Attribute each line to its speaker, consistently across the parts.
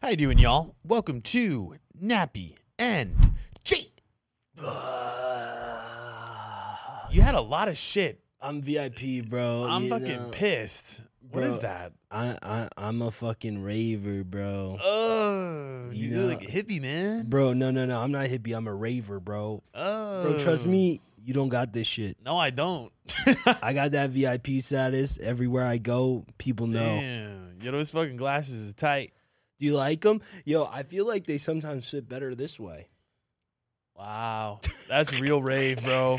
Speaker 1: How you doing, y'all? Welcome to Nappy and Jake. You had a lot of shit.
Speaker 2: I'm VIP, bro.
Speaker 1: I'm
Speaker 2: you
Speaker 1: fucking
Speaker 2: know.
Speaker 1: pissed. What is
Speaker 2: Bro.
Speaker 1: that?
Speaker 2: I, I I'm a fucking raver, bro.
Speaker 1: Oh, you,
Speaker 2: Uh, You
Speaker 1: look
Speaker 2: know-
Speaker 1: like a hippie, man.
Speaker 2: Bro, no, no, no. I'm not hippie. I'm a raver, bro.
Speaker 1: oh,
Speaker 2: Bro, trust me, you don't got this shit.
Speaker 1: No, I don't.
Speaker 2: I got that VIP status everywhere I go. People know.
Speaker 1: Damn. Yo, those fucking glasses is tight.
Speaker 2: Do you like them? Yo, I feel like they sometimes fit better this way.
Speaker 1: Wow. That's real rave, bro.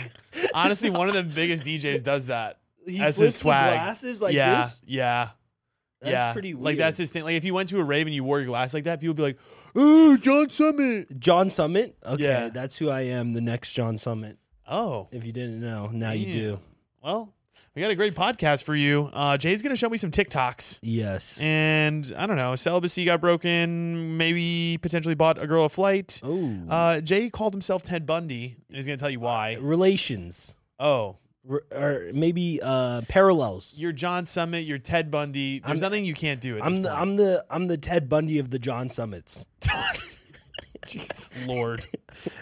Speaker 1: Honestly, one of the biggest DJs does that.
Speaker 2: He
Speaker 1: That's his
Speaker 2: flips the
Speaker 1: swag.
Speaker 2: glasses like
Speaker 1: yeah,
Speaker 2: this.
Speaker 1: yeah.
Speaker 2: That's
Speaker 1: yeah.
Speaker 2: pretty weird.
Speaker 1: Like that's his thing. Like if you went to a rave and you wore your glass like that, people would be like, "Ooh, John Summit."
Speaker 2: John Summit. Okay,
Speaker 1: Yeah.
Speaker 2: that's who I am. The next John Summit.
Speaker 1: Oh,
Speaker 2: If you didn't know, now you
Speaker 1: Yeah.
Speaker 2: do.
Speaker 1: well, we got a great podcast for you. Uh, Jay's gonna show me some TikToks,
Speaker 2: Yes.
Speaker 1: and I don't know, celibacy got broken. Maybe potentially bought a girl a flight.
Speaker 2: oh.
Speaker 1: Uh, Jay called himself Ted Bundy, and he's gonna tell you why.
Speaker 2: relations.
Speaker 1: Oh,
Speaker 2: r- or maybe uh, parallels.
Speaker 1: you're John Summit, you're Ted Bundy. There's
Speaker 2: I'm-
Speaker 1: nothing you can't do. At
Speaker 2: I'm
Speaker 1: this
Speaker 2: the,
Speaker 1: point.
Speaker 2: I'm the I'm the Ted Bundy of the John Summits.
Speaker 1: Jeez, Lord.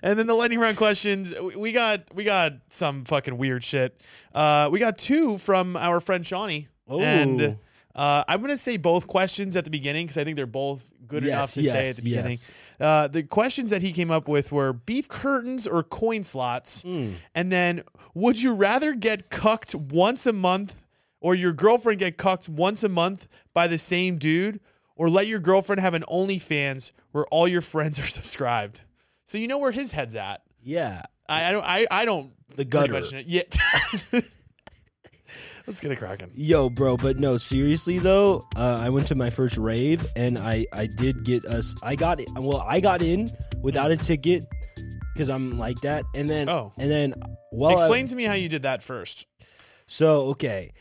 Speaker 1: and then the lightning round questions. we- We got we got some fucking weird shit. Uh, we got two from our friend Shawnee. And
Speaker 2: Oh.
Speaker 1: uh, I'm gonna say both questions at the beginning because I think they're both good
Speaker 2: Yes,
Speaker 1: enough to say at
Speaker 2: yes,
Speaker 1: the beginning.
Speaker 2: yes.
Speaker 1: Uh, the questions that he came up with were beef curtains or coin slots,
Speaker 2: Hmm.
Speaker 1: and then would you rather get cucked once a month or your girlfriend get cucked once a month by the same dude, or let your girlfriend have an OnlyFans where all your friends are subscribed? So you know where his head's at.
Speaker 2: Yeah,
Speaker 1: I, I don't. I, I don't.
Speaker 2: the
Speaker 1: pretty
Speaker 2: gutter.
Speaker 1: much know- Yeah. Let's get it cracking.
Speaker 2: Yo, bro, but no, seriously though, uh, I went to my first rave and I I did get us. I got it. Well, I got in without a ticket because I'm like that. And then
Speaker 1: Oh.
Speaker 2: and then well, um,
Speaker 1: Explain to me how you did that first.
Speaker 2: so okay,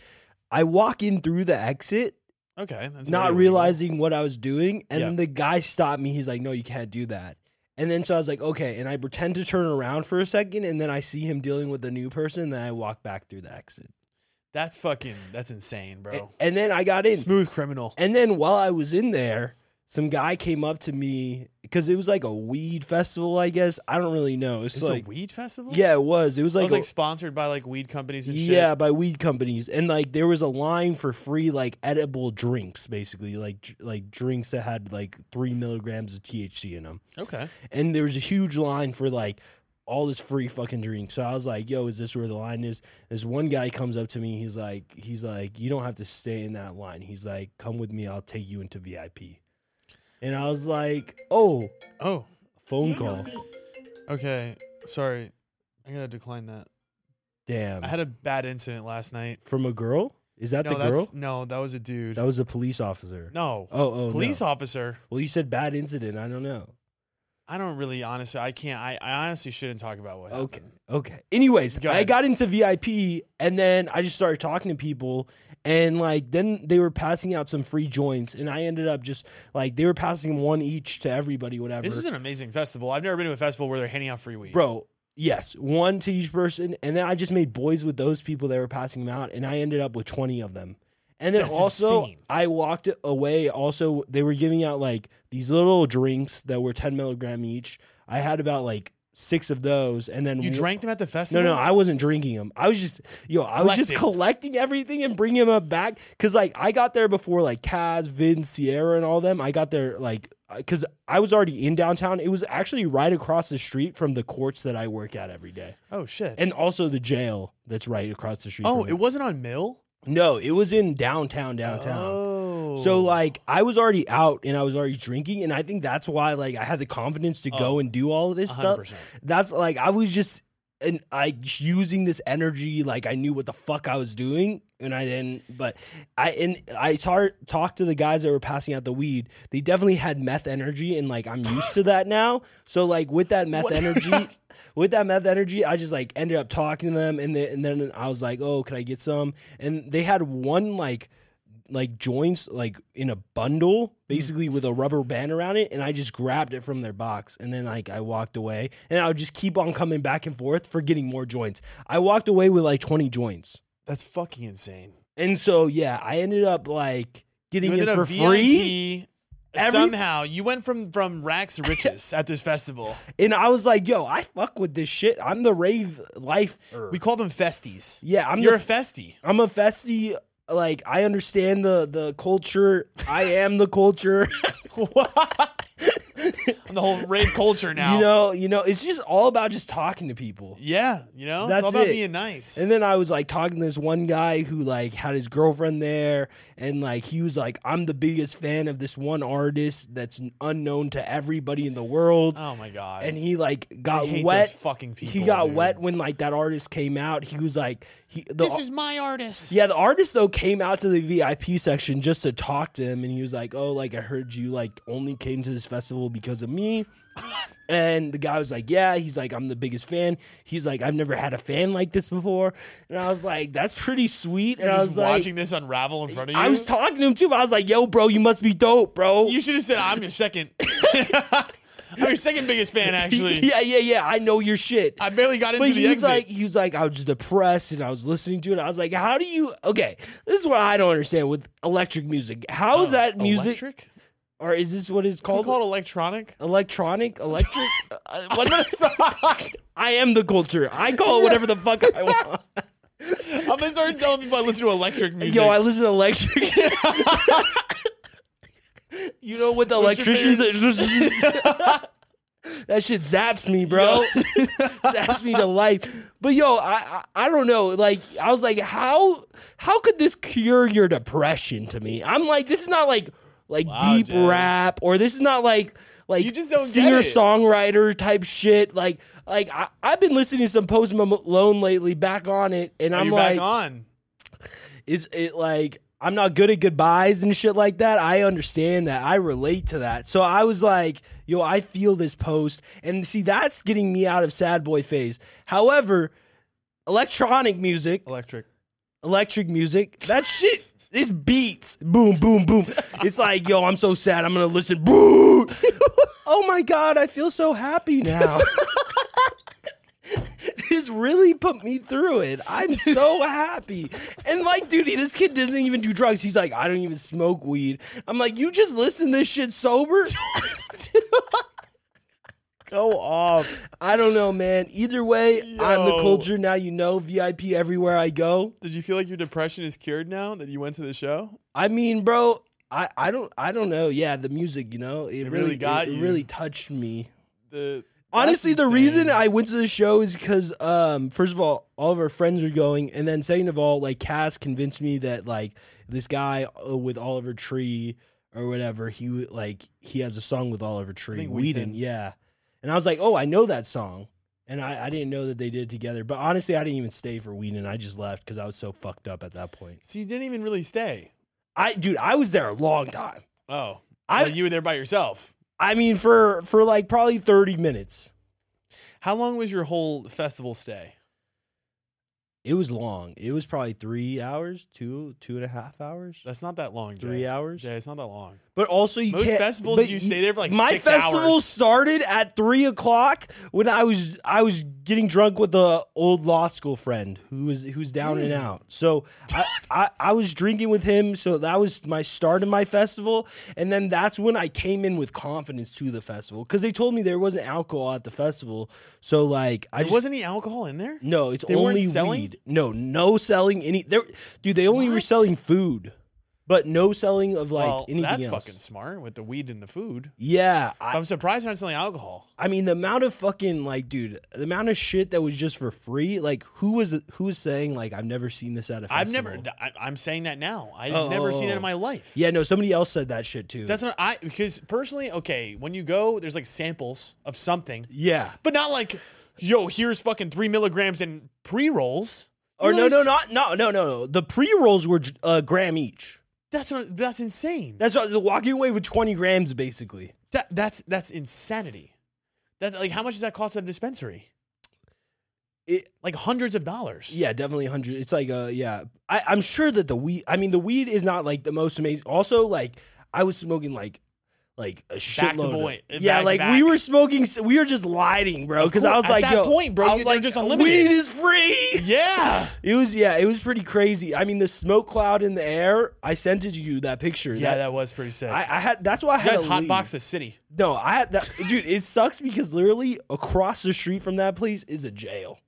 Speaker 2: I walk in through the exit.
Speaker 1: Okay, that's
Speaker 2: not
Speaker 1: very illegal.
Speaker 2: realizing what I was doing. And
Speaker 1: Yeah.
Speaker 2: then the guy stopped me. He's like, no, you can't do that. And then so I was like, okay. And I pretend to turn around for a second. And then I see him dealing with a new person. And then I walk back through the exit.
Speaker 1: That's fucking. That's insane,
Speaker 2: A-
Speaker 1: bro.
Speaker 2: And then I got in.
Speaker 1: Smooth criminal.
Speaker 2: And then while I was in there, some guy came up to me because it was like a weed festival, I guess. I don't really know. It's
Speaker 1: It's
Speaker 2: like,
Speaker 1: a weed festival.
Speaker 2: yeah, it was. It was
Speaker 1: like,
Speaker 2: like,
Speaker 1: was
Speaker 2: a-
Speaker 1: like sponsored by like weed companies and shit.
Speaker 2: yeah, by weed companies. And like there was a line for free like edible drinks, basically like dr- like drinks that had like three milligrams of THC in them.
Speaker 1: Okay.
Speaker 2: And there was a huge line for like all this free fucking drink. So I was like, yo, is this where the line is? This one guy comes up to me. He's like, he's like, you don't have to stay in that line. He's like, come with me. I'll take you into VIP. And I was like, oh,
Speaker 1: Oh.
Speaker 2: phone call.
Speaker 1: Okay. Sorry. I'm gonna decline that. I
Speaker 2: Damn.
Speaker 1: had a bad incident last night.
Speaker 2: From a girl? Is that
Speaker 1: no,
Speaker 2: the girl?
Speaker 1: That's, no, that was a dude.
Speaker 2: That was a police officer.
Speaker 1: no.
Speaker 2: Oh, oh, no.
Speaker 1: Police officer.
Speaker 2: Well, you said bad incident. I don't know.
Speaker 1: I don't really honestly. I can't. I, I honestly shouldn't talk about what.
Speaker 2: Okay.
Speaker 1: happened.
Speaker 2: Okay. Anyways,
Speaker 1: Go
Speaker 2: I
Speaker 1: ahead.
Speaker 2: got into VIP and then I just started talking to people and like then they were passing out some free joints and I ended up just like they were passing one each to everybody whatever.
Speaker 1: This is an amazing festival. I've never been to a festival where they're handing out free weed.
Speaker 2: Bro, yes, one to each person and then I just made boys with those people that were passing them out and I ended up with 20 of them. And then
Speaker 1: That's
Speaker 2: also
Speaker 1: insane.
Speaker 2: I walked away also they were giving out like these little drinks that were 10 milligram each. I had about like 6 of those and then
Speaker 1: you
Speaker 2: one-
Speaker 1: drank them at the
Speaker 2: No,
Speaker 1: festival.
Speaker 2: no, I wasn't drinking them. I was just, yo, I was just
Speaker 1: Collecting.
Speaker 2: collecting everything and bringing them back. Cause like I got there before like Kaz, Vin, Sierra, and all them. I got there like, I- cause I was already in downtown. It was actually right across the street from the courts that I work at every day,
Speaker 1: Oh shit.
Speaker 2: and also the jail that's right across the street.
Speaker 1: oh,
Speaker 2: from
Speaker 1: it wasn't on Mill.
Speaker 2: no, it was in downtown, downtown.
Speaker 1: Oh.
Speaker 2: So like I was already out and I was already drinking, and I think that's why like I had the confidence to
Speaker 1: Oh.
Speaker 2: go and do all of this stuff.
Speaker 1: 100%.
Speaker 2: That's like I was just and I using this energy like I knew what the fuck I was doing and I didn't but I and I tar- talked to the guys that were passing out the weed. They definitely had meth energy and like I'm used to that now. So like with that meth
Speaker 1: What-
Speaker 2: energy with that meth energy, I just like ended up talking to them and then and then I was like, "Oh, can I get some?" And they had one like like joints like in a bundle basically with a rubber band around it and i just grabbed it from their box and then like i walked away and i would just keep on coming back and forth for getting more joints i walked away with like 20 joints
Speaker 1: That's fucking insane.
Speaker 2: and so yeah i ended up like
Speaker 1: You
Speaker 2: getting
Speaker 1: ended up
Speaker 2: it for
Speaker 1: VIP
Speaker 2: free Every-
Speaker 1: Somehow you went from from racks to riches at this festival.
Speaker 2: and I was like, yo, I fuck with this shit. I'm the rave life.
Speaker 1: We call them festies.
Speaker 2: Yeah, I'm
Speaker 1: Er. You're
Speaker 2: the
Speaker 1: a festie.
Speaker 2: I'm a festy. Like I understand the the culture. I am the culture.
Speaker 1: I'm the whole rave culture now.
Speaker 2: You know, you know, it's just all about just talking to people.
Speaker 1: yeah, you know,
Speaker 2: That's
Speaker 1: it's all about
Speaker 2: it.
Speaker 1: being nice.
Speaker 2: And then I was like talking to this one guy who like had his girlfriend there, and like he was like, "I'm the biggest fan of this one artist that's unknown to everybody in the world."
Speaker 1: oh my god.
Speaker 2: and he like
Speaker 1: I
Speaker 2: got
Speaker 1: hate
Speaker 2: wet.
Speaker 1: those fucking people.
Speaker 2: he got
Speaker 1: dude.
Speaker 2: wet when like that artist came out. He was like, he the
Speaker 1: This is my artist.
Speaker 2: Yeah, the artist though came out to the VIP section just to talk to him, and he was like, "Oh, like I heard you like only came to this festival because of me." and the guy was like, "Yeah." He's like, "I'm the biggest fan." He's like, "I've never had a fan like this before," and I was like, "That's pretty sweet." And I
Speaker 1: Just
Speaker 2: was
Speaker 1: watching
Speaker 2: like,
Speaker 1: this unravel in front of you.
Speaker 2: "I was talking to him too." But I was like, "Yo, bro, you must be dope, bro."
Speaker 1: you should have said, "I'm your second. I'm your second biggest fan, actually.
Speaker 2: yeah, yeah, yeah. I know your shit.
Speaker 1: I barely got into
Speaker 2: But
Speaker 1: the
Speaker 2: he was
Speaker 1: exit.
Speaker 2: like, he was like, I was just depressed, and I was listening to it. I was like, how do you? Okay, this is what I don't understand with electric music. How is
Speaker 1: Oh,
Speaker 2: that music,
Speaker 1: Electric?
Speaker 2: or is this what it's
Speaker 1: We
Speaker 2: called?
Speaker 1: call it electronic.
Speaker 2: Electronic, electric. Uh, what I am the culture. I call it whatever the fuck I want.
Speaker 1: I'm gonna start telling people I listen to electric music.
Speaker 2: Yo, I listen to electric. you know what the
Speaker 1: What's your
Speaker 2: electricians? that shit zaps me, bro. zaps me to life. But yo, I, I I don't know. Like I was like, how how could this cure your depression? To me, I'm like, this is not like like
Speaker 1: Wow,
Speaker 2: deep
Speaker 1: Jay.
Speaker 2: rap, or this is not like like
Speaker 1: You just don't get
Speaker 2: singer
Speaker 1: it.
Speaker 2: songwriter type shit. Like like I, I've been listening to some Post Malone lately, back on it, and
Speaker 1: Are
Speaker 2: I'm
Speaker 1: you
Speaker 2: like,
Speaker 1: back on?
Speaker 2: is it like I'm not good at goodbyes and shit like that. I understand that. I relate to that. So I was like, yo, I feel this post. And see, that's getting me out of sad boy phase. However, electronic music,
Speaker 1: Electric.
Speaker 2: electric music, that shit is beats. Boom, boom, boom. It's like, yo, I'm so sad. I'm going to listen. Boom. oh my God, I feel so happy now. This really put me through it. I'm so happy. And like, dude, this kid doesn't even do drugs. He's like, I don't even smoke weed. I'm like, you just listen to this shit sober?
Speaker 1: Go off.
Speaker 2: I don't know, man. Either way, I'm the
Speaker 1: Yo.
Speaker 2: culture. Now you know VIP everywhere I go.
Speaker 1: Did you feel like your depression is cured now that you went to the show?
Speaker 2: I mean, bro, I, I don't I don't know. Yeah, the music, you know, it,
Speaker 1: really
Speaker 2: really,
Speaker 1: got
Speaker 2: it
Speaker 1: you.
Speaker 2: really touched me.
Speaker 1: The
Speaker 2: Honestly,
Speaker 1: that's
Speaker 2: the
Speaker 1: insane.
Speaker 2: reason I went to the show is because, um, first of all, all of our friends are going, and then second of all, like Cass convinced me that like this guy uh, with Oliver Tree or whatever, he w- like he has a song with Oliver Tree,
Speaker 1: think
Speaker 2: Whedon,
Speaker 1: Whedon.
Speaker 2: yeah. And I was like, oh, I know that song, and I, I didn't know that they did it together. But honestly, I didn't even stay for Whedon. I just left because I was so fucked up at that point.
Speaker 1: so you didn't even really stay.
Speaker 2: I dude, I was there a long time.
Speaker 1: Oh,
Speaker 2: I-
Speaker 1: I you were there by yourself.
Speaker 2: I mean, for for like probably thirty minutes.
Speaker 1: How long was your whole festival stay?
Speaker 2: It was long. It was probably three hours, two two and a half hours,
Speaker 1: That's not that long, Jay.
Speaker 2: three hours.
Speaker 1: Jay, it's not that long.
Speaker 2: But also, you
Speaker 1: Most
Speaker 2: can't.
Speaker 1: festivals,
Speaker 2: but
Speaker 1: you stay there for like
Speaker 2: my
Speaker 1: six
Speaker 2: festival
Speaker 1: hours.
Speaker 2: started at three o'clock when I was I was getting drunk with a old law school friend who was who's down and
Speaker 1: Mm.
Speaker 2: out. So I, I I was drinking with him. So that was my start of my festival, and then that's when I came in with confidence to the festival because they told me there wasn't alcohol at the festival. So like I
Speaker 1: There
Speaker 2: just
Speaker 1: wasn't any alcohol in there.
Speaker 2: No, it's
Speaker 1: They weren't
Speaker 2: only
Speaker 1: selling?
Speaker 2: weed. No, no selling any. There, dude. They only were
Speaker 1: What?
Speaker 2: selling food, but no selling of like
Speaker 1: well,
Speaker 2: anything
Speaker 1: that's
Speaker 2: else.
Speaker 1: fucking smart with the weed and the food.
Speaker 2: yeah, I,
Speaker 1: I'm surprised they're not selling alcohol.
Speaker 2: I mean the amount of fucking like, dude, the amount of shit that was just for free. Like, who was who was saying like, I've never seen this at a festival.
Speaker 1: I've never. I, I'm saying that now. I've
Speaker 2: Oh,
Speaker 1: never
Speaker 2: oh,
Speaker 1: seen that
Speaker 2: oh.
Speaker 1: in my life.
Speaker 2: Yeah, no, somebody else said that shit too.
Speaker 1: That's not I because personally, okay, when you go, there's like samples of something,
Speaker 2: yeah.
Speaker 1: but not like, yo, here's fucking three milligrams and pre rolls.
Speaker 2: Or no, no, not no, no, no, no. The pre rolls were a gram each.
Speaker 1: That's not, that's insane.
Speaker 2: That's what, walking away with twenty grams basically.
Speaker 1: That that's that's insanity. That's like how much does that cost at a dispensary?
Speaker 2: It,
Speaker 1: Like hundreds of dollars.
Speaker 2: Yeah, definitely hundred. It's like a yeah. I, I'm sure that the weed. I mean, the weed is not like the most amazing. Also, like I was smoking like like a
Speaker 1: Back to
Speaker 2: shitload. of-
Speaker 1: boy-
Speaker 2: yeah,
Speaker 1: back-
Speaker 2: like
Speaker 1: back.
Speaker 2: we were smoking. s- We were just lighting, bro.
Speaker 1: Of
Speaker 2: Because I
Speaker 1: course,
Speaker 2: was
Speaker 1: at
Speaker 2: like,
Speaker 1: that
Speaker 2: yo,
Speaker 1: point, bro,
Speaker 2: I
Speaker 1: you-
Speaker 2: was
Speaker 1: they're
Speaker 2: like,
Speaker 1: just unlimited.
Speaker 2: Weed is free.
Speaker 1: Yeah.
Speaker 2: It was yeah, it was pretty crazy. I mean, the smoke cloud in the air. I sent it to you that picture.
Speaker 1: Yeah,
Speaker 2: that,
Speaker 1: that was pretty sick.
Speaker 2: I, I had. That's why
Speaker 1: you
Speaker 2: I had
Speaker 1: guys
Speaker 2: to
Speaker 1: hotboxed
Speaker 2: leave.
Speaker 1: the city.
Speaker 2: No, I had that, dude. It sucks because literally across the street from that place is a jail.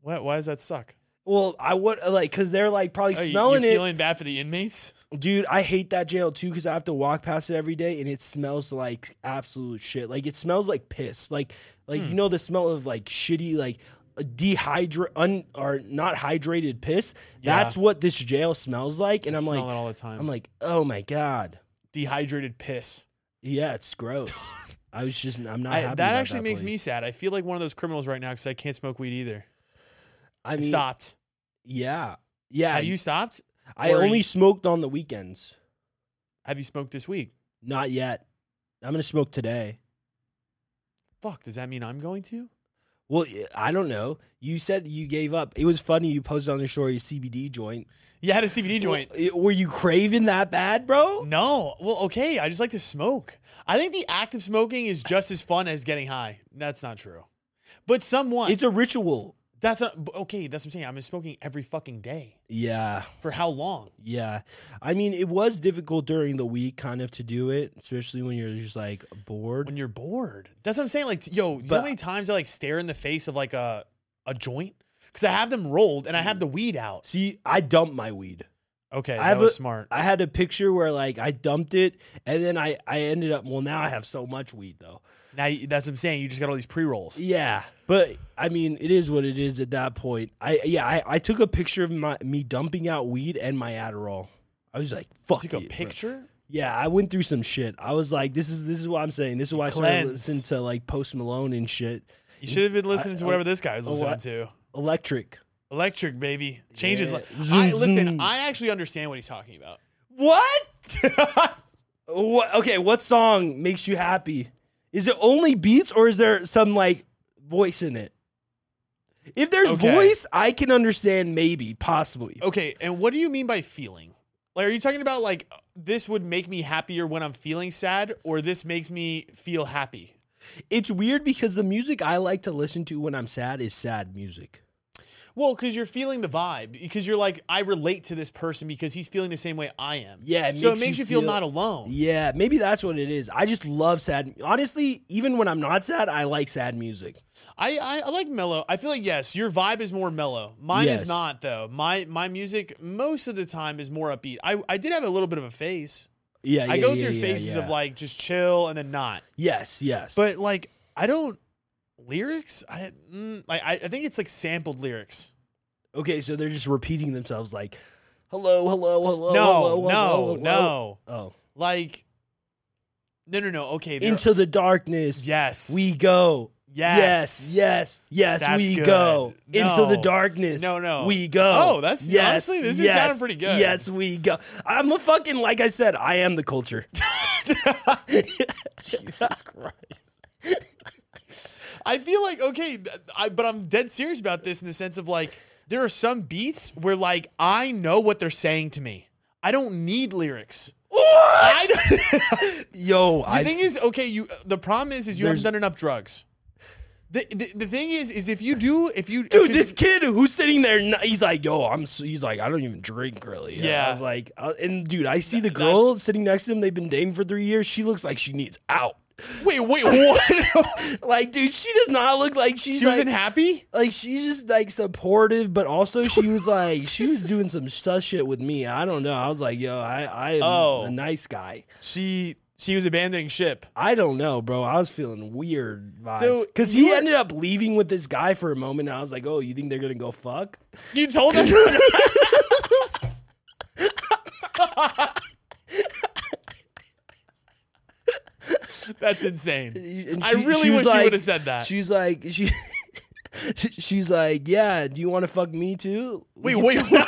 Speaker 1: Why, why does that suck?
Speaker 2: Well, I would like because they're like probably
Speaker 1: Oh, you-
Speaker 2: smelling
Speaker 1: you
Speaker 2: it,
Speaker 1: feeling bad for the inmates?
Speaker 2: dude. I hate that jail too because I have to walk past it every day and it smells like absolute shit. Like it smells like piss. Like like
Speaker 1: Hmm.
Speaker 2: you know the smell of like shitty like dehydrate un or not hydrated piss.
Speaker 1: Yeah.
Speaker 2: That's what this jail smells like, and
Speaker 1: I
Speaker 2: I'm
Speaker 1: smell
Speaker 2: like.
Speaker 1: it all the time.
Speaker 2: I'm like, oh my god,
Speaker 1: Dehydrated piss.
Speaker 2: yeah, it's gross. I was just, I'm not.
Speaker 1: I-
Speaker 2: happy
Speaker 1: that
Speaker 2: about
Speaker 1: actually makes
Speaker 2: place.
Speaker 1: me sad. I feel like one of those criminals right now because I can't smoke weed either.
Speaker 2: I
Speaker 1: I
Speaker 2: mean,
Speaker 1: stopped.
Speaker 2: yeah, yeah.
Speaker 1: Have you stopped?
Speaker 2: I
Speaker 1: or-
Speaker 2: only smoked on the weekends.
Speaker 1: Have you smoked this week?
Speaker 2: Not yet. I'm gonna smoke today.
Speaker 1: Fuck. Does that mean I'm going to?
Speaker 2: Well, y- I don't know. You said you gave up. It was funny. You posted on the story your CBD joint.
Speaker 1: Yeah, I had a CBD joint.
Speaker 2: W- Were you craving that bad, bro?
Speaker 1: No. Well, okay. I just like to smoke. I think the act of smoking is just as fun as getting high. That's not true. But someone.
Speaker 2: It's a ritual.
Speaker 1: that's not, but okay. That's what I'm saying. I've been smoking every fucking day
Speaker 2: Yeah.
Speaker 1: for how long?
Speaker 2: Yeah. I mean, it was difficult during the week kind of to do it, especially when you're just like bored.
Speaker 1: When you're bored. That's what I'm saying. Like, t- yo, you know how
Speaker 2: But-
Speaker 1: many times I like stare in the face of like a a joint because I have them rolled and I have the weed out.
Speaker 2: See, I dumped my weed.
Speaker 1: Okay,
Speaker 2: I
Speaker 1: that
Speaker 2: have
Speaker 1: was
Speaker 2: a-
Speaker 1: smart.
Speaker 2: I had a picture where like I dumped it and then I I ended up well now I have so much weed though.
Speaker 1: Now you- that's what I'm saying. You just got all these pre rolls.
Speaker 2: Yeah, but I mean, it is what it is at that point. I yeah, I, I took a picture of my me dumping out weed and my Adderall. I was like, fuck
Speaker 1: Take a
Speaker 2: it, bro.
Speaker 1: picture.
Speaker 2: Yeah, I went through some shit. I was like, this is this is what I'm saying. This is why I started
Speaker 1: Cleanse.
Speaker 2: listening to like Post Malone and shit.
Speaker 1: You should have been listening to
Speaker 2: I-
Speaker 1: whatever this guy was
Speaker 2: a
Speaker 1: listening
Speaker 2: lot-
Speaker 1: to.
Speaker 2: Electric.
Speaker 1: Electric baby changes.
Speaker 2: Yeah.
Speaker 1: li- I
Speaker 2: Zoom,
Speaker 1: listen.
Speaker 2: zoom.
Speaker 1: I actually understand what he's talking about.
Speaker 2: What? what? Okay, what song makes you happy? Is it only beats or is there some like voice in it? If there's
Speaker 1: Okay.
Speaker 2: voice, I can understand maybe, possibly.
Speaker 1: okay, and what do you mean by feeling? Like, are you talking about like this would make me happier when I'm feeling sad, or this makes me feel happy?
Speaker 2: It's weird because the music I like to listen to when I'm sad is sad music.
Speaker 1: Well, because you're feeling the vibe, because you're like, I relate to this person because he's feeling the same way I am.
Speaker 2: Yeah, it
Speaker 1: so
Speaker 2: makes
Speaker 1: it makes
Speaker 2: you
Speaker 1: you feel,
Speaker 2: feel-
Speaker 1: not alone.
Speaker 2: Yeah, maybe that's what it is. I just love sad. Honestly, even when I'm not sad, I like sad music.
Speaker 1: I, I I like mellow. I feel like yes, your vibe is more mellow. Mine
Speaker 2: Yes.
Speaker 1: is not though. My my music most of the time is more upbeat. I I did have a little bit of a phase.
Speaker 2: Yeah,
Speaker 1: I
Speaker 2: yeah,
Speaker 1: go
Speaker 2: yeah,
Speaker 1: through
Speaker 2: yeah,
Speaker 1: phases
Speaker 2: yeah.
Speaker 1: of like just chill and then not.
Speaker 2: yes, yes,
Speaker 1: But like I don't lyrics. I mm, like I, I think it's like sampled lyrics.
Speaker 2: okay. So they're just repeating themselves like, "Hello, hello, hello."
Speaker 1: no,
Speaker 2: hello, hello,
Speaker 1: no,
Speaker 2: hello, hello."
Speaker 1: no.
Speaker 2: Oh,
Speaker 1: Like no, no, no. Okay, there-
Speaker 2: into the darkness.
Speaker 1: yes,
Speaker 2: we go.
Speaker 1: yes,
Speaker 2: Yes, yes, yes.
Speaker 1: That's
Speaker 2: we
Speaker 1: good.
Speaker 2: go into the
Speaker 1: No.
Speaker 2: darkness.
Speaker 1: No, no.
Speaker 2: we go.
Speaker 1: Oh, that's- honestly, this is sounding pretty good.
Speaker 2: Yes, we go. I'm a fucking like I said, I am the culture.
Speaker 1: Jesus Christ. I feel like okay, th- I, but I'm dead serious about this in the sense of like there are some beats where like I know what they're saying to me. I don't need lyrics. I don't,
Speaker 2: Yo,
Speaker 1: the
Speaker 2: I
Speaker 1: thing is, okay, you. uh, The problem is, is you haven't
Speaker 2: There's-
Speaker 1: done enough drugs. The, the, the thing is, is if you do, if you
Speaker 2: dude,
Speaker 1: if-
Speaker 2: this kid who's sitting there, n- he's like, yo, I'm. s- He's like, I don't even drink really. And I
Speaker 1: Yeah.
Speaker 2: was like, uh, and dude, I see the girl sitting next to him. They've been dating for three years. She looks like she needs out.
Speaker 1: wait, wait, what?
Speaker 2: Like, dude, she does not look like she's
Speaker 1: she
Speaker 2: like,
Speaker 1: wasn't happy.
Speaker 2: like she's just like supportive, but also she was like she was doing some sus shit with me. I don't know. I was like, yo, I I am
Speaker 1: Oh.
Speaker 2: a nice guy.
Speaker 1: She she was abandoning ship.
Speaker 2: I don't know, bro. I was feeling weird vibes.
Speaker 1: So,
Speaker 2: because
Speaker 1: you
Speaker 2: he
Speaker 1: were-
Speaker 2: ended up leaving with this guy for a moment. And I was like, oh, you think they're gonna go fuck?
Speaker 1: You told her. That's insane.
Speaker 2: And
Speaker 1: I really wish
Speaker 2: was
Speaker 1: you would've said that.
Speaker 2: She's like she. She's like, yeah. Do you want to fuck me too?
Speaker 1: Wait, wait. what?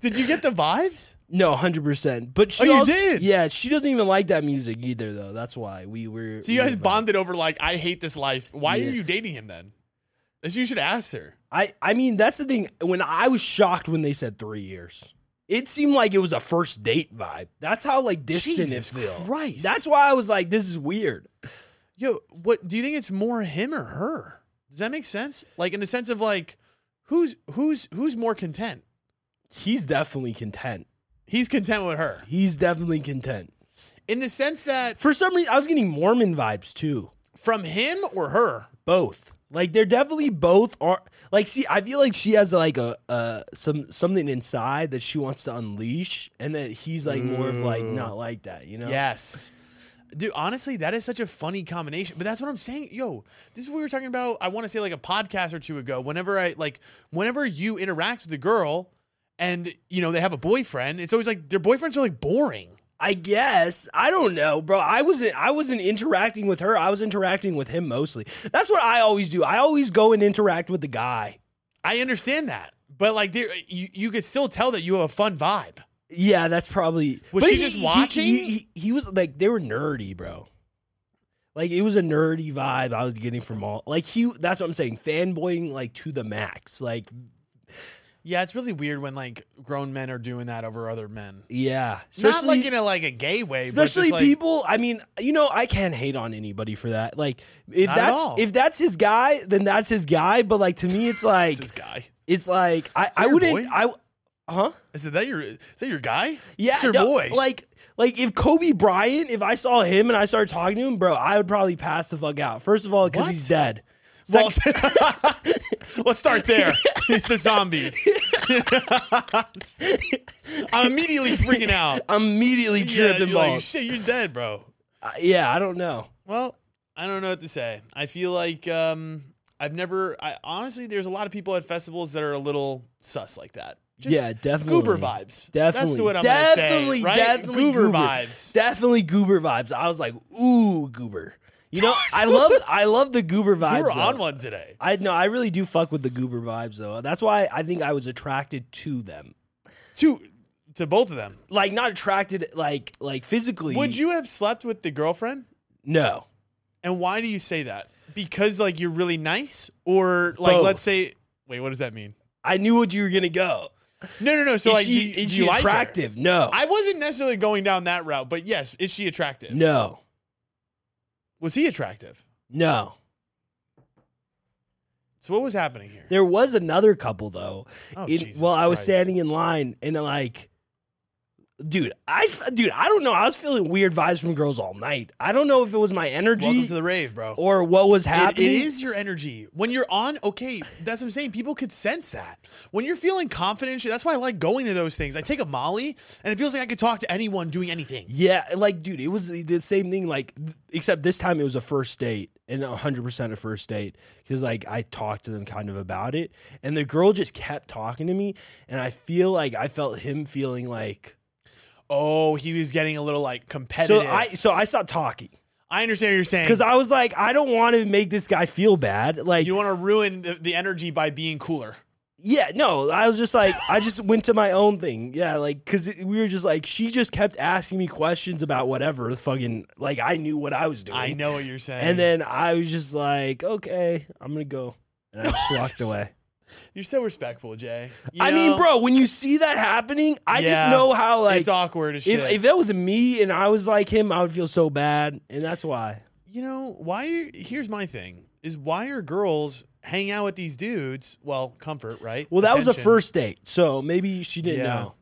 Speaker 1: Did you get the vibes?
Speaker 2: No, hundred percent. But she
Speaker 1: Oh, you
Speaker 2: also-
Speaker 1: did?
Speaker 2: Yeah, she doesn't even like that music either, though. That's why we were.
Speaker 1: So you
Speaker 2: we
Speaker 1: guys
Speaker 2: were-
Speaker 1: bonded over like I hate this life. Why
Speaker 2: Yeah.
Speaker 1: are you dating him then? That's you should ask her.
Speaker 2: I I mean that's the thing. When I was shocked when they said three years, It seemed like it was a first date vibe. That's how like distant
Speaker 1: Jesus
Speaker 2: it felt.
Speaker 1: Christ.
Speaker 2: That's why I was like, this is weird.
Speaker 1: Yo, what do you think it's more him or her? Does that make sense? Like in the sense of like who's who's who's more content?
Speaker 2: He's definitely content.
Speaker 1: He's content with her.
Speaker 2: He's definitely content.
Speaker 1: In the sense that
Speaker 2: For some reason, I was getting Mormon vibes too.
Speaker 1: from him or her.
Speaker 2: both. Like they're definitely both are like see I feel like she has like a uh some something inside that she wants to unleash and that he's like more of like
Speaker 1: Mm.
Speaker 2: not like that, you know?
Speaker 1: Yes. Dude, honestly, that is such a funny combination. But that's what I'm saying. Yo, this is what we were talking about, I want to say like a podcast or two ago. Whenever I like whenever you interact with a girl and you know they have a boyfriend, it's always like their boyfriends are like boring.
Speaker 2: I guess. I don't know, bro. I wasn't I wasn't interacting with her. I was interacting with him mostly. That's what I always do. I always go and interact with the guy.
Speaker 1: I understand that. But like there you, you could still tell that you have a fun vibe.
Speaker 2: Yeah, that's probably
Speaker 1: Was she just watching?
Speaker 2: He, he- he was like they were nerdy, bro. Like it was a nerdy vibe I was getting from all like he that's what I'm saying. Fanboying like to the max. Like
Speaker 1: Yeah, it's really weird when like grown men are doing that over other men.
Speaker 2: Yeah,
Speaker 1: Not like in a like a gay way,
Speaker 2: especially
Speaker 1: but just, like,
Speaker 2: people. I mean, you know, I can't hate on anybody for that. Like, if
Speaker 1: Not at
Speaker 2: that's
Speaker 1: all.
Speaker 2: if that's his guy, then that's his guy. But like to me, it's like
Speaker 1: this guy.
Speaker 2: it's like I I
Speaker 1: your
Speaker 2: wouldn't
Speaker 1: boy?
Speaker 2: I huh
Speaker 1: Is it that your is that your guy?
Speaker 2: yeah
Speaker 1: It's your
Speaker 2: no,
Speaker 1: boy.
Speaker 2: like. Like if Kobe Bryant, if I saw him and I started talking to him, bro, I would probably pass the fuck out. First of all, because
Speaker 1: What?
Speaker 2: he's dead.
Speaker 1: Well,
Speaker 2: Sec-
Speaker 1: let's start there. It's a zombie. I'm immediately freaking out.
Speaker 2: immediately
Speaker 1: Yeah,
Speaker 2: tripped
Speaker 1: you're
Speaker 2: and
Speaker 1: like,
Speaker 2: balls.
Speaker 1: shit, you're dead, bro.
Speaker 2: Uh, yeah, I don't know.
Speaker 1: Well, I don't know what to say. I feel like um, I've never. I honestly, there's a lot of people at festivals that are a little sus like that. Just
Speaker 2: yeah, definitely.
Speaker 1: Goober vibes.
Speaker 2: Definitely.
Speaker 1: That's what I'm
Speaker 2: definitely,
Speaker 1: gonna say. Right?
Speaker 2: definitely
Speaker 1: goober, vibes.
Speaker 2: Definitely goober vibes. I was like, ooh, goober. You know, I love I love the goober vibes.
Speaker 1: we were on
Speaker 2: though.
Speaker 1: one today.
Speaker 2: I no, I really do fuck with the goober vibes though. That's why I think I was attracted to them.
Speaker 1: To to both of them.
Speaker 2: Like not attracted like like physically.
Speaker 1: Would you have slept with the girlfriend?
Speaker 2: No.
Speaker 1: And why do you say that? Because like you're really nice, or like
Speaker 2: Both.
Speaker 1: let's say, wait, what does that mean?
Speaker 2: I knew what you were gonna go.
Speaker 1: No, no, no. So
Speaker 2: is
Speaker 1: like,
Speaker 2: she,
Speaker 1: do,
Speaker 2: is
Speaker 1: do
Speaker 2: she
Speaker 1: you like her?
Speaker 2: attractive? No.
Speaker 1: I wasn't necessarily going down that route, but yes, is she attractive?
Speaker 2: no.
Speaker 1: Was he attractive?
Speaker 2: No.
Speaker 1: So what was happening here?
Speaker 2: There was another couple though.
Speaker 1: Oh,
Speaker 2: in,
Speaker 1: Jesus
Speaker 2: well, I was
Speaker 1: Christ.
Speaker 2: standing in line and like, dude, I f- dude, I don't know. I was feeling weird vibes from girls all night. I don't know if it was my
Speaker 1: Welcome
Speaker 2: energy
Speaker 1: to the rave, bro.
Speaker 2: or what was
Speaker 1: It-
Speaker 2: happening.
Speaker 1: it is your energy. When you're on, okay, that's what I'm saying. People could sense that. When you're feeling confident, shit, that's why I like going to those things. I take a Molly, and it feels like I could talk to anyone doing anything.
Speaker 2: Yeah, like dude, it was the same thing. Like, th- except this time it was a first date and hundred percent a first date because like I talked to them kind of about it, and the girl just kept talking to me, and I feel like I felt him feeling like
Speaker 1: Oh, he was getting a little like
Speaker 2: so.
Speaker 1: competitive.
Speaker 2: I so I stopped talking
Speaker 1: I understand what you're saying.
Speaker 2: because I was like, I don't want to make this guy feel bad. Like,
Speaker 1: You want to ruin the, the energy by being cooler.
Speaker 2: Yeah, no, I was just like, I just went to my own thing. Yeah, like, cause it, we were just like, she just kept asking me questions about whatever, the fucking, like, I knew what I was doing.
Speaker 1: I know what you're saying.
Speaker 2: And then I was just like, okay, I'm gonna go. And I just walked away.
Speaker 1: you're so respectful, Jay. You
Speaker 2: I mean,
Speaker 1: know,
Speaker 2: bro, when you see that happening, I
Speaker 1: Yeah,
Speaker 2: just know how, like,
Speaker 1: it's awkward as
Speaker 2: if,
Speaker 1: shit.
Speaker 2: if that was me and I was like him, I would feel so bad. And that's why.
Speaker 1: you know why? Here's my thing: is why are girls hang out with these dudes? Well, comfort, right?
Speaker 2: Well, that was a
Speaker 1: Attention.
Speaker 2: first date. So maybe she didn't
Speaker 1: Yeah.
Speaker 2: know.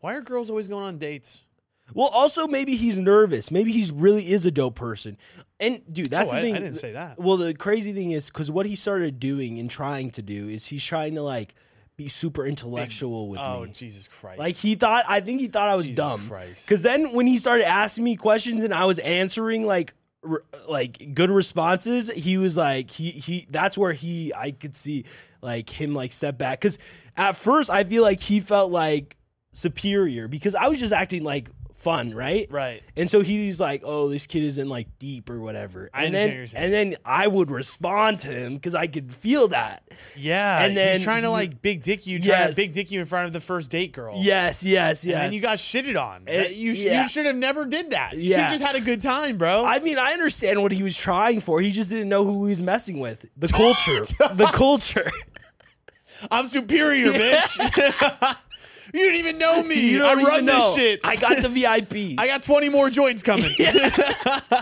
Speaker 1: Why are girls always going on dates?
Speaker 2: Well, also maybe he's nervous. Maybe he's really is a dope person. And dude, that's
Speaker 1: oh,
Speaker 2: the
Speaker 1: I,
Speaker 2: thing.
Speaker 1: I didn't say that.
Speaker 2: Well, the crazy thing is because what he started doing and trying to do is he's trying to like be super intellectual with
Speaker 1: Oh,
Speaker 2: me.
Speaker 1: Jesus Christ!
Speaker 2: Like he thought, I think he thought I was
Speaker 1: Jesus
Speaker 2: dumb.
Speaker 1: Christ.
Speaker 2: Because then when he started asking me questions and I was answering like r like good responses, he was like he he. That's where he I could see like him like step back. Because at first I feel like he felt like superior because I was just acting like fun, right?
Speaker 1: right?
Speaker 2: And so he's like, "Oh, this kid isn't like deep or whatever."
Speaker 1: I understand
Speaker 2: and then
Speaker 1: what you're saying.
Speaker 2: and then I would respond to him because I could feel that.
Speaker 1: Yeah.
Speaker 2: And then
Speaker 1: he's trying to
Speaker 2: he-
Speaker 1: like big dick you, trying
Speaker 2: Yes.
Speaker 1: to big dick you in front of the first date girl.
Speaker 2: Yes, yes,
Speaker 1: Oh. And
Speaker 2: yes.
Speaker 1: then you got shitted on.
Speaker 2: It-
Speaker 1: you, sh-
Speaker 2: yeah.
Speaker 1: you should have never did that. You
Speaker 2: Yeah.
Speaker 1: should have just had a good time, bro.
Speaker 2: I mean, I understand what he was trying for. He just didn't know who he was messing with. The culture. the culture.
Speaker 1: I'm superior, bitch. You didn't even know me.
Speaker 2: You
Speaker 1: I
Speaker 2: don't even
Speaker 1: run this
Speaker 2: know.
Speaker 1: shit.
Speaker 2: I got the VIP.
Speaker 1: I got 20 more joints coming.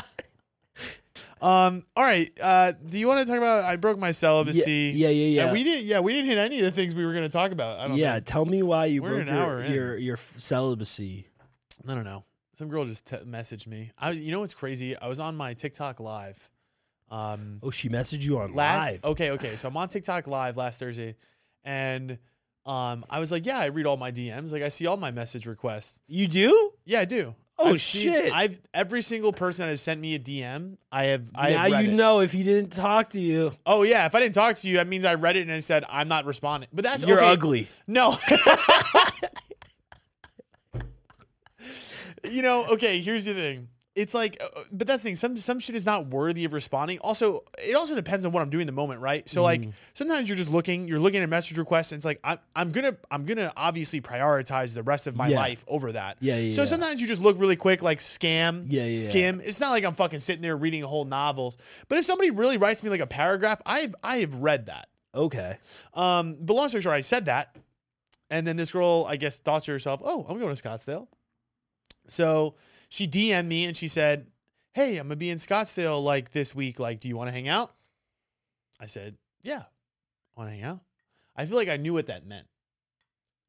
Speaker 1: um. All right. Uh. Do you want to talk about? I broke my celibacy.
Speaker 2: Yeah, yeah, yeah, yeah.
Speaker 1: Uh, we didn't. Yeah, we didn't hit any of the things we were going to talk about. I don't.
Speaker 2: yeah,
Speaker 1: Think.
Speaker 2: tell me why you
Speaker 1: We're
Speaker 2: broke
Speaker 1: an hour
Speaker 2: your,
Speaker 1: in.
Speaker 2: your your f- celibacy.
Speaker 1: I don't know. Some girl just te- messaged me. I. You know what's crazy? I was on my TikTok live. Um.
Speaker 2: Oh, she messaged you on
Speaker 1: last
Speaker 2: live.
Speaker 1: okay okay so i'm on tiktok live last thursday and um i was like yeah i read all my dms like i see all my message requests
Speaker 2: You do?
Speaker 1: yeah i do
Speaker 2: Oh,
Speaker 1: I've seen-
Speaker 2: shit.
Speaker 1: i've every single person that has sent me a dm i have i
Speaker 2: now
Speaker 1: have read
Speaker 2: you
Speaker 1: it.
Speaker 2: know if he didn't talk to you,
Speaker 1: oh yeah if i didn't talk to you that means i read it and I said i'm not responding but that's
Speaker 2: you're
Speaker 1: okay.
Speaker 2: ugly.
Speaker 1: no you know okay here's the thing it's like uh, but that's the thing some some shit is not worthy of responding also it also depends on what i'm doing in the moment right so
Speaker 2: Mm.
Speaker 1: like sometimes you're just looking you're looking at message requests and it's like i'm, I'm gonna i'm gonna obviously prioritize the rest of my
Speaker 2: Yeah.
Speaker 1: life over that
Speaker 2: Yeah, yeah,
Speaker 1: so
Speaker 2: yeah.
Speaker 1: sometimes you just look really quick like scam
Speaker 2: Yeah, yeah, yeah.
Speaker 1: skim it's not like i'm fucking sitting there reading whole novels but if somebody really writes me like a paragraph i've i have read that
Speaker 2: Okay.
Speaker 1: um, but long story short, I said that, and then this girl, I guess, thought to herself, "Oh, I'm going to Scottsdale." So she DM'd me and she said, "Hey, I'm gonna be in Scottsdale like this week. Like, do you want to hang out?" I said, "Yeah, I want to hang out." I feel like I knew what that meant.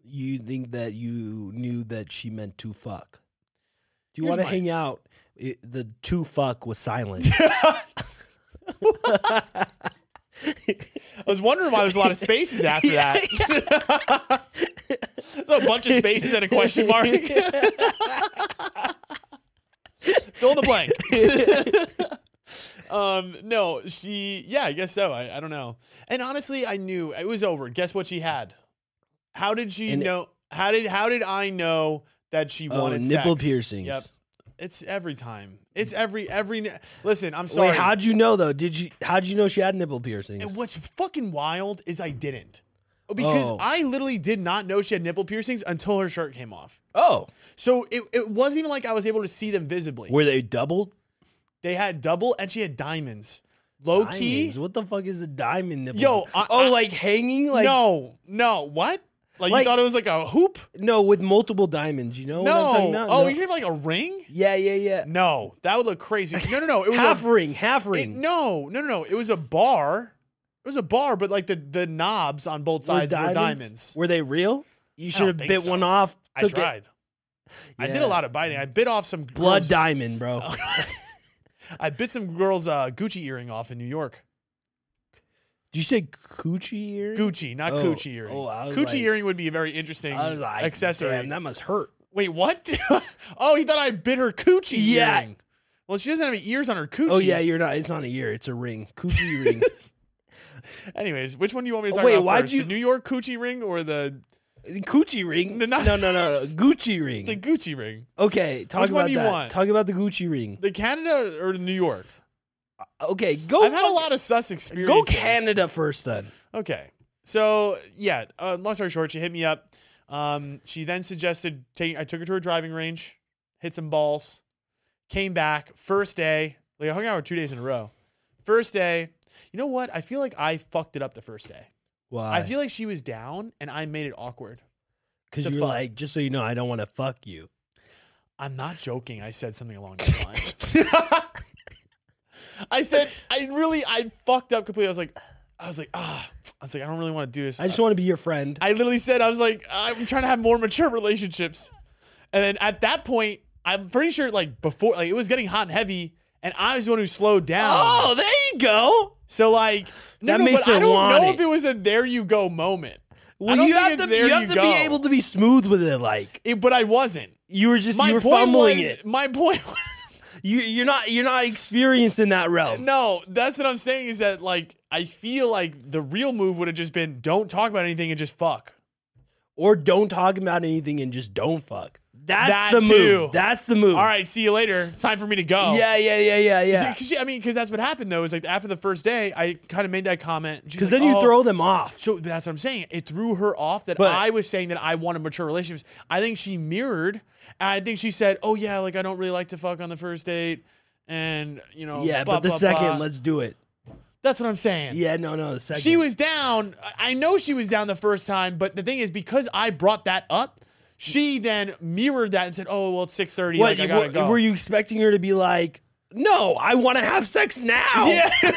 Speaker 2: You think that you knew that she meant to fuck. Do you
Speaker 1: Here's
Speaker 2: want to
Speaker 1: my-
Speaker 2: hang out? It, the to fuck was silent.
Speaker 1: I was wondering why there's a lot of spaces after that. There's a bunch of spaces and a question mark. Fill in the blank. um, no, she, yeah, I guess so. I, I don't know. And honestly, I knew it was over. Guess what she had? How did she
Speaker 2: And-
Speaker 1: know? How did how did I know that she
Speaker 2: Oh,
Speaker 1: wanted
Speaker 2: nipple
Speaker 1: sex?
Speaker 2: piercings.
Speaker 1: Yep. It's every time. It's every every. ni- Listen, I'm sorry.
Speaker 2: Wait, how'd you know though? Did you? How'd you know she had nipple piercings?
Speaker 1: And what's fucking wild is I didn't. Because
Speaker 2: Oh.
Speaker 1: I literally did not know she had nipple piercings until her shirt came off.
Speaker 2: oh,
Speaker 1: So it, it wasn't even like I was able to see them visibly.
Speaker 2: were they doubled?
Speaker 1: They had double and she had diamonds. Low key.
Speaker 2: Diamonds? What the fuck is a diamond nipple?
Speaker 1: Yo,
Speaker 2: piercing?
Speaker 1: I-
Speaker 2: oh,
Speaker 1: I-
Speaker 2: like hanging? Like no.
Speaker 1: no, no. What? Like, you
Speaker 2: Like-
Speaker 1: thought it was like a hoop?
Speaker 2: with multiple diamonds. You know? what I'm
Speaker 1: No.
Speaker 2: talking about?
Speaker 1: Oh,
Speaker 2: No.
Speaker 1: you should have like a ring?
Speaker 2: yeah, yeah, yeah.
Speaker 1: No, that would look crazy. No, no, no. It was
Speaker 2: half
Speaker 1: a,
Speaker 2: ring, half
Speaker 1: it-
Speaker 2: ring.
Speaker 1: no, no, no, no. It was a bar. It was a bar, but like the, the knobs on both sides were diamonds.
Speaker 2: Were they real? You should
Speaker 1: don't
Speaker 2: have
Speaker 1: think
Speaker 2: bit
Speaker 1: so.
Speaker 2: one off.
Speaker 1: I
Speaker 2: took it-
Speaker 1: tried. I did
Speaker 2: Yeah.
Speaker 1: a lot of biting. I bit off some
Speaker 2: Blood
Speaker 1: girls-
Speaker 2: diamond, bro.
Speaker 1: I bit some girl's uh, Gucci earring off in New York.
Speaker 2: Did you say coochie ear?
Speaker 1: Gucci, not
Speaker 2: Oh,
Speaker 1: Gucci earring.
Speaker 2: oh, I was
Speaker 1: Gucci
Speaker 2: like-
Speaker 1: earring would be a very interesting
Speaker 2: I was like,
Speaker 1: accessory.
Speaker 2: Damn, that must hurt.
Speaker 1: Wait, what? oh, he thought I bit her Gucci
Speaker 2: Yeah.
Speaker 1: earring. Well, she doesn't have any ears on her Gucci.
Speaker 2: Oh yeah, you're not. It's not a ear. It's a ring. Coochie ring.
Speaker 1: Anyways, which one do you want me to talk
Speaker 2: Oh, Wait,
Speaker 1: about
Speaker 2: why'd
Speaker 1: first?
Speaker 2: you-
Speaker 1: The New York Gucci ring or the
Speaker 2: Coochie ring.
Speaker 1: No,
Speaker 2: No,
Speaker 1: not-
Speaker 2: no, no, no. Gucci ring.
Speaker 1: the Gucci ring?
Speaker 2: okay, talk
Speaker 1: Which
Speaker 2: about
Speaker 1: one do you
Speaker 2: that.
Speaker 1: want?
Speaker 2: Talk about the Gucci ring.
Speaker 1: The Canada or New York?
Speaker 2: Okay, go.
Speaker 1: I've had a
Speaker 2: Oh, fuck-
Speaker 1: lot of sus experiences.
Speaker 2: Go Canada first, then.
Speaker 1: Okay. So yeah, uh, long story short, she hit me up. Um, she then suggested taking. I took her to her driving range, hit some balls, came back first day. Like I hung out with her two days in a row. First day, you know what? I feel like I fucked it up the first day.
Speaker 2: Why?
Speaker 1: I feel like she was down and I made it awkward.
Speaker 2: because
Speaker 1: the
Speaker 2: you're
Speaker 1: fuck.
Speaker 2: like, just so you know, I don't want to fuck you.
Speaker 1: I'm not joking. I said something along those lines. I said I really I fucked up completely. I was like, I was like, ah, I was like, I don't really want to do this.
Speaker 2: I just want to be your friend.
Speaker 1: Uh, I literally said, I was like, I'm trying to have more mature relationships. And then at that point, I'm pretty sure like before, like it was getting hot and heavy, and I was the one who slowed down.
Speaker 2: oh, there you go.
Speaker 1: So like, no,
Speaker 2: That
Speaker 1: no,
Speaker 2: makes
Speaker 1: but I
Speaker 2: her
Speaker 1: don't
Speaker 2: want
Speaker 1: know
Speaker 2: it.
Speaker 1: if it was a there you go moment. I
Speaker 2: Well,
Speaker 1: don't
Speaker 2: you
Speaker 1: think
Speaker 2: have
Speaker 1: it's
Speaker 2: to.
Speaker 1: there
Speaker 2: You have
Speaker 1: you
Speaker 2: to
Speaker 1: go.
Speaker 2: be able to be smooth with it. Like
Speaker 1: It- but I wasn't.
Speaker 2: you were just
Speaker 1: My
Speaker 2: you were
Speaker 1: point
Speaker 2: fumbling
Speaker 1: was,
Speaker 2: it.
Speaker 1: my point.
Speaker 2: You, you're not. You're not experienced in that realm.
Speaker 1: no, that's what I'm saying is that like I feel like the real move would have just been don't talk about anything and just fuck.
Speaker 2: Or don't talk about anything and just don't fuck. That's
Speaker 1: That
Speaker 2: the
Speaker 1: too.
Speaker 2: move. That's the move.
Speaker 1: All right, see you later. It's time for me to go.
Speaker 2: Yeah, yeah, yeah, yeah, yeah.
Speaker 1: Cause she- I mean, because that's what happened though. Is like after the first day, I kind of made that comment. "Oh,
Speaker 2: Because then you throw them off.
Speaker 1: So that's what I'm saying. It threw her off that
Speaker 2: But-
Speaker 1: I was saying that I wanted mature relationships. I think she mirrored. And I think she said, "Oh yeah, like I don't really like to fuck on the first date." And you know,
Speaker 2: Yeah,
Speaker 1: blah,
Speaker 2: but the
Speaker 1: blah,
Speaker 2: second,
Speaker 1: blah.
Speaker 2: let's do it.
Speaker 1: that's what I'm saying.
Speaker 2: Yeah, no, no, the second.
Speaker 1: She was down. I- I know she was down the first time, but the thing is, because I brought that up, She then mirrored that and said, "Oh well, it's six thirty.
Speaker 2: What
Speaker 1: Like, I
Speaker 2: you-
Speaker 1: gotta
Speaker 2: were,
Speaker 1: go."
Speaker 2: were you expecting her to be like? No, I want to have sex now.
Speaker 1: Yeah,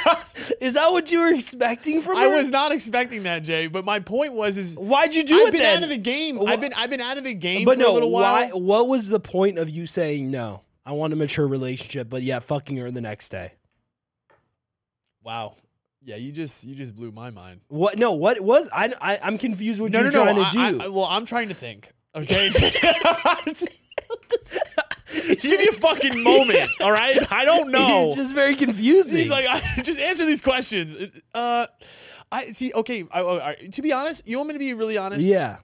Speaker 2: Is that what you were expecting from her?
Speaker 1: I was not expecting that, Jay. But my point was, is
Speaker 2: Why'd you do
Speaker 1: I've
Speaker 2: it
Speaker 1: been
Speaker 2: then?
Speaker 1: out of the game.
Speaker 2: Wha-
Speaker 1: I've been I've been out of the game
Speaker 2: but
Speaker 1: for a
Speaker 2: no,
Speaker 1: little
Speaker 2: why?
Speaker 1: while.
Speaker 2: What was the point of you saying no? I want a mature relationship, but yeah, fucking her the next day.
Speaker 1: Wow. Yeah, you just you just blew my mind.
Speaker 2: What? No, what was I? I I'm confused. What
Speaker 1: No,
Speaker 2: you're
Speaker 1: no, no.
Speaker 2: trying
Speaker 1: I,
Speaker 2: to do?
Speaker 1: I- I- well, I'm trying to think. Okay. Give me a fucking moment. All right. I don't know.
Speaker 2: it's just very confusing.
Speaker 1: He's like, I, just answer these questions. It- Uh, I see. Okay, I, all right, to be honest, you want me to be really honest?
Speaker 2: yeah,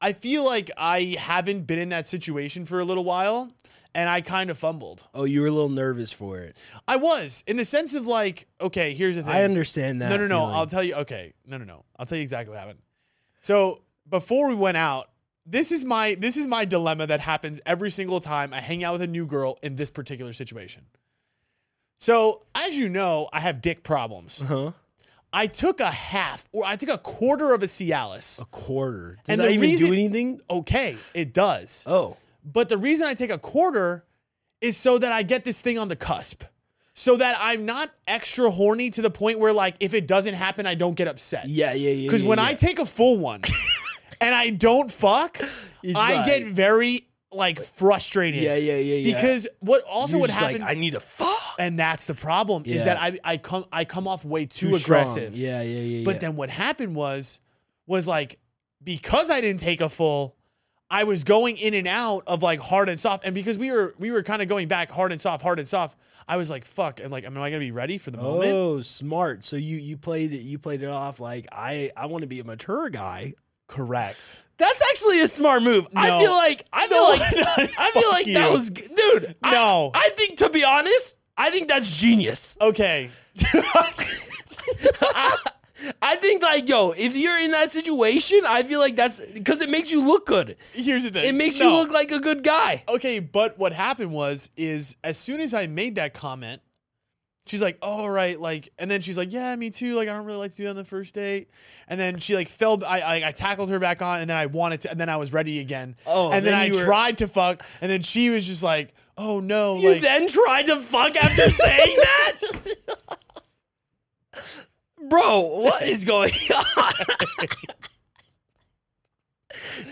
Speaker 1: I feel like I haven't been in that situation for a little while, and I kind of fumbled.
Speaker 2: Oh, you were a little nervous for it.
Speaker 1: I was in the sense of like, okay, here's the thing.
Speaker 2: I understand that.
Speaker 1: No, no, no.
Speaker 2: feeling.
Speaker 1: I'll tell you. Okay, no, no, no. I'll tell you exactly what happened. So before we went out, this is my this is my dilemma that happens every single time I hang out with a new girl in this particular situation. So as you know, I have dick problems.
Speaker 2: huh?
Speaker 1: I took a half or I took a quarter of a Cialis.
Speaker 2: A quarter. Does
Speaker 1: And
Speaker 2: that
Speaker 1: the
Speaker 2: even
Speaker 1: reason-
Speaker 2: do anything?
Speaker 1: Okay, it does.
Speaker 2: Oh,
Speaker 1: But the reason I take a quarter is so that I get this thing on the cusp. So that I'm not extra horny to the point where like if it doesn't happen I don't get upset.
Speaker 2: yeah, yeah, yeah.
Speaker 1: Cuz
Speaker 2: yeah,
Speaker 1: when
Speaker 2: yeah.
Speaker 1: I take a full one and I don't fuck,
Speaker 2: It's
Speaker 1: I
Speaker 2: like-
Speaker 1: get very like frustrated.
Speaker 2: yeah, yeah, yeah, yeah.
Speaker 1: Because what also
Speaker 2: You're
Speaker 1: would
Speaker 2: just
Speaker 1: happen
Speaker 2: Like, I need a fuck.
Speaker 1: and that's the problem is
Speaker 2: Yeah.
Speaker 1: that I I come I come off way too,
Speaker 2: Too strong.
Speaker 1: aggressive.
Speaker 2: Yeah, yeah, yeah.
Speaker 1: But
Speaker 2: yeah.
Speaker 1: then what happened was, was like because I didn't take a full, I was going in and out of like hard and soft, and because we were we were kind of going back hard and soft, hard and soft. I was like, fuck, and like, am I gonna be ready for the moment?
Speaker 2: Oh, smart. So you you played it you played it off like I I want to be a mature guy.
Speaker 1: Correct.
Speaker 2: That's actually a smart move.
Speaker 1: No.
Speaker 2: I feel like I feel
Speaker 1: No,
Speaker 2: like I feel
Speaker 1: fuck
Speaker 2: like that
Speaker 1: you.
Speaker 2: was g- dude. I-
Speaker 1: No.
Speaker 2: I, think to be honest, I think that's genius.
Speaker 1: Okay.
Speaker 2: I think like yo, if you're in that situation, I feel like that's because it makes you look good.
Speaker 1: Here's the thing.
Speaker 2: It makes you
Speaker 1: No.
Speaker 2: look like a good guy.
Speaker 1: Okay, but what happened was, is as soon as I made that comment, she's like, oh, "All right," like, and then she's like, "Yeah, me too." Like, I don't really like to do that on the first date. And then she like fell. I I, I tackled her back on, and then I wanted to, and then I was ready again.
Speaker 2: Oh,
Speaker 1: and then,
Speaker 2: then
Speaker 1: I
Speaker 2: you were-
Speaker 1: tried to fuck, and then she was just like, "Oh no!"
Speaker 2: You
Speaker 1: like,
Speaker 2: then tried to fuck after saying that? Bro, what is going on?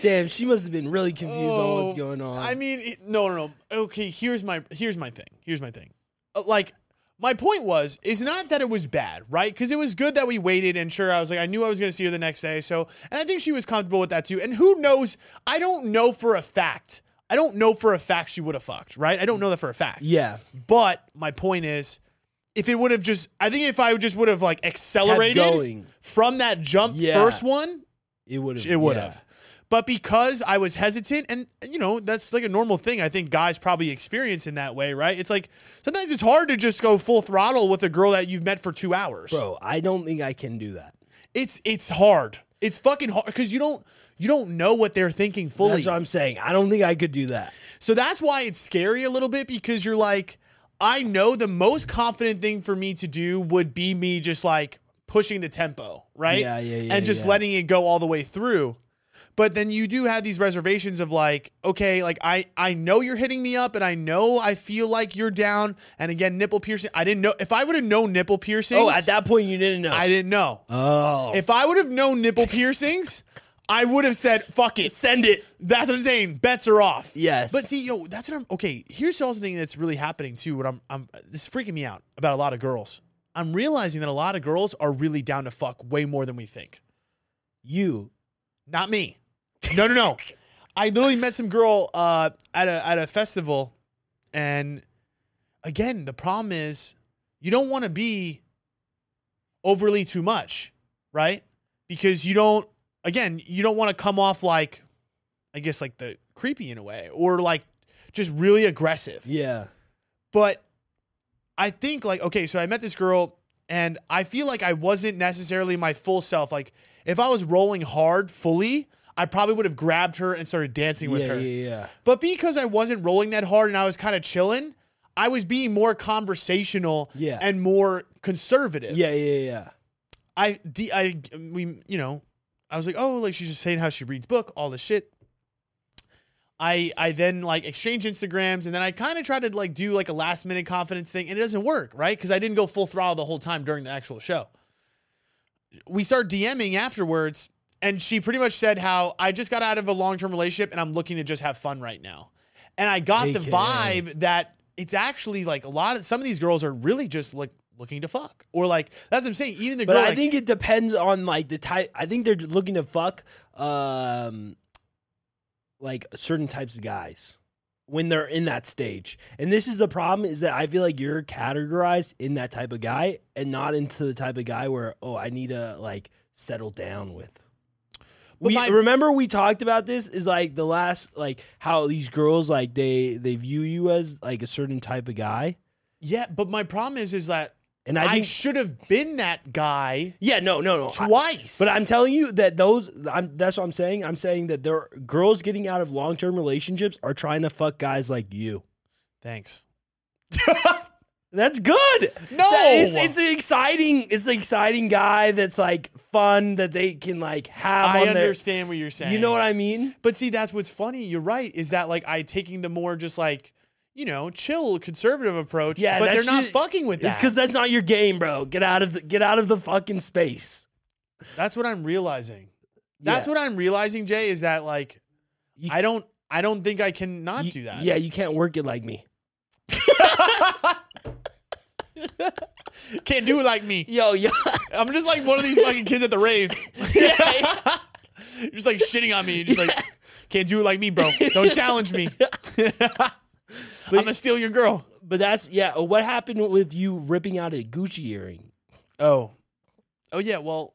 Speaker 2: Damn, she must have been really confused on
Speaker 1: Oh,
Speaker 2: what's going on.
Speaker 1: I mean, it- no, no, no. Okay, here's my here's my thing. Here's my thing. Uh, like my point was is not that it was bad, right? Because it was good that we waited, and sure, I was like, I knew I was going to see her the next day, so and I think she was comfortable with that too. And who knows? I don't know for a fact. I don't know for a fact she would have fucked, right? I don't know that for a fact.
Speaker 2: yeah.
Speaker 1: But my point is, if it would have just, I think if I just would have like accelerated
Speaker 2: going.
Speaker 1: from that jump
Speaker 2: Yeah.
Speaker 1: first one,
Speaker 2: It would have.
Speaker 1: it would have. But because I was hesitant, and you know, that's like a normal thing. I think guys probably experience in that way, right? It's like sometimes it's hard to just go full throttle with a girl that you've met for two hours.
Speaker 2: Bro, I don't think I can do that.
Speaker 1: It's it's hard. It's fucking hard because you don't you don't know what they're thinking fully.
Speaker 2: That's what I'm saying. I don't think I could do that.
Speaker 1: So that's why it's scary a little bit because you're like, I know the most confident thing for me to do would be me just like pushing the tempo, right?
Speaker 2: Yeah, yeah, yeah,
Speaker 1: And just
Speaker 2: yeah.
Speaker 1: letting it go all the way through. But then you do have these reservations of like, okay, like I I know you're hitting me up and I know I feel like you're down. And again, nipple piercing. I didn't know if I would have known nipple piercings.
Speaker 2: Oh, at that point you didn't know.
Speaker 1: I didn't know.
Speaker 2: oh.
Speaker 1: If I would have known nipple piercings, I would have said, fuck it.
Speaker 2: Send it.
Speaker 1: That's what I'm saying. Bets are off.
Speaker 2: Yes.
Speaker 1: But see, yo, that's what I'm. Okay, here's the other thing that's really happening too. What I'm, I'm, this is freaking me out about a lot of girls. I'm realizing that a lot of girls are really down to fuck way more than we think.
Speaker 2: You.
Speaker 1: Not me. No, no, no. I literally met some girl uh, at a at a festival, and again, the problem is you don't want to be overly too much, right? Because you don't. Again, you don't want to come off like, I guess, like the creepy in a way, or like just really aggressive.
Speaker 2: Yeah.
Speaker 1: But I think like okay, so I met this girl and I feel like I wasn't necessarily my full self. Like if I was rolling hard fully, I probably would have grabbed her and started dancing with
Speaker 2: yeah,
Speaker 1: her.
Speaker 2: yeah, yeah.
Speaker 1: But because I wasn't rolling that hard and I was kind of chilling, I was being more conversational
Speaker 2: Yeah.
Speaker 1: and more conservative.
Speaker 2: Yeah, yeah, yeah.
Speaker 1: I, D, I, we, you know, I was like, oh, like she's just saying how she reads book, all this shit. I I then like exchange Instagrams and then I kind of try to like do like a last minute confidence thing and it doesn't work, right? Because I didn't go full throttle the whole time during the actual show. We start DMing afterwards and she pretty much said how I just got out of a long term relationship and I'm looking to just have fun right now. And I got the
Speaker 2: Okay.
Speaker 1: vibe that it's actually like a lot of some of these girls are really just like looking to fuck or like that's what I'm saying. Even the
Speaker 2: But
Speaker 1: girl
Speaker 2: I
Speaker 1: like,
Speaker 2: think it depends on like the type. I think they're looking to fuck, um, like certain types of guys when they're in that stage. And this is the problem is that I feel like you're categorized in that type of guy and not into the type of guy where oh I need to like settle down with. We,
Speaker 1: my-
Speaker 2: remember we talked about this is like the last like how these girls like they they view you as like a certain type of guy
Speaker 1: yeah, but my problem is is that
Speaker 2: and I
Speaker 1: I,
Speaker 2: think
Speaker 1: should have been that guy
Speaker 2: yeah no no no I-
Speaker 1: twice.
Speaker 2: But I'm telling you that those, I'm, that's what I'm saying. I'm saying that there girls getting out of long term relationships are trying to fuck guys like you.
Speaker 1: thanks.
Speaker 2: That's good.
Speaker 1: No!
Speaker 2: That is- it's, an exciting. It's an exciting guy that's like fun that they can like have.
Speaker 1: I
Speaker 2: on
Speaker 1: understand what you're
Speaker 2: Their,
Speaker 1: saying.
Speaker 2: you know what I mean?
Speaker 1: But see, that's what's funny. You're right. Is that like I taking the more just like you know chill conservative approach?
Speaker 2: Yeah,
Speaker 1: but
Speaker 2: that
Speaker 1: they're not
Speaker 2: shit-
Speaker 1: fucking with
Speaker 2: It's
Speaker 1: that.
Speaker 2: because that's not your game, bro. Get out of the, get out of the fucking space.
Speaker 1: that's what I'm realizing. That's
Speaker 2: Yeah.
Speaker 1: what I'm realizing, Jay. Is that like
Speaker 2: You-
Speaker 1: I don't I don't think I can not
Speaker 2: You-
Speaker 1: do that.
Speaker 2: Yeah, you can't work it like me.
Speaker 1: Can't do it like me.
Speaker 2: Yo, yo.
Speaker 1: I'm just like one of these fucking kids at the rave.
Speaker 2: Yeah.
Speaker 1: You're just like shitting on me. You're just like can't do it like me, bro. Don't challenge me. I'm gonna steal your girl.
Speaker 2: but that's yeah. What happened with you ripping out a Gucci earring?
Speaker 1: Oh. Oh yeah, well,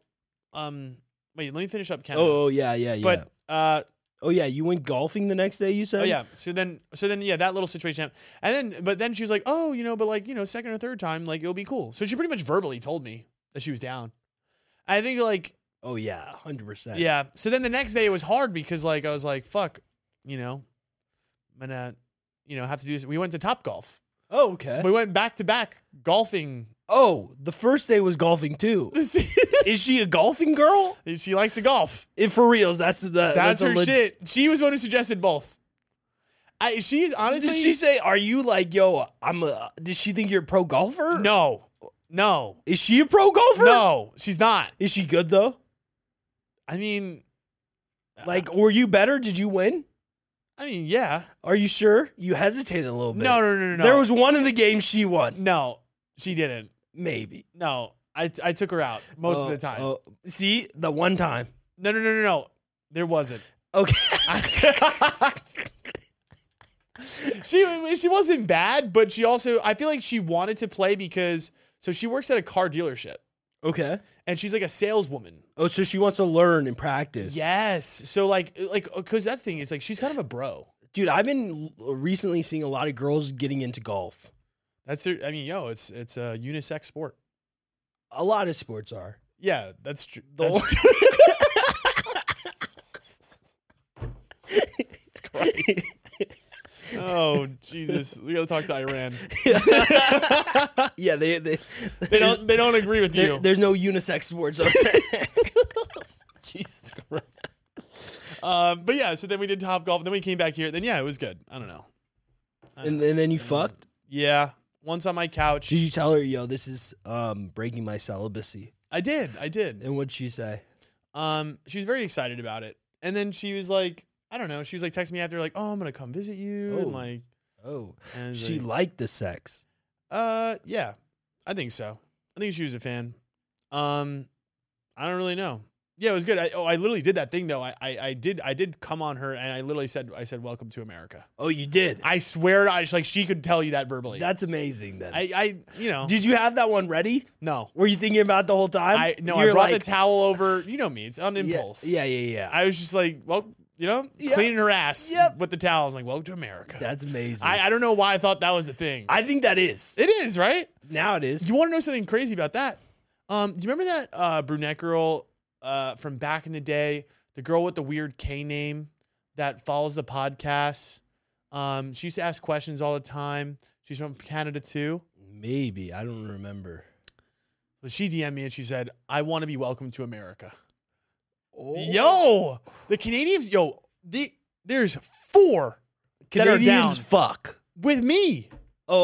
Speaker 1: um wait, let me finish up Canada.
Speaker 2: Oh, oh yeah, yeah, yeah.
Speaker 1: but uh
Speaker 2: Oh yeah, you went golfing the next day. You said.
Speaker 1: oh yeah. So then so then yeah, that little situation happened. And then but then she was like, "Oh, you know, but like, you know, second or third time like it'll be cool." So she pretty much verbally told me that she was down. I think like
Speaker 2: Oh yeah, hundred percent.
Speaker 1: yeah. So then the next day it was hard because like I was like, "Fuck, you know, I'm going to you know, have to do this. We went to Top Golf.
Speaker 2: Oh okay.
Speaker 1: We went back to back golfing.
Speaker 2: oh, the first day was golfing too. Is she a golfing girl?
Speaker 1: she likes to golf.
Speaker 2: If for reals, that's the that's,
Speaker 1: That's,
Speaker 2: a
Speaker 1: her
Speaker 2: leg-
Speaker 1: shit. She was the one who suggested both. I, she is honestly.
Speaker 2: Did she say, "Are you like yo? I'm a." Did she think you're a pro golfer?
Speaker 1: no, no,
Speaker 2: Is she a pro golfer?
Speaker 1: no. She's not.
Speaker 2: Is she good though?
Speaker 1: I mean,
Speaker 2: Like, were you better? Did you win?
Speaker 1: I mean, yeah.
Speaker 2: Are you sure? You hesitated a little bit.
Speaker 1: No, no, no, no, no.
Speaker 2: There was one in the game she won.
Speaker 1: no. She didn't.
Speaker 2: Maybe
Speaker 1: No, I, I took her out most
Speaker 2: Oh,
Speaker 1: of the time.
Speaker 2: oh. see, the one time.
Speaker 1: No, no, no, no, no. There wasn't.
Speaker 2: Okay.
Speaker 1: she she wasn't bad, but she also I feel like she wanted to play because so she works at a car dealership
Speaker 2: okay.
Speaker 1: and she's like a saleswoman.
Speaker 2: Oh, so she wants to learn and practice.
Speaker 1: Yes. So like like because that's the thing is like she's kind of a bro.
Speaker 2: Dude, I've been l- recently seeing a lot of girls getting into golf.
Speaker 1: That's their. I mean, yo, it's it's a unisex sport.
Speaker 2: A lot of sports are.
Speaker 1: Yeah, that's true.
Speaker 2: The
Speaker 1: That's tr- oh Jesus, we gotta talk to Iran.
Speaker 2: yeah, they, they,
Speaker 1: They don't they don't agree with
Speaker 2: there-
Speaker 1: you.
Speaker 2: there's no unisex sports. on there.
Speaker 1: Jesus Christ. Um, but yeah, so then we did top golf. Then we came back here. Then yeah, it was good. I don't know.
Speaker 2: and, and then you fucked.
Speaker 1: Yeah, once on my couch.
Speaker 2: Did you tell her, yo, this is um, breaking my celibacy?
Speaker 1: I did. I did.
Speaker 2: And what'd she say?
Speaker 1: Um, she was very excited about it, and then she was like, I don't know. She was like texting me after, like, "Oh, I'm gonna come visit you,"
Speaker 2: Oh.
Speaker 1: and like,
Speaker 2: Oh,
Speaker 1: and I was
Speaker 2: she
Speaker 1: like,
Speaker 2: liked the sex.
Speaker 1: uh, yeah, I think so. I think she was a fan. Um, I don't really know. Yeah, it was good. I, oh, I literally did that thing though. I, I, I did, I did come on her, and I literally said, I said, "Welcome to America."
Speaker 2: Oh, you did?
Speaker 1: I swear, I like she could tell you that verbally.
Speaker 2: That's amazing then.
Speaker 1: I, I, you know,
Speaker 2: did you have that one ready?
Speaker 1: no,
Speaker 2: Were you thinking about it the whole time?
Speaker 1: I, no, I
Speaker 2: You're
Speaker 1: brought
Speaker 2: like,
Speaker 1: the towel over. You know me; it's on
Speaker 2: yeah,
Speaker 1: impulse.
Speaker 2: Yeah, yeah, yeah.
Speaker 1: I was just like, well, you know,
Speaker 2: Yeah.
Speaker 1: cleaning her ass
Speaker 2: Yep.
Speaker 1: with the towel. I was like, welcome to America.
Speaker 2: That's amazing.
Speaker 1: I, I don't know why I thought that was a thing.
Speaker 2: I think that is.
Speaker 1: it is, right?
Speaker 2: Now it is.
Speaker 1: You want to know something crazy about that? Um, do you remember that uh, brunette girl uh, from back in the day? The girl with the weird K name that follows the podcast. Um, she used to ask questions all the time. She's from Canada too.
Speaker 2: Maybe. I don't remember.
Speaker 1: But she DM'd me and she said, I want
Speaker 2: Oh.
Speaker 1: to be welcome to America. Yo, the Canadians, yo, the There's four that are down
Speaker 2: Canadians fuck.
Speaker 1: with me.
Speaker 2: Oh, oh,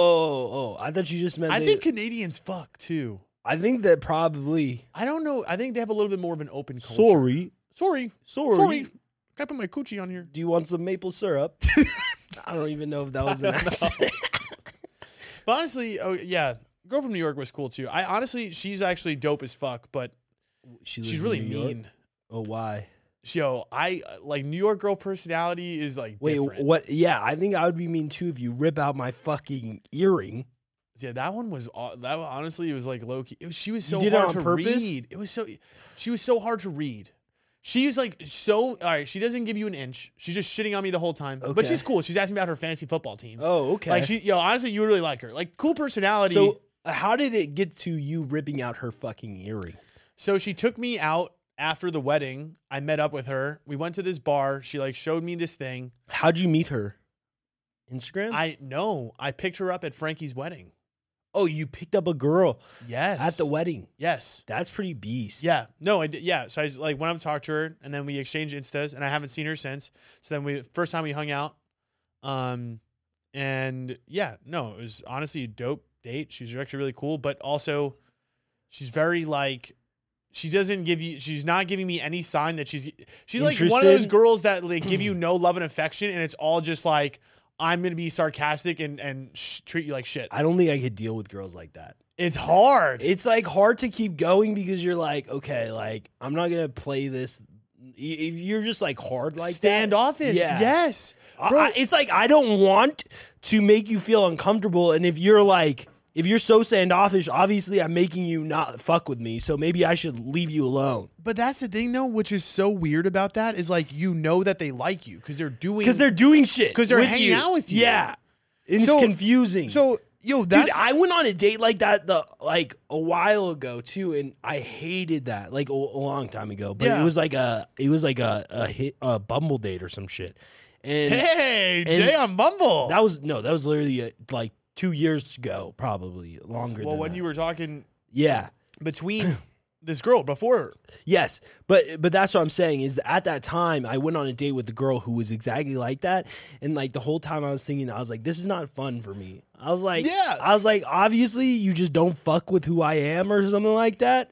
Speaker 2: oh, oh, I thought you just meant.
Speaker 1: I
Speaker 2: they-
Speaker 1: think Canadians fuck too.
Speaker 2: I think that probably.
Speaker 1: I don't know. I think they have a little bit more of an open culture.
Speaker 2: Sorry,
Speaker 1: sorry,
Speaker 2: sorry.
Speaker 1: sorry. Can I put my coochie on here?
Speaker 2: Do you want some maple syrup? I don't even know if that was an
Speaker 1: don't know.
Speaker 2: accident.
Speaker 1: But honestly, oh yeah, girl from New York was cool too. I honestly, she's actually dope as fuck, but
Speaker 2: She lives
Speaker 1: she's
Speaker 2: in
Speaker 1: really
Speaker 2: New York?
Speaker 1: mean.
Speaker 2: Oh, why?
Speaker 1: Yo, I like New York girl personality is like
Speaker 2: Wait,
Speaker 1: different.
Speaker 2: what? Yeah, I think I would be mean too if you rip out my fucking earring.
Speaker 1: Yeah, that one was aw- that one, honestly it was like low key. It was- she was so
Speaker 2: did it
Speaker 1: hard
Speaker 2: on
Speaker 1: to
Speaker 2: purpose?
Speaker 1: read. It was so she was so hard to read. She's like so all right, she doesn't give you an inch. She's just shitting on me the whole time. But
Speaker 2: Okay.
Speaker 1: she's cool. She's asking about her fantasy football team.
Speaker 2: Oh, okay.
Speaker 1: Like she yo, honestly you would really like her. Like cool personality.
Speaker 2: so, uh, how did it get to you ripping out her fucking earring?
Speaker 1: So she took me out after the wedding. I met up with her. We went to this bar. She like showed me this thing.
Speaker 2: How'd you meet her? Instagram?
Speaker 1: I know. I picked her up at Frankie's wedding.
Speaker 2: oh, you picked up a girl
Speaker 1: Yes.
Speaker 2: at the wedding.
Speaker 1: yes.
Speaker 2: That's pretty beast.
Speaker 1: Yeah. No. I did, yeah. So I was, like went up and talked to her, and then we exchanged instas, and I haven't seen her since. So then we first time we hung out, um, and yeah, no, it was honestly a dope date. She's actually really cool, but also she's very like. She doesn't give you. She's not giving me any sign that she's. She's like one of those
Speaker 2: Interested?
Speaker 1: girls that like give you no love and affection, and it's all just like I'm gonna be sarcastic and and sh- treat you like shit.
Speaker 2: I don't think I could deal with girls like that.
Speaker 1: It's hard.
Speaker 2: It's like hard to keep going because you're like, okay, like I'm not gonna play this. Y- If you're just like hard like that,
Speaker 1: standoffish.
Speaker 2: Yeah.
Speaker 1: Yes.
Speaker 2: I-
Speaker 1: bro.
Speaker 2: I- it's like I don't want to make you feel uncomfortable. And if you're like, if you're so standoffish, obviously I'm making you not fuck with me. So maybe I should leave you alone
Speaker 1: But that's the thing, though, which is so weird about that is like you know that they like you because they're doing
Speaker 2: because they're doing shit.
Speaker 1: 'Cause they're
Speaker 2: with
Speaker 1: hanging out with you.
Speaker 2: Yeah, it's
Speaker 1: So-
Speaker 2: confusing.
Speaker 1: so yo. That's
Speaker 2: Dude, I went on a date like that the like a while ago too, and I hated that like a, a long time ago. But
Speaker 1: Yeah.
Speaker 2: it was like a it was like a a, hit, a Bumble date or some shit, and
Speaker 1: hey Jay on Bumble.
Speaker 2: that was no, that was literally uh like two years ago, probably longer.
Speaker 1: well,
Speaker 2: than
Speaker 1: when
Speaker 2: that.
Speaker 1: you were talking
Speaker 2: yeah,
Speaker 1: between this girl before,
Speaker 2: yes, but but that's what I'm saying is that at that time I went on a date with a girl who was exactly like that, and like the whole time I was thinking I was like, this is not fun for me. I was like,
Speaker 1: Yeah.
Speaker 2: I was like, obviously you just don't fuck with who I am or something like that.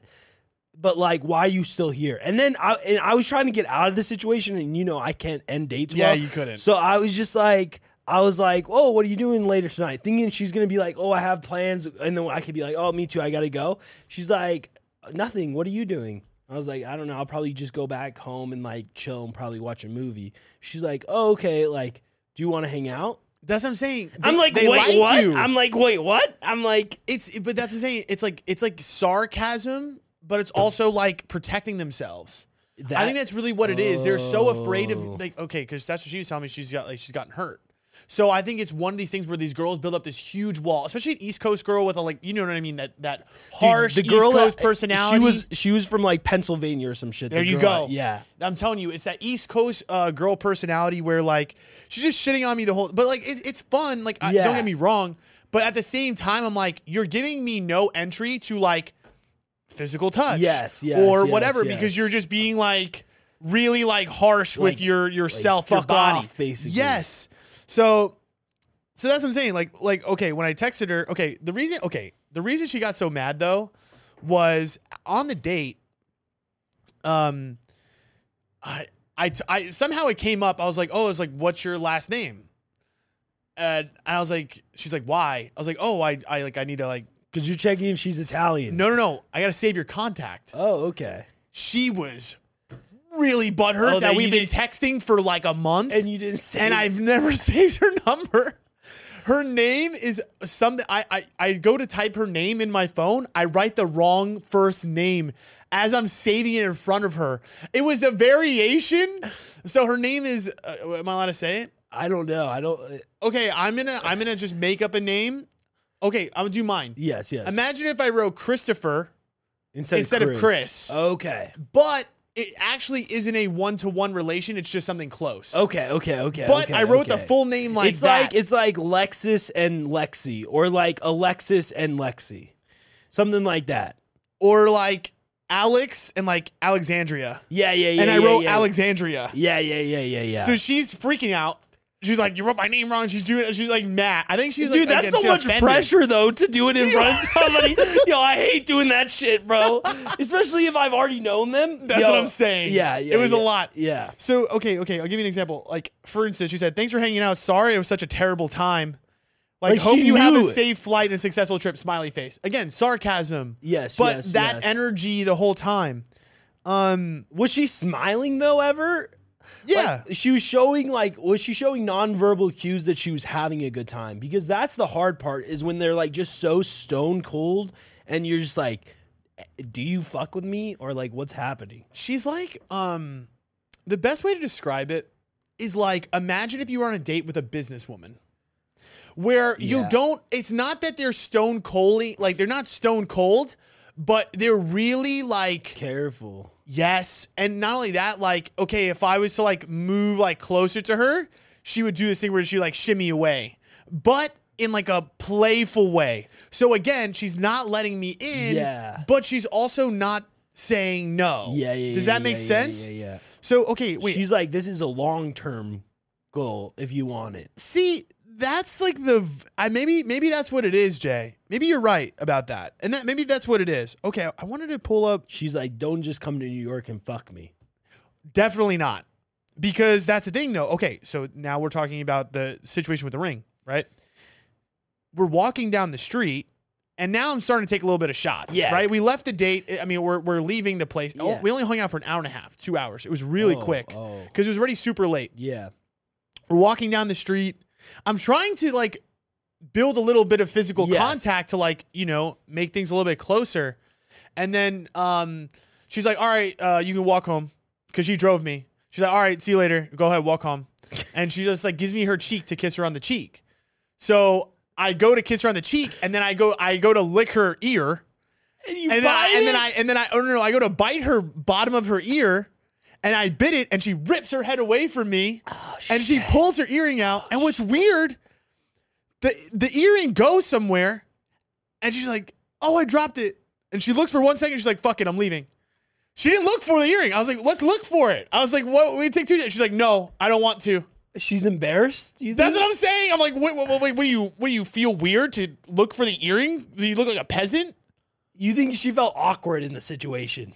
Speaker 2: But like, why are you still here? And then I and I was trying to get out of the situation, and you know I can't end dates.
Speaker 1: Yeah,
Speaker 2: well.
Speaker 1: you couldn't.
Speaker 2: So I was just like, I was like, oh, what are you doing later tonight? Thinking she's gonna be like, oh, I have plans, and then I could be like, oh, me too, I gotta go. She's like, nothing. What are you doing? I was like, I don't know. I'll probably just go back home and like chill and probably watch a movie. She's like, oh, okay. Like, do you want to hang out?
Speaker 1: that's what I'm saying.
Speaker 2: I'm
Speaker 1: They-
Speaker 2: like,
Speaker 1: they
Speaker 2: wait,
Speaker 1: like
Speaker 2: what?
Speaker 1: you.
Speaker 2: I'm like, wait, what? I'm like,
Speaker 1: it's but that's what I'm saying. It's like it's like sarcasm, but it's also like protecting themselves.
Speaker 2: that,
Speaker 1: I think that's really what it is. They're so afraid of
Speaker 2: Oh.
Speaker 1: like okay, because that's what she was telling me. She's got like she's gotten hurt. So I think it's one of these things where these girls build up this huge wall, especially an East Coast girl with a like you know what I mean that that harsh
Speaker 2: Dude, the girl
Speaker 1: East Coast
Speaker 2: that- eh,
Speaker 1: personality.
Speaker 2: She was she was from like Pennsylvania or some shit.
Speaker 1: there
Speaker 2: the
Speaker 1: you
Speaker 2: girl-
Speaker 1: go.
Speaker 2: yeah.
Speaker 1: I'm telling you, it's that East Coast uh, girl personality where like she's just shitting on me the whole. But like it's it's fun. Like I, don't
Speaker 2: Yeah.
Speaker 1: get me wrong, but at the same time, I'm like you're giving me no entry to like physical touch,
Speaker 2: Yes, yes,
Speaker 1: or
Speaker 2: yes,
Speaker 1: whatever,
Speaker 2: yes.
Speaker 1: because you're just being like really like harsh with
Speaker 2: Like-
Speaker 1: your yourself, your
Speaker 2: fuck
Speaker 1: body,
Speaker 2: off, basically.
Speaker 1: Yes, so so that's what I'm saying. Like like okay, when I texted her, okay, the reason okay the reason she got so mad though was on the date um I, I, t- I somehow it came up. I was like, oh, it's like, what's your last name? And I was like, she's like, why? I was like, oh, I, I like, I need to like,
Speaker 2: Because you're checking if she's Italian.
Speaker 1: no, no, no, I gotta save your contact.
Speaker 2: Oh, okay.
Speaker 1: She was really butthurt
Speaker 2: Oh,
Speaker 1: that
Speaker 2: that
Speaker 1: we've
Speaker 2: you
Speaker 1: been texting for like a month,
Speaker 2: And you didn't say.
Speaker 1: and I've never saved her number. Her name is something. I, I I go to type her name in my phone. I write the wrong first name as I'm saving it in front of her. It was a variation. So her name is. Uh, am I allowed to say it?
Speaker 2: I don't know. I don't. uh,
Speaker 1: Okay, I'm gonna I'm gonna just make up a name. Okay, I'm gonna do mine.
Speaker 2: yes, yes.
Speaker 1: Imagine if I wrote Christopher,
Speaker 2: instead
Speaker 1: instead of Chris.
Speaker 2: Okay.
Speaker 1: but it actually isn't a one to one relation. It's just something close.
Speaker 2: Okay. Okay. Okay.
Speaker 1: But
Speaker 2: okay,
Speaker 1: I wrote the
Speaker 2: okay.
Speaker 1: full name like
Speaker 2: it's
Speaker 1: that.
Speaker 2: like it's like Lexus and Lexi, or like Alexis and Lexi, something like that.
Speaker 1: or like Alex and like Alexandria.
Speaker 2: Yeah, yeah, yeah.
Speaker 1: and I
Speaker 2: yeah,
Speaker 1: wrote
Speaker 2: yeah.
Speaker 1: Alexandria.
Speaker 2: Yeah, yeah, yeah, yeah, yeah.
Speaker 1: So she's freaking out. She's like, you wrote my name wrong. She's doing it. She's like, Matt. I think she's like,
Speaker 2: Dude, that's
Speaker 1: again,
Speaker 2: so
Speaker 1: she's
Speaker 2: much
Speaker 1: offended.
Speaker 2: pressure though to do it in front of somebody. Yo, I hate doing that shit, bro. Especially if I've already known them.
Speaker 1: That's
Speaker 2: Yo,
Speaker 1: what I'm saying.
Speaker 2: Yeah, yeah.
Speaker 1: It was a
Speaker 2: yeah.
Speaker 1: lot.
Speaker 2: Yeah.
Speaker 1: So okay, okay, I'll give you an example. Like for instance, she said, "Thanks for hanging out. Sorry it was such a terrible time. Like,
Speaker 2: Like,
Speaker 1: hope
Speaker 2: she
Speaker 1: you have a
Speaker 2: knew it.
Speaker 1: safe flight and successful trip." Smiley face. Again, sarcasm.
Speaker 2: Yes,
Speaker 1: but
Speaker 2: yes,
Speaker 1: that
Speaker 2: yes.
Speaker 1: energy the whole time. Um,
Speaker 2: Was she smiling though ever?
Speaker 1: yeah,
Speaker 2: Like, she was showing like was she showing nonverbal cues that she was having a good time? Because that's the hard part is when they're like just so stone cold and you're just like "Eh, do you fuck with me or like what's happening?
Speaker 1: she's like, um, the best way to describe it is like, imagine if you were on a date with a businesswoman. Where you
Speaker 2: Yeah.
Speaker 1: don't, it's not that they're stone coldy, like they're not stone cold, but they're really like
Speaker 2: Careful.
Speaker 1: Yes. And not only that, like, okay, if I was to like move like closer to her, she would do this thing where she like shimmy away, but in like a playful way. So again, she's not letting me in,
Speaker 2: Yeah.
Speaker 1: but she's also not saying no.
Speaker 2: Yeah, yeah.
Speaker 1: Does
Speaker 2: yeah,
Speaker 1: that make
Speaker 2: yeah, yeah,
Speaker 1: sense?
Speaker 2: Yeah, yeah.
Speaker 1: So, okay, wait.
Speaker 2: She's like, this is a long term goal if you want it.
Speaker 1: See, that's like the v- I maybe maybe that's what it is, Jay. Maybe you're right about that. And that maybe that's what it is. Okay, I wanted to pull up
Speaker 2: She's like, don't just come to New York and fuck me.
Speaker 1: Definitely not. Because that's the thing, though. Okay, so now we're talking about the situation with the ring, right? We're walking down the street, and now I'm starting to take a little bit of shots.
Speaker 2: Yeah.
Speaker 1: Right? We left the date. I mean, we're, we're leaving the place. Oh,
Speaker 2: Yeah.
Speaker 1: we only hung out for an hour and a half, two hours. It was really
Speaker 2: Oh,
Speaker 1: quick because
Speaker 2: Oh,
Speaker 1: it was already super late.
Speaker 2: yeah.
Speaker 1: We're walking down the street. I'm trying to like build a little bit of physical
Speaker 2: Yes.
Speaker 1: contact to like, you know, make things a little bit closer. And then um, she's like, all right, uh, you can walk home because she drove me. She's like, all right, see you later. Go ahead, walk home. And she just like gives me her cheek to kiss her on the cheek. So I go to kiss her on the cheek and then I go, I go to lick her ear.
Speaker 2: And you
Speaker 1: And then, I, and then I, and then I, oh no, no, I go to bite her bottom of her ear and I bit it and she rips her head away from me and she pulls her earring out. And what's weird, the the earring goes somewhere, and she's like, "Oh, I dropped it." And she looks for one second. She's like, "Fuck it, I'm leaving." She didn't look for the earring. I was like, "Let's look for it." I was like, "What? We take two seconds." She's like, "No, I don't want to."
Speaker 2: she's embarrassed. You
Speaker 1: That's what
Speaker 2: think?
Speaker 1: I'm saying. I'm like, "Wait, wait, wait, wait what do you? What do you feel weird to look for the earring? Do you look like a peasant?"
Speaker 2: you think she felt awkward in the situation.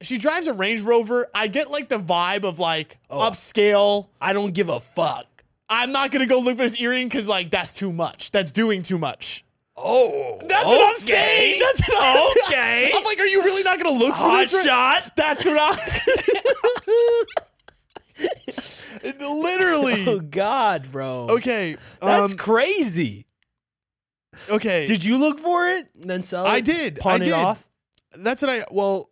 Speaker 1: She drives a Range Rover. I get like the vibe of like
Speaker 2: Oh.
Speaker 1: upscale.
Speaker 2: I don't give a fuck.
Speaker 1: I'm not gonna go look for this earring because like that's too much. That's doing too much.
Speaker 2: Oh,
Speaker 1: That's what I'm saying. That's what I'm
Speaker 2: Okay.
Speaker 1: saying. I'm like, are you really not gonna look for
Speaker 2: hot
Speaker 1: this? right-
Speaker 2: shot. Oh,
Speaker 1: That's what I. Literally.
Speaker 2: Oh God, bro.
Speaker 1: Okay.
Speaker 2: that's
Speaker 1: um,
Speaker 2: crazy.
Speaker 1: okay.
Speaker 2: Did you look for it? And then sell?
Speaker 1: I
Speaker 2: it?
Speaker 1: did, I
Speaker 2: Pawn it
Speaker 1: did.
Speaker 2: off.
Speaker 1: that's what I. Well,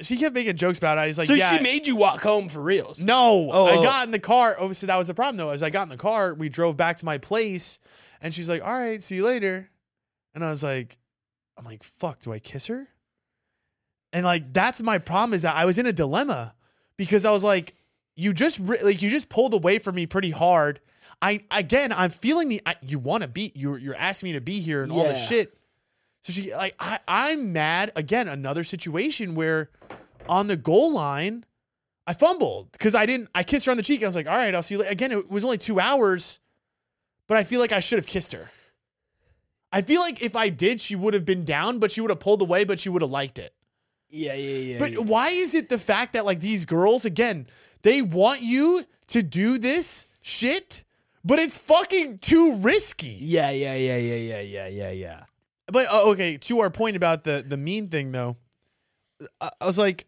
Speaker 1: she kept making jokes about it. I was like,
Speaker 2: So
Speaker 1: Uh, yeah.
Speaker 2: she made you walk home for reals.
Speaker 1: no,
Speaker 2: Oh,
Speaker 1: I
Speaker 2: oh.
Speaker 1: got in the car. Oh, so that was the problem though. As I got in the car, we drove back to my place, and she's like, "All right, see you later," and I was like, "I'm like, fuck, do I kiss her?" And like, that's my problem is that I was in a dilemma because I was like, "You just re- like you just pulled away from me pretty hard." I again, I'm feeling the I, you want to be you. You're asking me to be here and all this
Speaker 2: Yeah.
Speaker 1: shit. So she like I I'm mad again. Another situation where on the goal line. I fumbled because I didn't. I kissed her on the cheek. I was like, "All right, I'll see you." Later. Again, it was only two hours, but I feel like I should have kissed her. I feel like if I did, she would have been down, but she would have pulled away, but she would have liked it.
Speaker 2: Yeah, yeah, yeah.
Speaker 1: But
Speaker 2: yeah.
Speaker 1: why is it the fact that like these girls again, they want you to do this shit, but it's fucking too risky.
Speaker 2: Yeah, yeah, yeah, yeah, yeah, yeah, yeah, yeah.
Speaker 1: But uh, okay, to our point about the the mean thing though, I, I was like,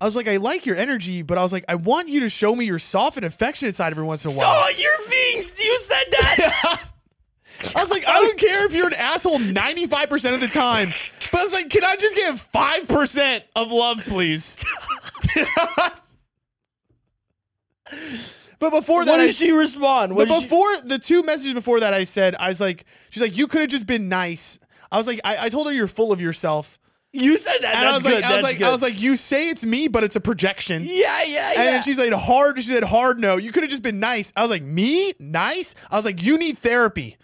Speaker 1: I was like, I like your energy, but I was like, I want you to show me your soft and affectionate side every once in a while.
Speaker 2: So you're being you said that.
Speaker 1: I was like, I don't care if you're an asshole 95% of the time. But I was like, can I just get 5% of love, please? but before
Speaker 2: what
Speaker 1: that, I,
Speaker 2: did she respond? What
Speaker 1: but
Speaker 2: did she-
Speaker 1: before the two messages before that, I said, I was like, she's like, you could have just been nice. I was like, I, I told her you're full of yourself.
Speaker 2: you said that.
Speaker 1: And
Speaker 2: That's
Speaker 1: I was
Speaker 2: good.
Speaker 1: like, I was
Speaker 2: that's
Speaker 1: like,
Speaker 2: good.
Speaker 1: I was like, you say it's me, but it's a projection.
Speaker 2: yeah, yeah,
Speaker 1: And
Speaker 2: yeah.
Speaker 1: then she's like, hard. She said, hard no. You could have just been nice. I was like, me? Nice? I was like, you need therapy.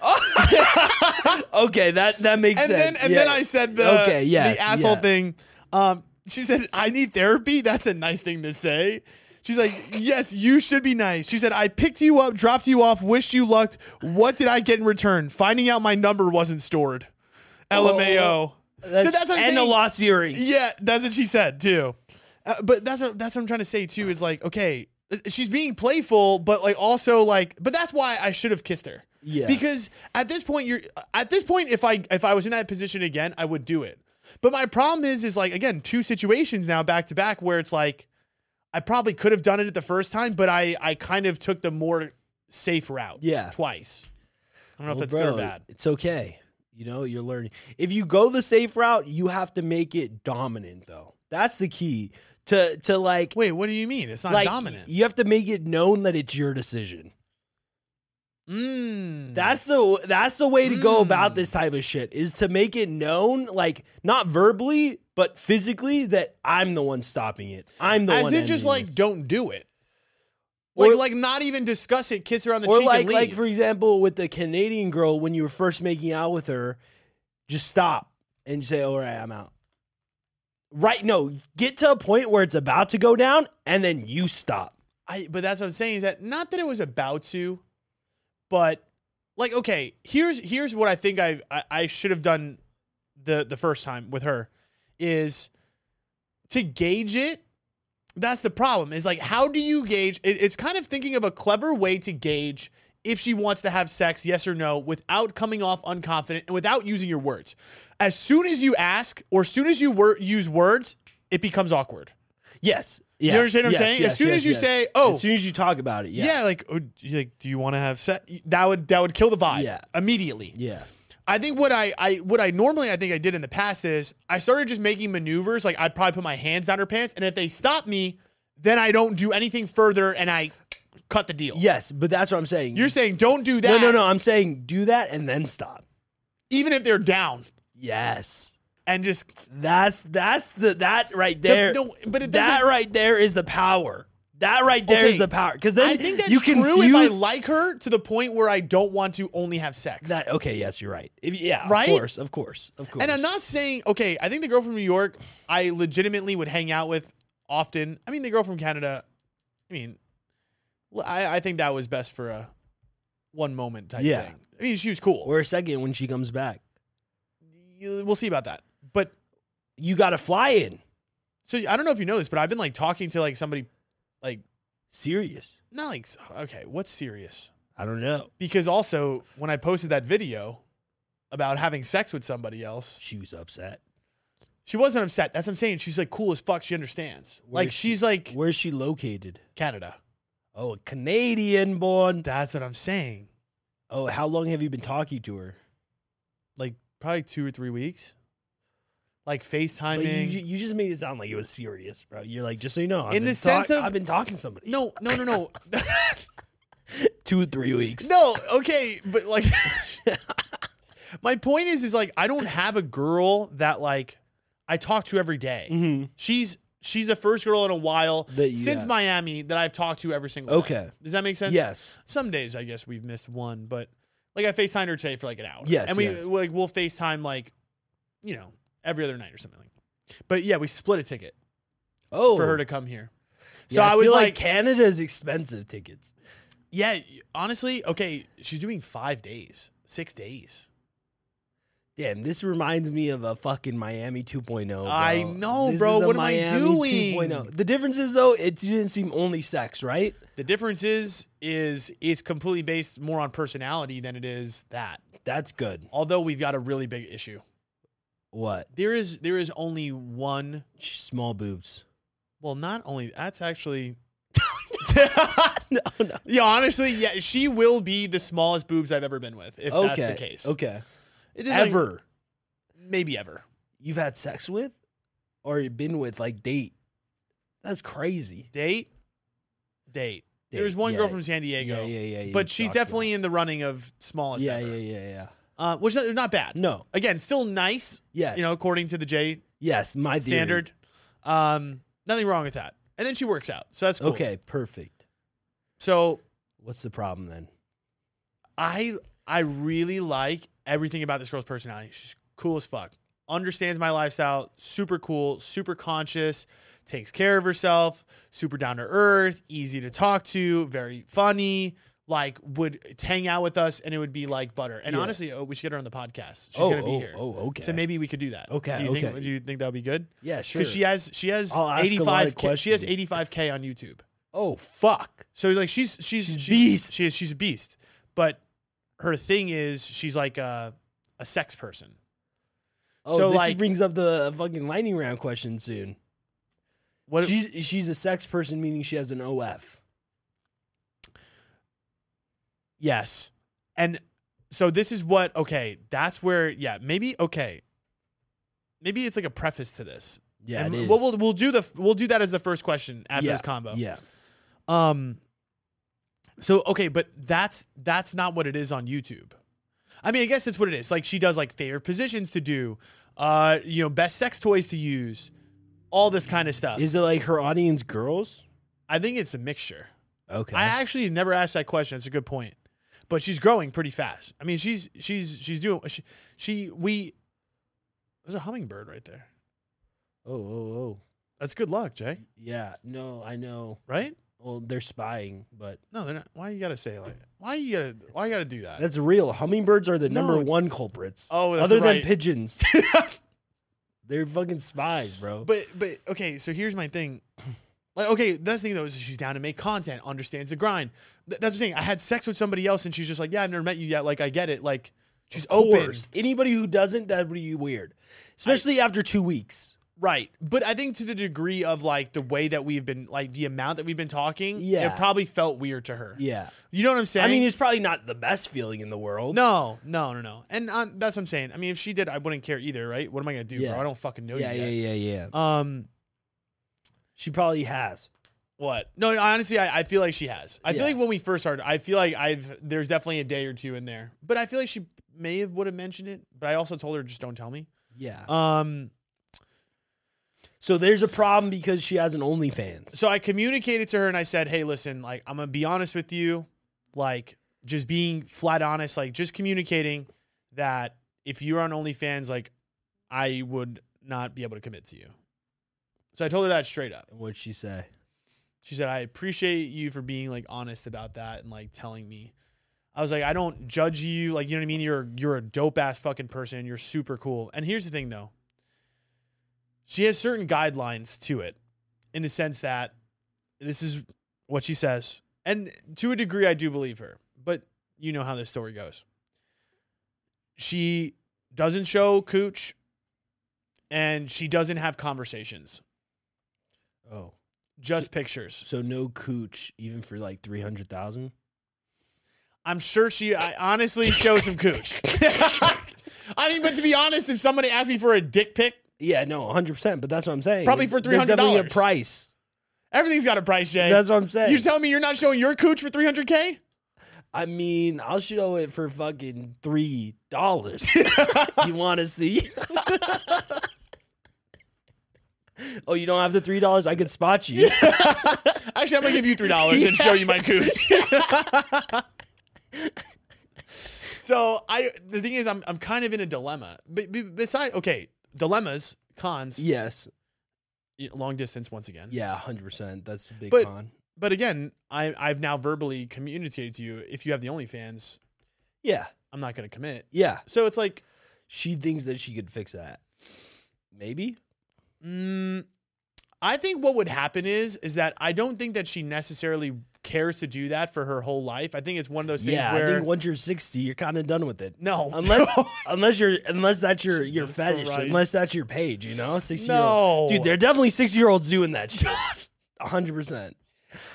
Speaker 2: okay, that that makes
Speaker 1: and
Speaker 2: sense.
Speaker 1: then and
Speaker 2: yeah.
Speaker 1: then I said the
Speaker 2: Okay, yes,
Speaker 1: the asshole
Speaker 2: yeah.
Speaker 1: thing. Um, she said, I need therapy. That's a nice thing to say. She's like, Yes, you should be nice. She said, I picked you up, dropped you off, wished you luck. What did I get in return? Finding out my number wasn't stored. LMAO.
Speaker 2: Oh. That's,
Speaker 1: so that's what I'm
Speaker 2: and a
Speaker 1: saying.
Speaker 2: lost earring.
Speaker 1: Yeah, that's what she said too. Uh, but that's what, that's what I'm trying to say too. Is like, okay, uh, she's being playful, but like also like, but that's why I should have kissed her.
Speaker 2: Yeah.
Speaker 1: Because at this point, you're uh, at this point. If I if I was in that position again, I would do it. But my problem is, is like again, two situations now back to back where it's like, I probably could have done it the first time, but I I kind of took the more safe route.
Speaker 2: Yeah.
Speaker 1: Twice. I don't know
Speaker 2: Well,
Speaker 1: if that's good or
Speaker 2: Oh, bro,
Speaker 1: bad.
Speaker 2: It's okay. You know, you're learning. If you go the safe route, you have to make it dominant though. That's the key to to like
Speaker 1: Wait, what do you mean? It's not
Speaker 2: like
Speaker 1: dominant.
Speaker 2: you have to make it known that it's your decision.
Speaker 1: Mm.
Speaker 2: That's the that's the way to go
Speaker 1: Mm.
Speaker 2: about this type of shit is to make it known, like not verbally but physically, that I'm the one stopping it. I'm the
Speaker 1: As
Speaker 2: one.
Speaker 1: in just
Speaker 2: ending
Speaker 1: like
Speaker 2: this.
Speaker 1: don't do it.
Speaker 2: Or-
Speaker 1: Like like not even discuss it, kiss her on the
Speaker 2: or
Speaker 1: cheek
Speaker 2: like
Speaker 1: and leave.
Speaker 2: like for example with the Canadian girl when you were first making out with her, just stop and say, "All right, I'm out." Right? No, get to a point where it's about to go down, and then you stop.
Speaker 1: I but that's what I'm saying is that not that it was about to, but like okay, here's here's what I think I I, I should have done the the first time with her is to gauge it. That's the problem. Is like how do you gauge? It, it's kind of thinking of a clever way to gauge if she wants to have sex, yes or no, without coming off unconfident and without using your words. As soon as you ask or as soon as you wor- use words, it becomes awkward.
Speaker 2: Yes. Yeah.
Speaker 1: You understand what I'm
Speaker 2: Yes,
Speaker 1: saying?
Speaker 2: yes,
Speaker 1: as soon
Speaker 2: yes,
Speaker 1: as you
Speaker 2: yes.
Speaker 1: say, "Oh,
Speaker 2: as soon as you talk about it, yeah,
Speaker 1: yeah, like, oh, do you- like, do you want to have sex? That would that would kill the vibe
Speaker 2: Yeah.
Speaker 1: immediately.
Speaker 2: yeah.
Speaker 1: I think what I, I what I normally I think I did in the past is I started just making maneuvers. Like I'd probably put my hands down her pants, and if they stop me, then I don't do anything further, and I cut the deal.
Speaker 2: Yes, but that's what I'm saying.
Speaker 1: You're saying don't do
Speaker 2: no,
Speaker 1: that.
Speaker 2: no, no. I'm saying do that and then stop.
Speaker 1: Even if they're down,
Speaker 2: Yes.
Speaker 1: and just
Speaker 2: That's that's the that right there.
Speaker 1: no, but it
Speaker 2: that
Speaker 1: doesn't-
Speaker 2: right there is the power. That right there is
Speaker 1: Okay.
Speaker 2: the power. Because then
Speaker 1: I think that's
Speaker 2: you
Speaker 1: true
Speaker 2: can
Speaker 1: if I
Speaker 2: confuse
Speaker 1: like her to the point where I don't want to only have sex.
Speaker 2: that. Okay, yes, you're right. If, yeah,
Speaker 1: Right?
Speaker 2: of course, of course, of course.
Speaker 1: And I'm not saying okay. I think the girl from New York, I legitimately would hang out with often. I mean, the girl from Canada. I mean, l- I, I think that was best for a one moment type
Speaker 2: Yeah.
Speaker 1: thing. I mean, she was cool.
Speaker 2: or a second when she comes back,
Speaker 1: You- We'll see about that. But
Speaker 2: you got to fly in.
Speaker 1: so I don't know if you know this, but I've been like talking to like somebody, like
Speaker 2: Serious?
Speaker 1: not like s- okay, what's serious?
Speaker 2: I don't know.
Speaker 1: Because also when I posted that video about having sex with somebody else,
Speaker 2: She was upset.
Speaker 1: she wasn't upset. That's what I'm saying. She's like cool as fuck. She understands.
Speaker 2: Where
Speaker 1: like
Speaker 2: is she-
Speaker 1: she's like
Speaker 2: Where's she located?
Speaker 1: Canada.
Speaker 2: Oh, a Canadian born.
Speaker 1: That's what I'm saying.
Speaker 2: Oh, how long have you been talking to her?
Speaker 1: like probably two or three weeks. Like
Speaker 2: Like,
Speaker 1: FaceTiming.
Speaker 2: you, you you just made it sound like it was serious, bro. You're like, just so you know, I've
Speaker 1: In
Speaker 2: been
Speaker 1: the sense of-
Speaker 2: I've been talking to somebody
Speaker 1: no, no, no, no.
Speaker 2: two, three weeks.
Speaker 1: no, okay, but like my point is is like I don't have a girl that like I talk to every day.
Speaker 2: Mm-hmm.
Speaker 1: She's she's the first girl in a while
Speaker 2: That you-
Speaker 1: since
Speaker 2: yeah.
Speaker 1: Miami that I've talked to every single night.
Speaker 2: Okay.
Speaker 1: Does that make sense?
Speaker 2: Yes.
Speaker 1: Some days I guess we've missed one, but like I FaceTimed her today for like an hour.
Speaker 2: Yes,
Speaker 1: And we
Speaker 2: yes.
Speaker 1: like we'll FaceTime like, you know, every other night or something like that. But yeah, we split a ticket.
Speaker 2: Oh,
Speaker 1: for her to come here. So
Speaker 2: Yeah,
Speaker 1: I, was
Speaker 2: feel
Speaker 1: like,
Speaker 2: Canada is expensive tickets.
Speaker 1: yeah, honestly, okay, she's doing five days, six days.
Speaker 2: Damn, this reminds me of a fucking Miami 2.0. Bro.
Speaker 1: I know,
Speaker 2: This
Speaker 1: bro.
Speaker 2: is a
Speaker 1: What am I
Speaker 2: Miami
Speaker 1: doing?
Speaker 2: 2.0. The difference is though, it didn't seem only sex, right?
Speaker 1: The difference is, is it's completely based more on personality than it is that.
Speaker 2: That's good.
Speaker 1: Although we've got a really big issue.
Speaker 2: What?
Speaker 1: There is there is only one.
Speaker 2: Small boobs.
Speaker 1: Well, not only that's actually.
Speaker 2: no, no.
Speaker 1: yeah, honestly, yeah, she will be the smallest boobs I've ever been with, if
Speaker 2: okay.
Speaker 1: that's the case.
Speaker 2: Okay.
Speaker 1: It is like-
Speaker 2: Ever
Speaker 1: maybe ever.
Speaker 2: you've had sex with, or you've been with, like date. That's crazy.
Speaker 1: Date, date.
Speaker 2: Date,
Speaker 1: There's one
Speaker 2: yeah.
Speaker 1: girl from San
Speaker 2: Yeah,
Speaker 1: Diego.
Speaker 2: yeah, yeah. yeah,
Speaker 1: but
Speaker 2: you
Speaker 1: she's
Speaker 2: talked about-
Speaker 1: definitely in the running of smallest
Speaker 2: Yeah,
Speaker 1: ever.
Speaker 2: yeah, yeah, yeah.
Speaker 1: Uh, which is not bad.
Speaker 2: No.
Speaker 1: Again, still nice,
Speaker 2: Yes.
Speaker 1: you know, according to the J
Speaker 2: Yes. My theory.
Speaker 1: standard. Um, nothing wrong with that. And then she works out, so that's cool.
Speaker 2: Okay. Perfect.
Speaker 1: So
Speaker 2: What's the problem then?
Speaker 1: I I really like everything about this girl's personality. She's cool as fuck. understands my lifestyle, super cool, super conscious, takes care of herself, super down to earth, easy to talk to, very funny. Like would hang out with us, and it would be like butter. And
Speaker 2: Yeah.
Speaker 1: honestly, oh, we should get her on the podcast. She's
Speaker 2: oh,
Speaker 1: gonna be
Speaker 2: oh,
Speaker 1: here.
Speaker 2: oh, okay.
Speaker 1: So maybe we could do that.
Speaker 2: Okay,
Speaker 1: Do you
Speaker 2: okay.
Speaker 1: think? Do you think that would be good?
Speaker 2: yeah, sure.
Speaker 1: Because she has she has
Speaker 2: I'll ask a lot of
Speaker 1: 85 k, she has
Speaker 2: questions.
Speaker 1: 85 k on YouTube.
Speaker 2: oh, fuck.
Speaker 1: So like she's she's she's
Speaker 2: beast.
Speaker 1: She is she's a beast. But her thing is she's like a a sex person.
Speaker 2: Oh,
Speaker 1: So,
Speaker 2: this
Speaker 1: like-
Speaker 2: brings up the fucking lightning round question soon.
Speaker 1: What
Speaker 2: she's she's a sex person, meaning she has an OF.
Speaker 1: yes. And so this is what okay, that's where yeah, maybe okay. Maybe it's like a preface to this.
Speaker 2: Yeah,
Speaker 1: And
Speaker 2: it is.
Speaker 1: We'll, we'll we'll do the we'll do that as the first question after
Speaker 2: yeah,
Speaker 1: this combo.
Speaker 2: Yeah,
Speaker 1: Um so okay, but that's that's not what it is on YouTube. I mean, I guess that's what it is. Like she does like favorite positions to do, uh, you know, best sex toys to use, all this kind of stuff.
Speaker 2: is it like her audience girls?
Speaker 1: I think it's a mixture.
Speaker 2: Okay,
Speaker 1: I actually never asked that question. It's a good point. But she's growing pretty fast. I mean, she's she's she's doing she, she we there's a hummingbird right there.
Speaker 2: oh, oh, oh,
Speaker 1: That's good luck, Jay.
Speaker 2: yeah. No, I know.
Speaker 1: Right?
Speaker 2: Well, they're spying, but
Speaker 1: No, they're not. Why you gotta say it like that? Why you gotta why you gotta do that?
Speaker 2: that's real. Hummingbirds are the number
Speaker 1: No.
Speaker 2: one culprits.
Speaker 1: Oh, that's
Speaker 2: other
Speaker 1: right.
Speaker 2: than pigeons, they're fucking spies, bro.
Speaker 1: But but okay, so here's my thing. Like okay, that's the thing though is she's down to make content, understands the grind. Th- that's the thing. I had sex with somebody else, and she's just like, yeah, I've never met you yet. Like I get it. Like she's open,
Speaker 2: course. Anybody who doesn't, that would be weird, especially after two weeks.
Speaker 1: right? But I think to the degree of like the way that we've been, like the amount that we've been talking,
Speaker 2: Yeah.
Speaker 1: it probably felt weird to her.
Speaker 2: Yeah,
Speaker 1: You know what I'm saying?
Speaker 2: I mean, it's probably not the best feeling in the world.
Speaker 1: no, no, no, no. And uh, that's what I'm saying. I mean, if she did, I wouldn't care either, right? What am I gonna do,
Speaker 2: Yeah.
Speaker 1: bro? I don't fucking know
Speaker 2: yeah,
Speaker 1: you.
Speaker 2: yeah,
Speaker 1: yet.
Speaker 2: yeah, yeah.
Speaker 1: Um,
Speaker 2: She probably has.
Speaker 1: What? No, no, honestly, I, I feel like she has. I
Speaker 2: Yeah.
Speaker 1: feel like when we first started, I feel like I've there's definitely a day or two in there, but I feel like she may have would have mentioned it, but I also told her just don't tell me.
Speaker 2: Yeah.
Speaker 1: Um,
Speaker 2: So there's a problem because she has an OnlyFans.
Speaker 1: so I communicated to her and I said, hey, listen, like I'm gonna be honest with you, like just being flat honest, like just communicating that if you're on OnlyFans, like I would not be able to commit to you. So I told her that straight up.
Speaker 2: What'd she say?
Speaker 1: She said, I appreciate you for being like honest about that and like telling me. I was like, I don't judge you. Like, you know what I mean? You're you're a dope ass fucking person. You're super cool. And here's the thing though. She has certain guidelines to it in the sense that this is what she says. And to a degree, I do believe her, but you know how this story goes. She doesn't show cooch and she doesn't have conversations,
Speaker 2: Oh,
Speaker 1: just pictures.
Speaker 2: so no cooch even for like three hundred thousand.
Speaker 1: I'm sure she I honestly shows some cooch. I mean, but to be honest, if somebody asked me for a dick pic,
Speaker 2: Yeah, no, one hundred percent. But that's what I'm saying.
Speaker 1: Probably
Speaker 2: It's-
Speaker 1: for
Speaker 2: there's definitely
Speaker 1: $300.
Speaker 2: A price.
Speaker 1: everything's got a price, Jay.
Speaker 2: That's what I'm saying.
Speaker 1: You're telling me you're not showing your cooch for 300K?
Speaker 2: I mean, I'll show it for fucking three dollars. you want to see? oh, you don't have the three dollars? I could spot you.
Speaker 1: Actually, I'm going to give you $3 and show you my cooch. so I, the thing is, I'm, I'm kind of in a dilemma. But besides, okay, dilemmas, cons,
Speaker 2: yes.
Speaker 1: long distance once again.
Speaker 2: Yeah, hundred percent. That's a big
Speaker 1: But-
Speaker 2: con.
Speaker 1: But again, I, I've now verbally communicated to you, if you have the OnlyFans,
Speaker 2: Yeah,
Speaker 1: I'm not going to commit.
Speaker 2: yeah.
Speaker 1: So it's like,
Speaker 2: She thinks that she could fix that. Maybe.
Speaker 1: Mm, I think what would happen is is that I don't think that she necessarily cares to do that for her whole life. I think it's one of those things
Speaker 2: Yeah,
Speaker 1: where
Speaker 2: I think once you're 60, you're kind of done with it.
Speaker 1: no,
Speaker 2: Unless unless you're unless that's your your
Speaker 1: Jesus
Speaker 2: fetish,
Speaker 1: Christ.
Speaker 2: unless that's your page, you know, 60 year old.
Speaker 1: no,
Speaker 2: Dude, there are definitely 60 year olds doing that shit. 100%.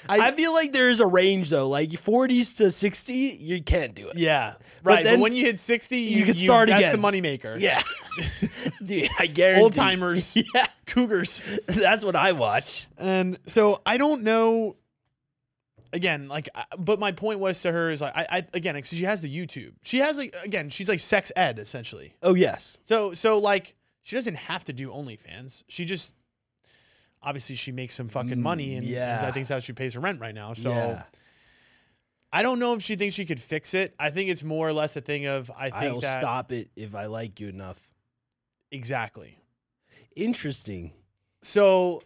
Speaker 2: I,
Speaker 1: I-
Speaker 2: feel like there's a range though. Like 40s to 60, you can't do it.
Speaker 1: yeah, right. But,
Speaker 2: then
Speaker 1: when you hit sixty, you,
Speaker 2: you
Speaker 1: you
Speaker 2: can start
Speaker 1: that's
Speaker 2: again.
Speaker 1: the moneymaker.
Speaker 2: Yeah. Dude, I guarantee.
Speaker 1: old timers,
Speaker 2: Yeah.
Speaker 1: cougars,
Speaker 2: That's what I watch.
Speaker 1: and so I don't know. Again, like, I- but my point was to her is like, I, I again, because she has the YouTube, she has like, again, she's like sex ed essentially.
Speaker 2: Oh, yes.
Speaker 1: So so like she doesn't have to do OnlyFans. She just obviously she makes some fucking
Speaker 2: Mm,
Speaker 1: money and, and
Speaker 2: yeah.
Speaker 1: I think that's how she pays her rent right now. So
Speaker 2: Yeah.
Speaker 1: I don't know if she thinks she could fix it. I think it's more or less a thing of I think
Speaker 2: I'll
Speaker 1: that
Speaker 2: stop it if I like you enough.
Speaker 1: Exactly.
Speaker 2: Interesting.
Speaker 1: So,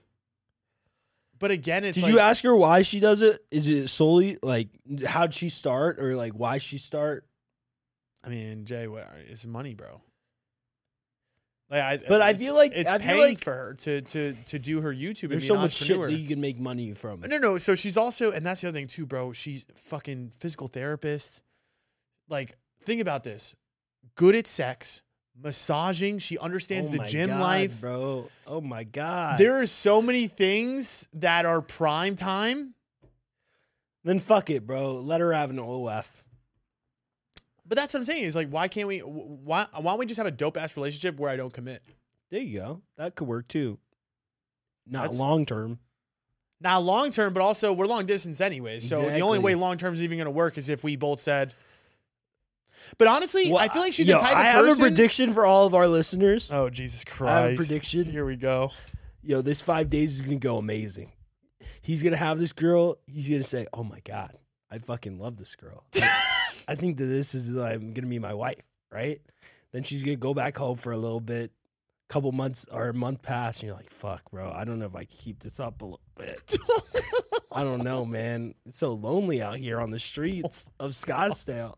Speaker 1: but again, it's
Speaker 2: Did
Speaker 1: like,
Speaker 2: you ask her why she does it? Is it solely like how'd she start or like why she start?
Speaker 1: I mean, Jay, what, it's money, bro. Like, I,
Speaker 2: But I
Speaker 1: it's-
Speaker 2: feel like-
Speaker 1: it's
Speaker 2: I feel
Speaker 1: paying
Speaker 2: like-
Speaker 1: for her to to to do her YouTube. and
Speaker 2: There's
Speaker 1: be
Speaker 2: so
Speaker 1: an
Speaker 2: much shit
Speaker 1: entrepreneur.
Speaker 2: that you can make money from.
Speaker 1: No, no. So she's also, and that's the other thing too, bro. She's fucking physical therapist. Like, think about this: good at sex, massaging. She understands
Speaker 2: Oh
Speaker 1: the
Speaker 2: my
Speaker 1: gym
Speaker 2: God,
Speaker 1: life.
Speaker 2: bro. Oh my god.
Speaker 1: There are so many things that are prime time,
Speaker 2: then fuck it, bro. Let her have an OF.
Speaker 1: but that's what I'm saying. Is like, why can't we? wh- Why why don't we just have a dope ass relationship where I don't commit?
Speaker 2: There you go. That could work too. Not
Speaker 1: That's-
Speaker 2: long term.
Speaker 1: Not long term, but also we're long distance anyway. So the only
Speaker 2: Exactly.
Speaker 1: way long term is even going to work is if we both said. But honestly, I feel like she's
Speaker 2: yo,
Speaker 1: the type of
Speaker 2: I
Speaker 1: person.
Speaker 2: have a prediction for all of our listeners.
Speaker 1: oh Jesus Christ!
Speaker 2: have a prediction.
Speaker 1: Here we go.
Speaker 2: yo, this five days is gonna go amazing. He's gonna have this girl. He's gonna say, "Oh my god, I fucking love this girl. I, I think that this is I'm gonna be my wife." Right? Then she's gonna go back home for a little bit. Couple months or a month pass, and you're like, "Fuck, bro, I don't know if I can keep this up a little bit. I don't know, man. It's so lonely out here on the streets of Scottsdale.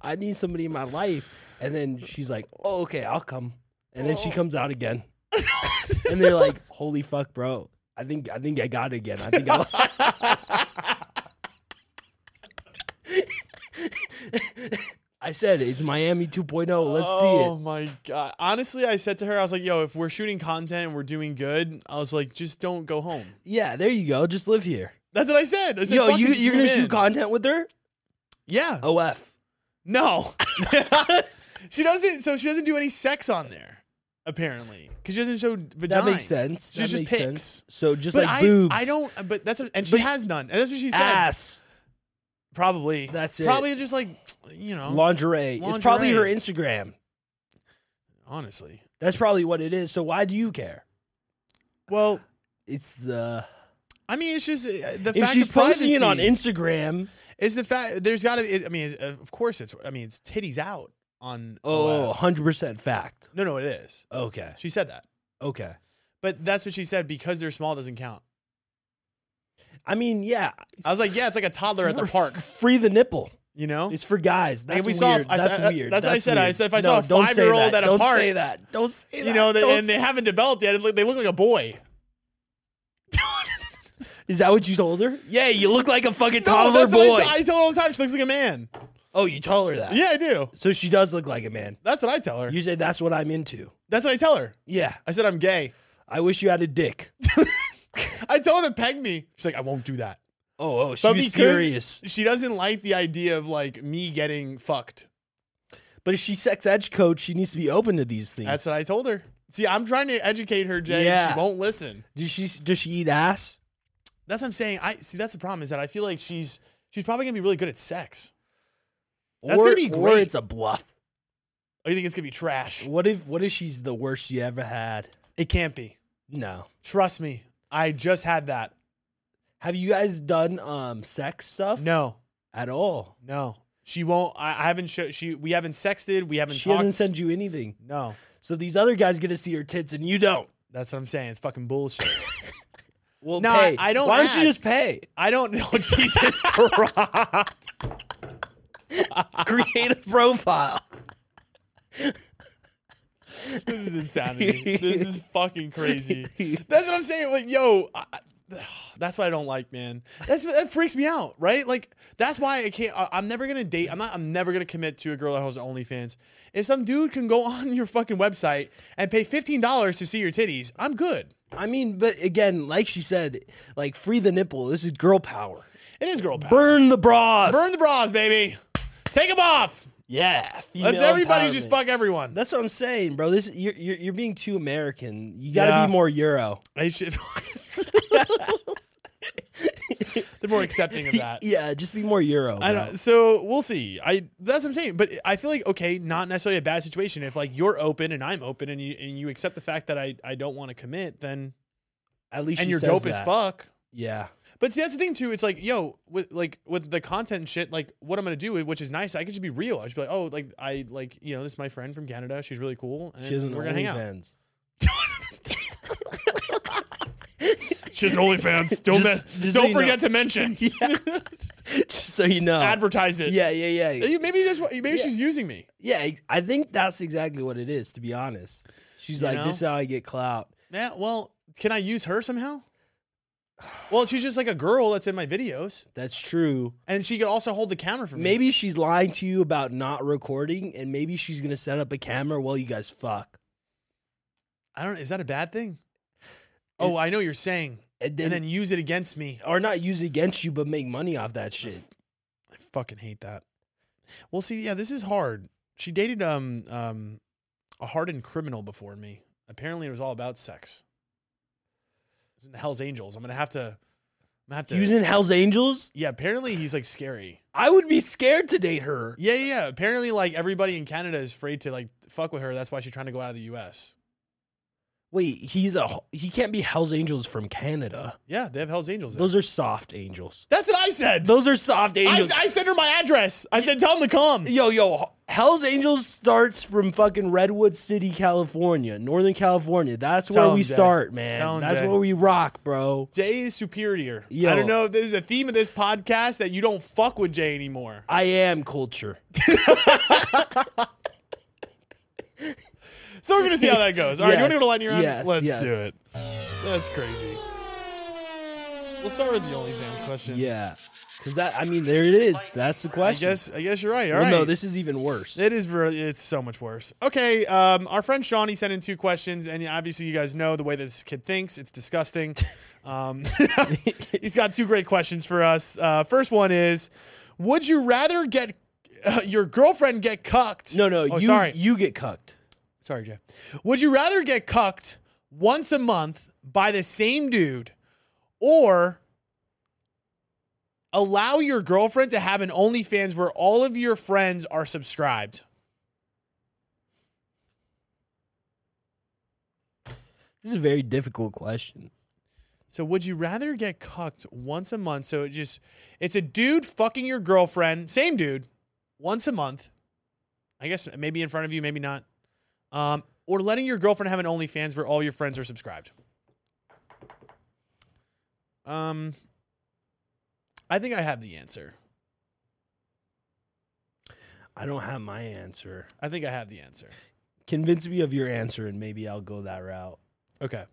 Speaker 2: I need somebody in my life." And then she's like, "Oh, okay, I'll come." And then she comes out again and they're like, "Holy fuck, bro! I think I think I got it again. I think I." I said it's Miami 2.0. Let's
Speaker 1: oh
Speaker 2: see
Speaker 1: my god! Honestly, I said to her, I was like, "Yo, if we're shooting content and we're doing good, I was like, just don't go home."
Speaker 2: it. Yeah, there you go. Just live here.
Speaker 1: That's what I said. I said
Speaker 2: Yo,
Speaker 1: "Fuck
Speaker 2: you
Speaker 1: it, just
Speaker 2: you're gonna
Speaker 1: move in."
Speaker 2: shoot content with her?
Speaker 1: Yeah.
Speaker 2: OF.
Speaker 1: No. she doesn't. So she doesn't do any sex on there, apparently, because she doesn't show vagina.
Speaker 2: That makes sense.
Speaker 1: Just-
Speaker 2: That
Speaker 1: just
Speaker 2: makes
Speaker 1: pics.
Speaker 2: sense. So just
Speaker 1: But
Speaker 2: like
Speaker 1: I,
Speaker 2: boobs.
Speaker 1: I don't. But that's what, and she
Speaker 2: But-
Speaker 1: has none. And that's what she said.
Speaker 2: ass
Speaker 1: Probably.
Speaker 2: That's it.
Speaker 1: Probably just like you know.
Speaker 2: lingerie. It's probably her
Speaker 1: Lingerie.
Speaker 2: Instagram.
Speaker 1: honestly.
Speaker 2: That's probably what it is. So why do you care?
Speaker 1: Well,
Speaker 2: It's the
Speaker 1: I mean, it's just uh, the
Speaker 2: if
Speaker 1: fact
Speaker 2: she's
Speaker 1: of
Speaker 2: posting
Speaker 1: privacy.
Speaker 2: it on Instagram.
Speaker 1: Is the fact there's got to be? I mean, it's- of course it's. I mean, it's titties out on.
Speaker 2: Oh,
Speaker 1: OF.
Speaker 2: 100% fact.
Speaker 1: no, no, it is.
Speaker 2: Okay.
Speaker 1: She said that,
Speaker 2: Okay.
Speaker 1: but that's what she said because they're small doesn't count.
Speaker 2: I mean, yeah,
Speaker 1: I was like, yeah, it's like a toddler at the park,
Speaker 2: free the nipple.
Speaker 1: you know.
Speaker 2: It's for guys.
Speaker 1: Like,
Speaker 2: That's
Speaker 1: if we
Speaker 2: weird.
Speaker 1: saw- I
Speaker 2: that's
Speaker 1: said-
Speaker 2: weird.
Speaker 1: that's what I said. I
Speaker 2: weird.
Speaker 1: said if I saw a
Speaker 2: don't say
Speaker 1: five-year-old
Speaker 2: that.
Speaker 1: at a
Speaker 2: don't
Speaker 1: park,
Speaker 2: say that. Don't say that.
Speaker 1: you know, they,
Speaker 2: Don't
Speaker 1: and
Speaker 2: say-
Speaker 1: they haven't developed yet. It look- They look like a boy.
Speaker 2: is that what you told her? Yeah, you look like a fucking
Speaker 1: No,
Speaker 2: toddler
Speaker 1: that's what
Speaker 2: boy.
Speaker 1: I, I tell her all the time. She looks like a man.
Speaker 2: oh, you told her that.
Speaker 1: Yeah, I do.
Speaker 2: So she does look like a man.
Speaker 1: That's what I tell her.
Speaker 2: You said that's what I'm into.
Speaker 1: that's what I tell her.
Speaker 2: Yeah,
Speaker 1: I said I'm gay.
Speaker 2: I wish you had a dick.
Speaker 1: I told her to peg me. She's like, I won't do that.
Speaker 2: Oh, oh, she
Speaker 1: But
Speaker 2: was
Speaker 1: because-
Speaker 2: serious.
Speaker 1: She doesn't like the idea of like me getting fucked.
Speaker 2: But if she's sex edge coach, she needs to be open to these things.
Speaker 1: That's what I told her. See, I'm trying to educate her, Jay. and
Speaker 2: Yeah.
Speaker 1: She won't listen.
Speaker 2: does she does she eat ass?
Speaker 1: That's what I'm saying. I see. That's the problem is that I feel like she's she's probably gonna be really good at sex. That's
Speaker 2: or,
Speaker 1: gonna be
Speaker 2: Or
Speaker 1: great.
Speaker 2: it's a bluff.
Speaker 1: Oh, you think it's gonna be trash?
Speaker 2: What if what if she's the worst she ever had?
Speaker 1: It can't be.
Speaker 2: No.
Speaker 1: Trust me. I just had that.
Speaker 2: Have you guys done um sex stuff?
Speaker 1: No,
Speaker 2: At all.
Speaker 1: no. She won't. I, I haven't. Show, she. We haven't sexted. We haven't.
Speaker 2: She
Speaker 1: talked.
Speaker 2: doesn't send you anything.
Speaker 1: No,
Speaker 2: So these other guys get to see her tits and you don't.
Speaker 1: that's what I'm saying. It's fucking bullshit.
Speaker 2: Well,
Speaker 1: No,
Speaker 2: pay.
Speaker 1: I- I don't
Speaker 2: Why don't
Speaker 1: ask.
Speaker 2: you just pay?
Speaker 1: I don't know. Jesus Christ.
Speaker 2: Create a profile.
Speaker 1: This is insanity. this is fucking crazy. That's what I'm saying. Like, yo, I, I- that's what I don't like, man. That's that freaks me out, right? Like, that's why I can't. I, I'm never gonna date. I'm not. I'm never gonna commit to a girl that holds OnlyFans. If some dude can go on your fucking website and pay fifteen dollars to see your titties, I'm good.
Speaker 2: I mean, but again, like she said, like free the nipple. This is girl power.
Speaker 1: It is girl power.
Speaker 2: Burn the bras.
Speaker 1: Burn the bras, baby. Take them off.
Speaker 2: Yeah.
Speaker 1: Let's
Speaker 2: female
Speaker 1: everybody just
Speaker 2: empowerment.
Speaker 1: fuck everyone.
Speaker 2: That's what I'm saying, bro. This you're you're, you're being too American. You got to
Speaker 1: Yeah.
Speaker 2: be more Euro.
Speaker 1: I should. They're more accepting of that.
Speaker 2: Yeah, just be more Euro.
Speaker 1: I
Speaker 2: bro.
Speaker 1: don't. So we'll see. I that's what I'm saying. But I feel like okay, not necessarily a bad situation. If like you're open and I'm open and you and you accept the fact that I I don't want to commit, then
Speaker 2: At least
Speaker 1: and
Speaker 2: she
Speaker 1: you're
Speaker 2: says
Speaker 1: dope as
Speaker 2: that.
Speaker 1: fuck.
Speaker 2: Yeah.
Speaker 1: But But see, that's the thing too. It's like, yo, with like with the content and shit, like what I'm gonna do, which is nice, I could just be real. I should be like, oh, like I like you know, this is my friend from Canada. She's really cool, and
Speaker 2: She doesn't
Speaker 1: we're gonna hang out.
Speaker 2: OnlyFans.
Speaker 1: She has an OnlyFans. Don't
Speaker 2: Just-
Speaker 1: me-
Speaker 2: just so
Speaker 1: don't
Speaker 2: you know.
Speaker 1: forget to mention
Speaker 2: Just so you know.
Speaker 1: advertise it.
Speaker 2: yeah, yeah, yeah.
Speaker 1: You- Maybe that's what, maybe she's using me.
Speaker 2: Yeah, ex- I think that's exactly what it is, to be honest. She's
Speaker 1: You
Speaker 2: like,
Speaker 1: know?
Speaker 2: this is how I get clout.
Speaker 1: Yeah. Well, can I use her somehow? Well, she's just like a girl that's in my videos,
Speaker 2: That's true.
Speaker 1: and she could also hold the camera for me.
Speaker 2: Maybe she's lying to you about not recording, and maybe she's gonna set up a camera while you guys fuck.
Speaker 1: I don't. Is that a bad thing? Oh, I know what you're saying,
Speaker 2: And then,
Speaker 1: and then use it against me.
Speaker 2: or not use it against you, but make money off that shit.
Speaker 1: I fucking hate that. Well, see, yeah, this is hard. She dated um um a hardened criminal before me. Apparently, it was all about sex. It was in the Hell's Angels. I'm gonna have to. I'm gonna have to.
Speaker 2: Using Hell's Angels?
Speaker 1: yeah, apparently he's like scary.
Speaker 2: I would be scared to date her.
Speaker 1: Yeah, yeah, yeah. Apparently, like everybody in Canada is afraid to like fuck with her. That's why she's trying to go out of the U.S.
Speaker 2: Wait, he's a he can't be Hell's Angels from Canada.
Speaker 1: Yeah, they have Hell's Angels. There.
Speaker 2: Those are soft angels.
Speaker 1: That's what I said.
Speaker 2: Those are soft
Speaker 1: I,
Speaker 2: angels.
Speaker 1: s- I sent her my address. I said, tell them to come.
Speaker 2: yo, yo, Hell's Angels starts from fucking Redwood City, California, Northern California. That's
Speaker 1: Tell
Speaker 2: where
Speaker 1: 'em,
Speaker 2: we
Speaker 1: Jay.
Speaker 2: start, man.
Speaker 1: Tell 'em,
Speaker 2: That's
Speaker 1: Jay.
Speaker 2: where we rock, bro.
Speaker 1: Jay is superior. I
Speaker 2: Yo.
Speaker 1: don't know if this is a theme of this podcast that you don't fuck with Jay anymore.
Speaker 2: I am culture.
Speaker 1: So we're gonna see how that goes. All right, you want to
Speaker 2: Yes,
Speaker 1: go to line your own?
Speaker 2: yes,
Speaker 1: Let's
Speaker 2: yes.
Speaker 1: do it. That's crazy. We'll start with the OnlyFans question.
Speaker 2: Yeah. Cause that I mean there it is. That's the
Speaker 1: I
Speaker 2: question.
Speaker 1: guess I guess you're right. All
Speaker 2: well,
Speaker 1: right.
Speaker 2: no, this is even worse.
Speaker 1: It is really, it's so much worse. Okay, um, our friend Shawnee sent in two questions, and obviously you guys know the way this kid thinks. It's disgusting. Um, he's got two great questions for us. Uh, first one is, would you rather get uh, your girlfriend get cucked?
Speaker 2: No, no,
Speaker 1: Oh,
Speaker 2: you
Speaker 1: sorry,
Speaker 2: you get cucked.
Speaker 1: sorry, Jeff. Would you rather get cucked once a month by the same dude, or allow your girlfriend to have an OnlyFans where all of your friends are subscribed?
Speaker 2: This is a very difficult question.
Speaker 1: So would you rather get cucked once a month? So it just it's a dude fucking your girlfriend, same dude, once a month. I guess maybe in front of you, maybe not. Um, or letting your girlfriend have an OnlyFans where all your friends are subscribed. Um, I think I have the answer.
Speaker 2: I don't have my answer.
Speaker 1: I think I have the answer.
Speaker 2: Convince me of your answer and maybe I'll go that route.
Speaker 1: Okay.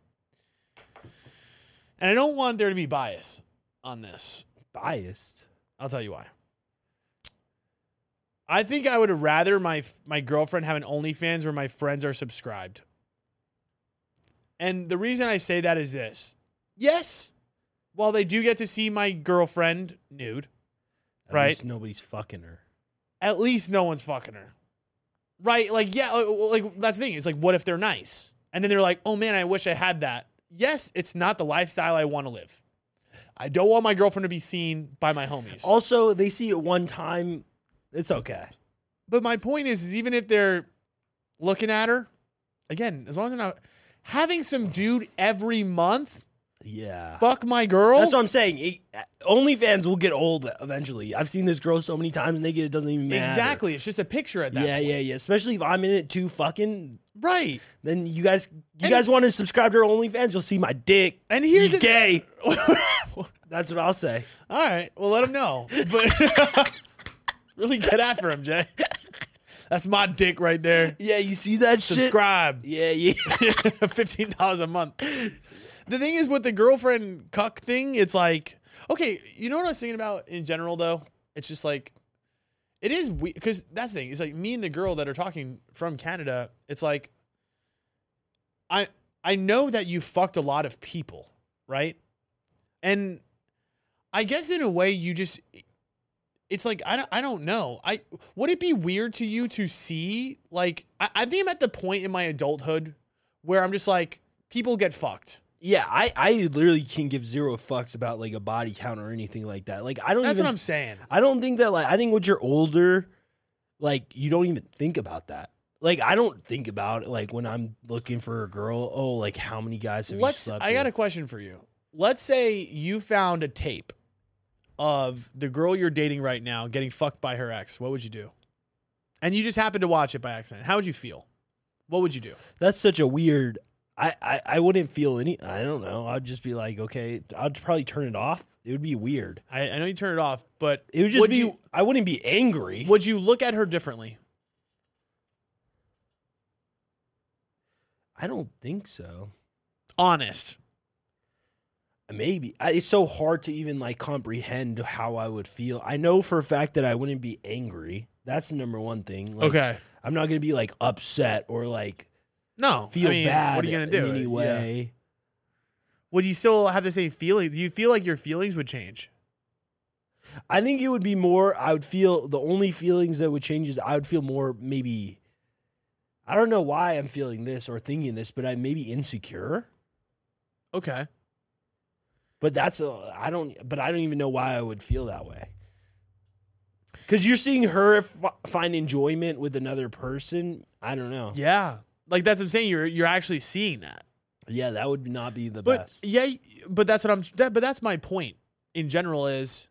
Speaker 1: And I don't want there to be bias on this.
Speaker 2: Biased.
Speaker 1: I'll tell you why. I think I would rather my my girlfriend have an OnlyFans where my friends are subscribed. And the reason I say that is this: yes, while they do get to see my girlfriend nude,
Speaker 2: At
Speaker 1: Right.
Speaker 2: least nobody's fucking her.
Speaker 1: at least no one's fucking her, right? Like, yeah, like- like that's the thing. It's like, what if they're nice? And then they're like, oh man, I wish I had that. Yes, it's not the lifestyle I want to live. I don't want my girlfriend to be seen by my homies.
Speaker 2: Also, they see it one time. It's okay.
Speaker 1: But my point is, is even if they're looking at her, again, as long as they're not having some dude every month
Speaker 2: Yeah.
Speaker 1: fuck my girl.
Speaker 2: That's what I'm saying. It, OnlyFans will get old eventually. I've seen this girl so many times naked, it doesn't even matter.
Speaker 1: exactly. It's just a picture at that.
Speaker 2: Yeah,
Speaker 1: point.
Speaker 2: yeah, yeah. Especially if I'm in it too fucking,
Speaker 1: Right.
Speaker 2: then you guys you
Speaker 1: And-
Speaker 2: guys want to subscribe to her OnlyFans, you'll see my dick.
Speaker 1: And here's
Speaker 2: you
Speaker 1: the-
Speaker 2: gay. That's what I'll say.
Speaker 1: All right. Well, let him know. But really get after him, Jay. That's my dick right there.
Speaker 2: Yeah, you see that shit?
Speaker 1: Subscribe.
Speaker 2: Yeah, yeah.
Speaker 1: fifteen dollars a month. The thing is with the girlfriend cuck thing, it's like okay, you know what I was thinking about in general though. It's just like it is we because that's the thing. It's like me and the girl that are talking from Canada. It's like I I know that you fucked a lot of people, right? And I guess in a way you just it's like I don't, I don't know. I would it be weird to you to see like I, I think I'm at the point in my adulthood where I'm just like people get fucked.
Speaker 2: Yeah, I, I literally can give zero fucks about like a body count or anything like that. Like I don't
Speaker 1: That's
Speaker 2: even
Speaker 1: what I'm saying.
Speaker 2: I don't think that like I think when you're older, like you don't even think about that. Like I don't think about it, like when I'm looking for a girl. Oh, like how many guys have you
Speaker 1: Let's.
Speaker 2: slept
Speaker 1: I got a
Speaker 2: with?
Speaker 1: question for you. let's say you found a tape of the girl you're dating right now getting fucked by her ex. What would you do? And you just happened to watch it by accident. How would you feel? What would you do?
Speaker 2: That's such a weird. I, I, I wouldn't feel any. I don't know. I'd just be like, okay, I'd probably turn it off. It would be weird.
Speaker 1: I, I know you turned it off, but
Speaker 2: It would just
Speaker 1: Would
Speaker 2: be.
Speaker 1: you-
Speaker 2: I wouldn't be angry.
Speaker 1: would you look at her differently?
Speaker 2: I don't think so.
Speaker 1: Honest.
Speaker 2: Maybe I, it's so hard to even like comprehend how I would feel. I know for a fact that I wouldn't be angry. That's the number one thing. Like,
Speaker 1: okay.
Speaker 2: I'm not gonna be like upset or like
Speaker 1: No.
Speaker 2: feel
Speaker 1: I mean,
Speaker 2: bad.
Speaker 1: What are you gonna do?
Speaker 2: in any
Speaker 1: Yeah.
Speaker 2: way?
Speaker 1: Would you still have the same feelings? Do you feel like your feelings would change?
Speaker 2: I think it would be more. I would feel the only feelings that would change is I would feel more maybe. I don't know why I'm feeling this or thinking this, but I may be insecure.
Speaker 1: Okay.
Speaker 2: But that's a, I don't. But I don't even know why I would feel that way. Because you're seeing her f- find enjoyment with another person. I don't know. Yeah,
Speaker 1: Yeah. Like that's what I'm saying. You're you're actually seeing that.
Speaker 2: that would not be the
Speaker 1: But
Speaker 2: best.
Speaker 1: yeah, but that's what I'm. That, but that's my point in general is,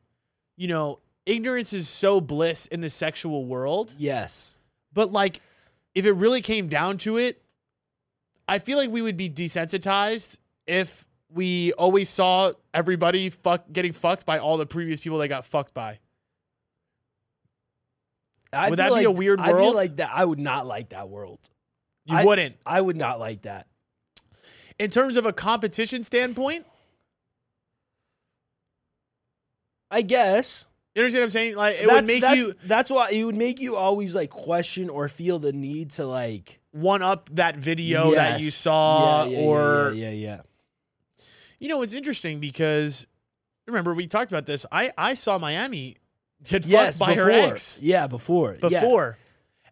Speaker 1: you know, ignorance is so bliss in the sexual world.
Speaker 2: Yes.
Speaker 1: But like, if it really came down to it, I feel like we would be desensitized if we always saw everybody fuck getting fucked by all the previous people they got fucked by.
Speaker 2: I
Speaker 1: Would
Speaker 2: feel
Speaker 1: that be a
Speaker 2: like-
Speaker 1: weird
Speaker 2: I feel
Speaker 1: world?
Speaker 2: like that. I would not like that world.
Speaker 1: You
Speaker 2: I-
Speaker 1: wouldn't.
Speaker 2: I would not like that.
Speaker 1: In terms of a competition standpoint,
Speaker 2: I guess.
Speaker 1: you understand what I'm saying? Like, it
Speaker 2: that's,
Speaker 1: would make
Speaker 2: that's,
Speaker 1: you
Speaker 2: That's why it would make you always like question or feel the need to like.
Speaker 1: one up that video that
Speaker 2: Yes.
Speaker 1: you saw,
Speaker 2: yeah, yeah,
Speaker 1: or
Speaker 2: yeah, yeah, yeah,
Speaker 1: You know, it's interesting because remember we talked about this. I I saw Miami get
Speaker 2: yeah. Yes,
Speaker 1: fucked by
Speaker 2: before.
Speaker 1: her ex
Speaker 2: Yeah, before. yeah.
Speaker 1: before,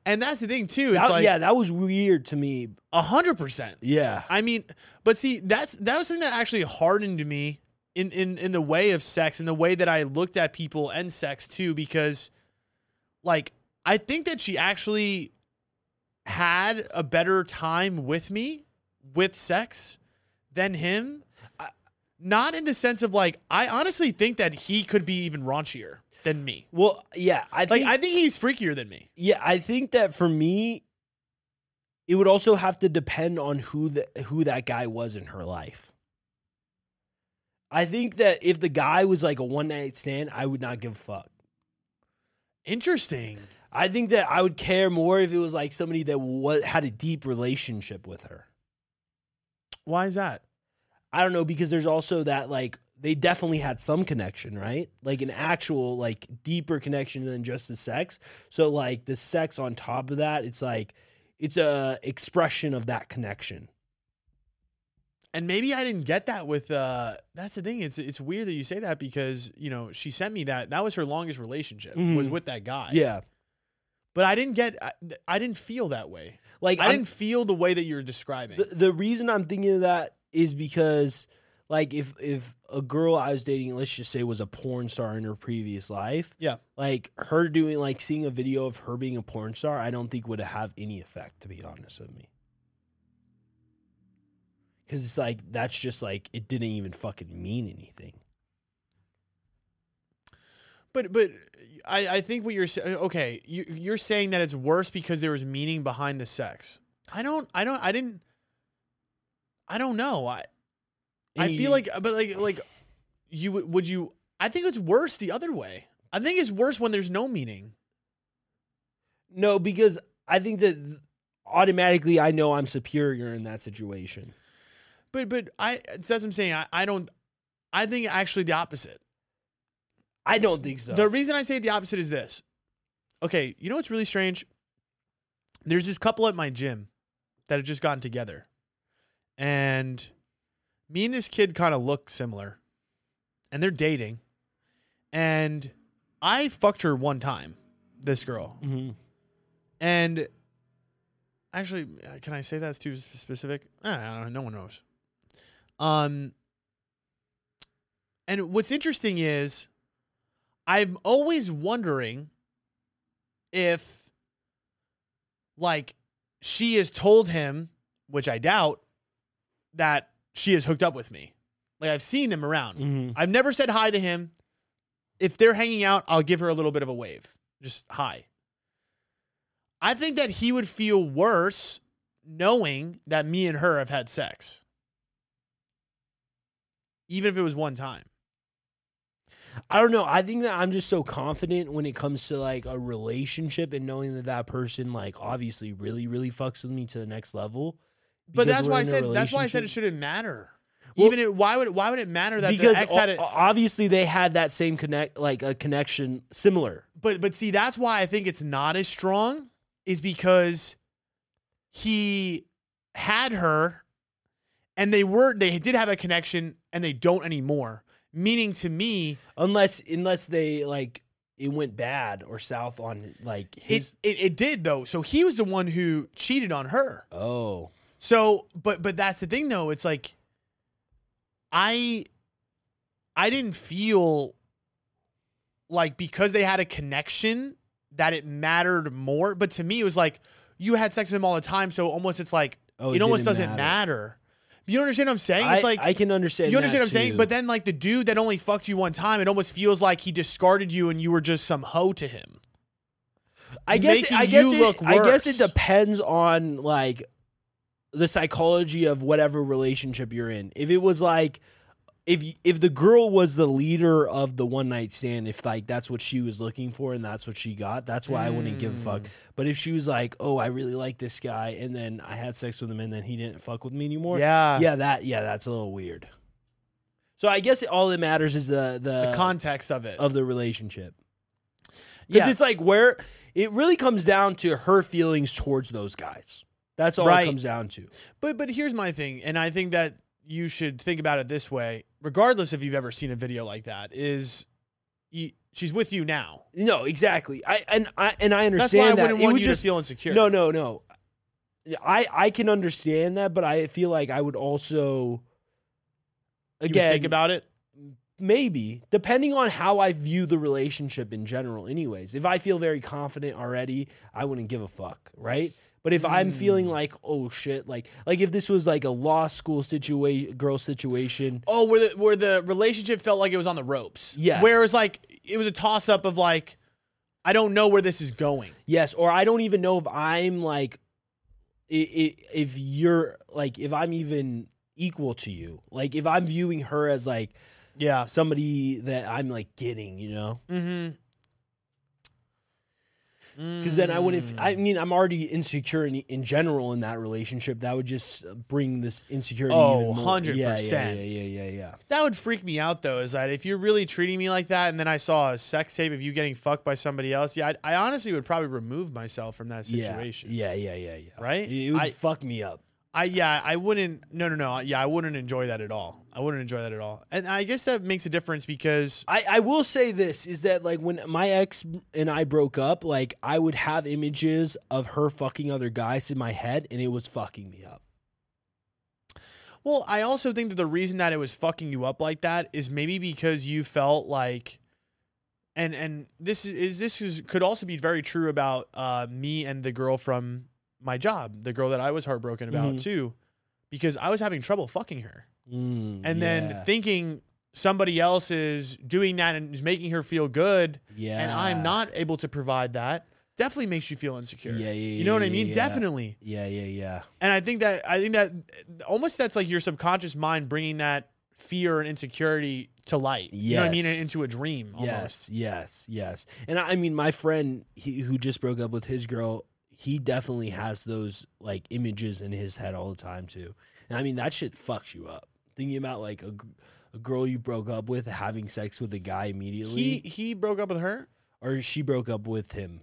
Speaker 1: and that's the thing too. It's
Speaker 2: That,
Speaker 1: like
Speaker 2: yeah, that was weird to me.
Speaker 1: a hundred percent.
Speaker 2: Yeah.
Speaker 1: I mean, but see, that's that was something that actually hardened me in in in the way of sex and the way that I looked at people and sex too, because like I think that she actually had a better time with me with sex than him.
Speaker 2: I-
Speaker 1: Not in the sense of like I honestly think that he could be even raunchier than me.
Speaker 2: Well, yeah, I
Speaker 1: Like
Speaker 2: think
Speaker 1: I think he's freakier than me.
Speaker 2: yeah, I think that for me it would also have to depend on who the who that guy was in her life. I think that if the guy was like a one night stand, I would not give a fuck.
Speaker 1: Interesting.
Speaker 2: I think that I would care more if it was like somebody that wa had a deep relationship with her.
Speaker 1: Why is that?
Speaker 2: I don't know because there's also that like they definitely had some connection, right? Like an actual like deeper connection than just the sex. So like the sex on top of that, it's like it's a expression of that connection.
Speaker 1: and maybe I didn't get that with uh that's the thing. It's it's weird that you say that because, you know, she sent me that. That was her longest relationship was
Speaker 2: Mhm.
Speaker 1: with that guy.
Speaker 2: yeah.
Speaker 1: But I didn't get I, I didn't feel that way.
Speaker 2: Like
Speaker 1: I
Speaker 2: I'm-
Speaker 1: didn't feel the way that you're describing.
Speaker 2: The, the reason I'm thinking of that is because, like, if if a girl I was dating, let's just say, was a porn star in her previous life,
Speaker 1: Yeah.
Speaker 2: like her doing like seeing a video of her being a porn star, I don't think would have any effect, to be honest with me. Because it's like that's just like it didn't even fucking mean anything.
Speaker 1: but but I I think what you're sa- okay, you you're saying that it's worse because there was meaning behind the sex. I don't I don't I didn't I don't know. I
Speaker 2: And
Speaker 1: I
Speaker 2: you-
Speaker 1: feel like, but like, like you would would you? I think it's worse the other way. I think it's worse when there's no meaning.
Speaker 2: no, because I think that automatically I know I'm superior in that situation.
Speaker 1: But but I that's what I'm saying. I, I don't. I think actually the opposite.
Speaker 2: I don't think so.
Speaker 1: The reason I say the opposite is this. Okay, you know what's really strange? There's this couple at my gym that have just gotten together, and me and this kid kind of look similar, and they're dating, and I fucked her one time, this girl,
Speaker 2: Mhm.
Speaker 1: And actually, uh, can I say that's too sp- specific? I don't know. No one knows. Um, and what's interesting is I'm always wondering if, like, she has told him, which I doubt, that she has hooked up with me. Like I've seen them around.
Speaker 2: mm-hmm.
Speaker 1: I've never said hi to him. If they're hanging out, I'll give her a little bit of a wave. Just hi. I think that he would feel worse knowing that me and her have had sex. Even if it was one time.
Speaker 2: I don't know. I think that I'm just so confident when it comes to like a relationship and knowing that that person like obviously really really fucks with me to the next level.
Speaker 1: But
Speaker 2: because
Speaker 1: that's
Speaker 2: we're
Speaker 1: why I
Speaker 2: in a
Speaker 1: said that's why I said it
Speaker 2: relationship.
Speaker 1: shouldn't matter.
Speaker 2: Well-
Speaker 1: Even it, why would why would it matter that
Speaker 2: because
Speaker 1: the ex
Speaker 2: o-
Speaker 1: had it?
Speaker 2: obviously they had that same connect like a connection similar.
Speaker 1: But but see, that's why I think it's not as strong is because he had her, and they were they did have a connection, and they don't anymore. Meaning to me,
Speaker 2: Unless unless they like it went bad or south on like his
Speaker 1: it, it it did though. So he was the one who cheated on her.
Speaker 2: oh
Speaker 1: So, but but that's the thing though. It's like I I didn't feel like because they had a connection that it mattered more, but to me it was like you had sex with him all the time, so almost it's like
Speaker 2: oh
Speaker 1: it, almost
Speaker 2: didn't
Speaker 1: doesn't matter. You understand what I'm saying?
Speaker 2: I,
Speaker 1: it's like
Speaker 2: I can understand.
Speaker 1: you understand what
Speaker 2: that
Speaker 1: I'm saying?
Speaker 2: too.
Speaker 1: But then like the dude that only fucked you one time, it almost feels like he discarded you and you were just some hoe to him.
Speaker 2: I guess it,
Speaker 1: making
Speaker 2: I guess
Speaker 1: you
Speaker 2: it,
Speaker 1: look
Speaker 2: I guess it
Speaker 1: worse.
Speaker 2: depends on like the psychology of whatever relationship you're in. If it was like if y- if the girl was the leader of the one night stand, if like that's what she was looking for and that's what she got, that's why I wouldn't give a fuck.
Speaker 1: Mm.
Speaker 2: But if she was like, "Oh, I really like this guy," and then I had sex with him and then he didn't fuck with me anymore,
Speaker 1: Yeah.
Speaker 2: yeah, that yeah, that's a little weird. So I guess it, all that matters is the the,
Speaker 1: The context of it.
Speaker 2: of the relationship. Because
Speaker 1: yeah.
Speaker 2: it's like where it really comes down to her feelings towards those guys. That's all
Speaker 1: Right.
Speaker 2: it comes down to.
Speaker 1: But but here's my thing, and I think that you should think about it this way, regardless if you've ever seen a video like that. Is you, she's with you now?
Speaker 2: No, exactly. I and I and I
Speaker 1: That's why I
Speaker 2: understand that.
Speaker 1: wouldn't
Speaker 2: It
Speaker 1: want
Speaker 2: would
Speaker 1: you
Speaker 2: just
Speaker 1: to feel insecure.
Speaker 2: no, no, no. I I can understand that, but I feel like I would also
Speaker 1: You would
Speaker 2: again
Speaker 1: think about it.
Speaker 2: maybe depending on how I view the relationship in general. Anyways, if I feel very confident already, I wouldn't give a fuck, right? But if I'm feeling like oh shit, like like if this was like a law school situation, girl situation,
Speaker 1: Oh, where the where the relationship felt like it was on the ropes.
Speaker 2: Yes.
Speaker 1: Where it was like it was a toss up of like, I don't know where this is going.
Speaker 2: Yes, or I don't even know if I'm like, i- i- if you're like, if I'm even equal to you. Like, if I'm viewing her as like
Speaker 1: Yeah.
Speaker 2: somebody that I'm like getting, you know?
Speaker 1: Mm-hmm.
Speaker 2: Because then I wouldn't. I
Speaker 1: Mm.
Speaker 2: mean, I'm already insecure in, in general in that relationship. That would just uh, bring this insecurity.
Speaker 1: Oh,
Speaker 2: even more.
Speaker 1: 100%.
Speaker 2: Yeah, yeah, yeah, yeah, yeah.
Speaker 1: That would freak me out though. Is that if you're really treating me like that, and then I saw a sex tape of you getting fucked by somebody else? Yeah, I, I honestly would probably remove myself from that
Speaker 2: Yeah,
Speaker 1: situation.
Speaker 2: yeah, yeah, yeah, yeah.
Speaker 1: Right?
Speaker 2: It would
Speaker 1: I-
Speaker 2: fuck me up.
Speaker 1: I yeah, I wouldn't. No, no, no. Yeah, I wouldn't enjoy that at all. I wouldn't enjoy that at all. And I guess that makes a difference because
Speaker 2: I, I will say this is that like when my ex and I broke up, like I would have images of her fucking other guys in my head, and it was fucking me up.
Speaker 1: well, I also think that the reason that it was fucking you up like that is maybe because you felt like and and this is, is this is could also be very true about uh me and the girl from my job, the girl that I was heartbroken about
Speaker 2: Mhm.
Speaker 1: too, because I was having trouble fucking her.
Speaker 2: Mm,
Speaker 1: And
Speaker 2: yeah,
Speaker 1: then thinking somebody else is doing that and is making her feel good
Speaker 2: yeah,
Speaker 1: and I'm not able to provide that, definitely makes you feel insecure.
Speaker 2: Yeah, yeah,
Speaker 1: You know what I
Speaker 2: yeah,
Speaker 1: mean?
Speaker 2: yeah.
Speaker 1: Definitely.
Speaker 2: Yeah, yeah, yeah.
Speaker 1: And I think that I think that almost that's like your subconscious mind bringing that fear and insecurity to light. You know what I mean?
Speaker 2: Yes.
Speaker 1: Into a dream almost.
Speaker 2: Yes, yes, yes. And I, I mean, my friend he, who just broke up with his girl, he definitely has those like images in his head all the time too. And I mean, that shit fucks you up. Thinking about like a, gr- a girl you broke up with having sex with a guy immediately.
Speaker 1: He he broke up with her.
Speaker 2: or she broke up with him.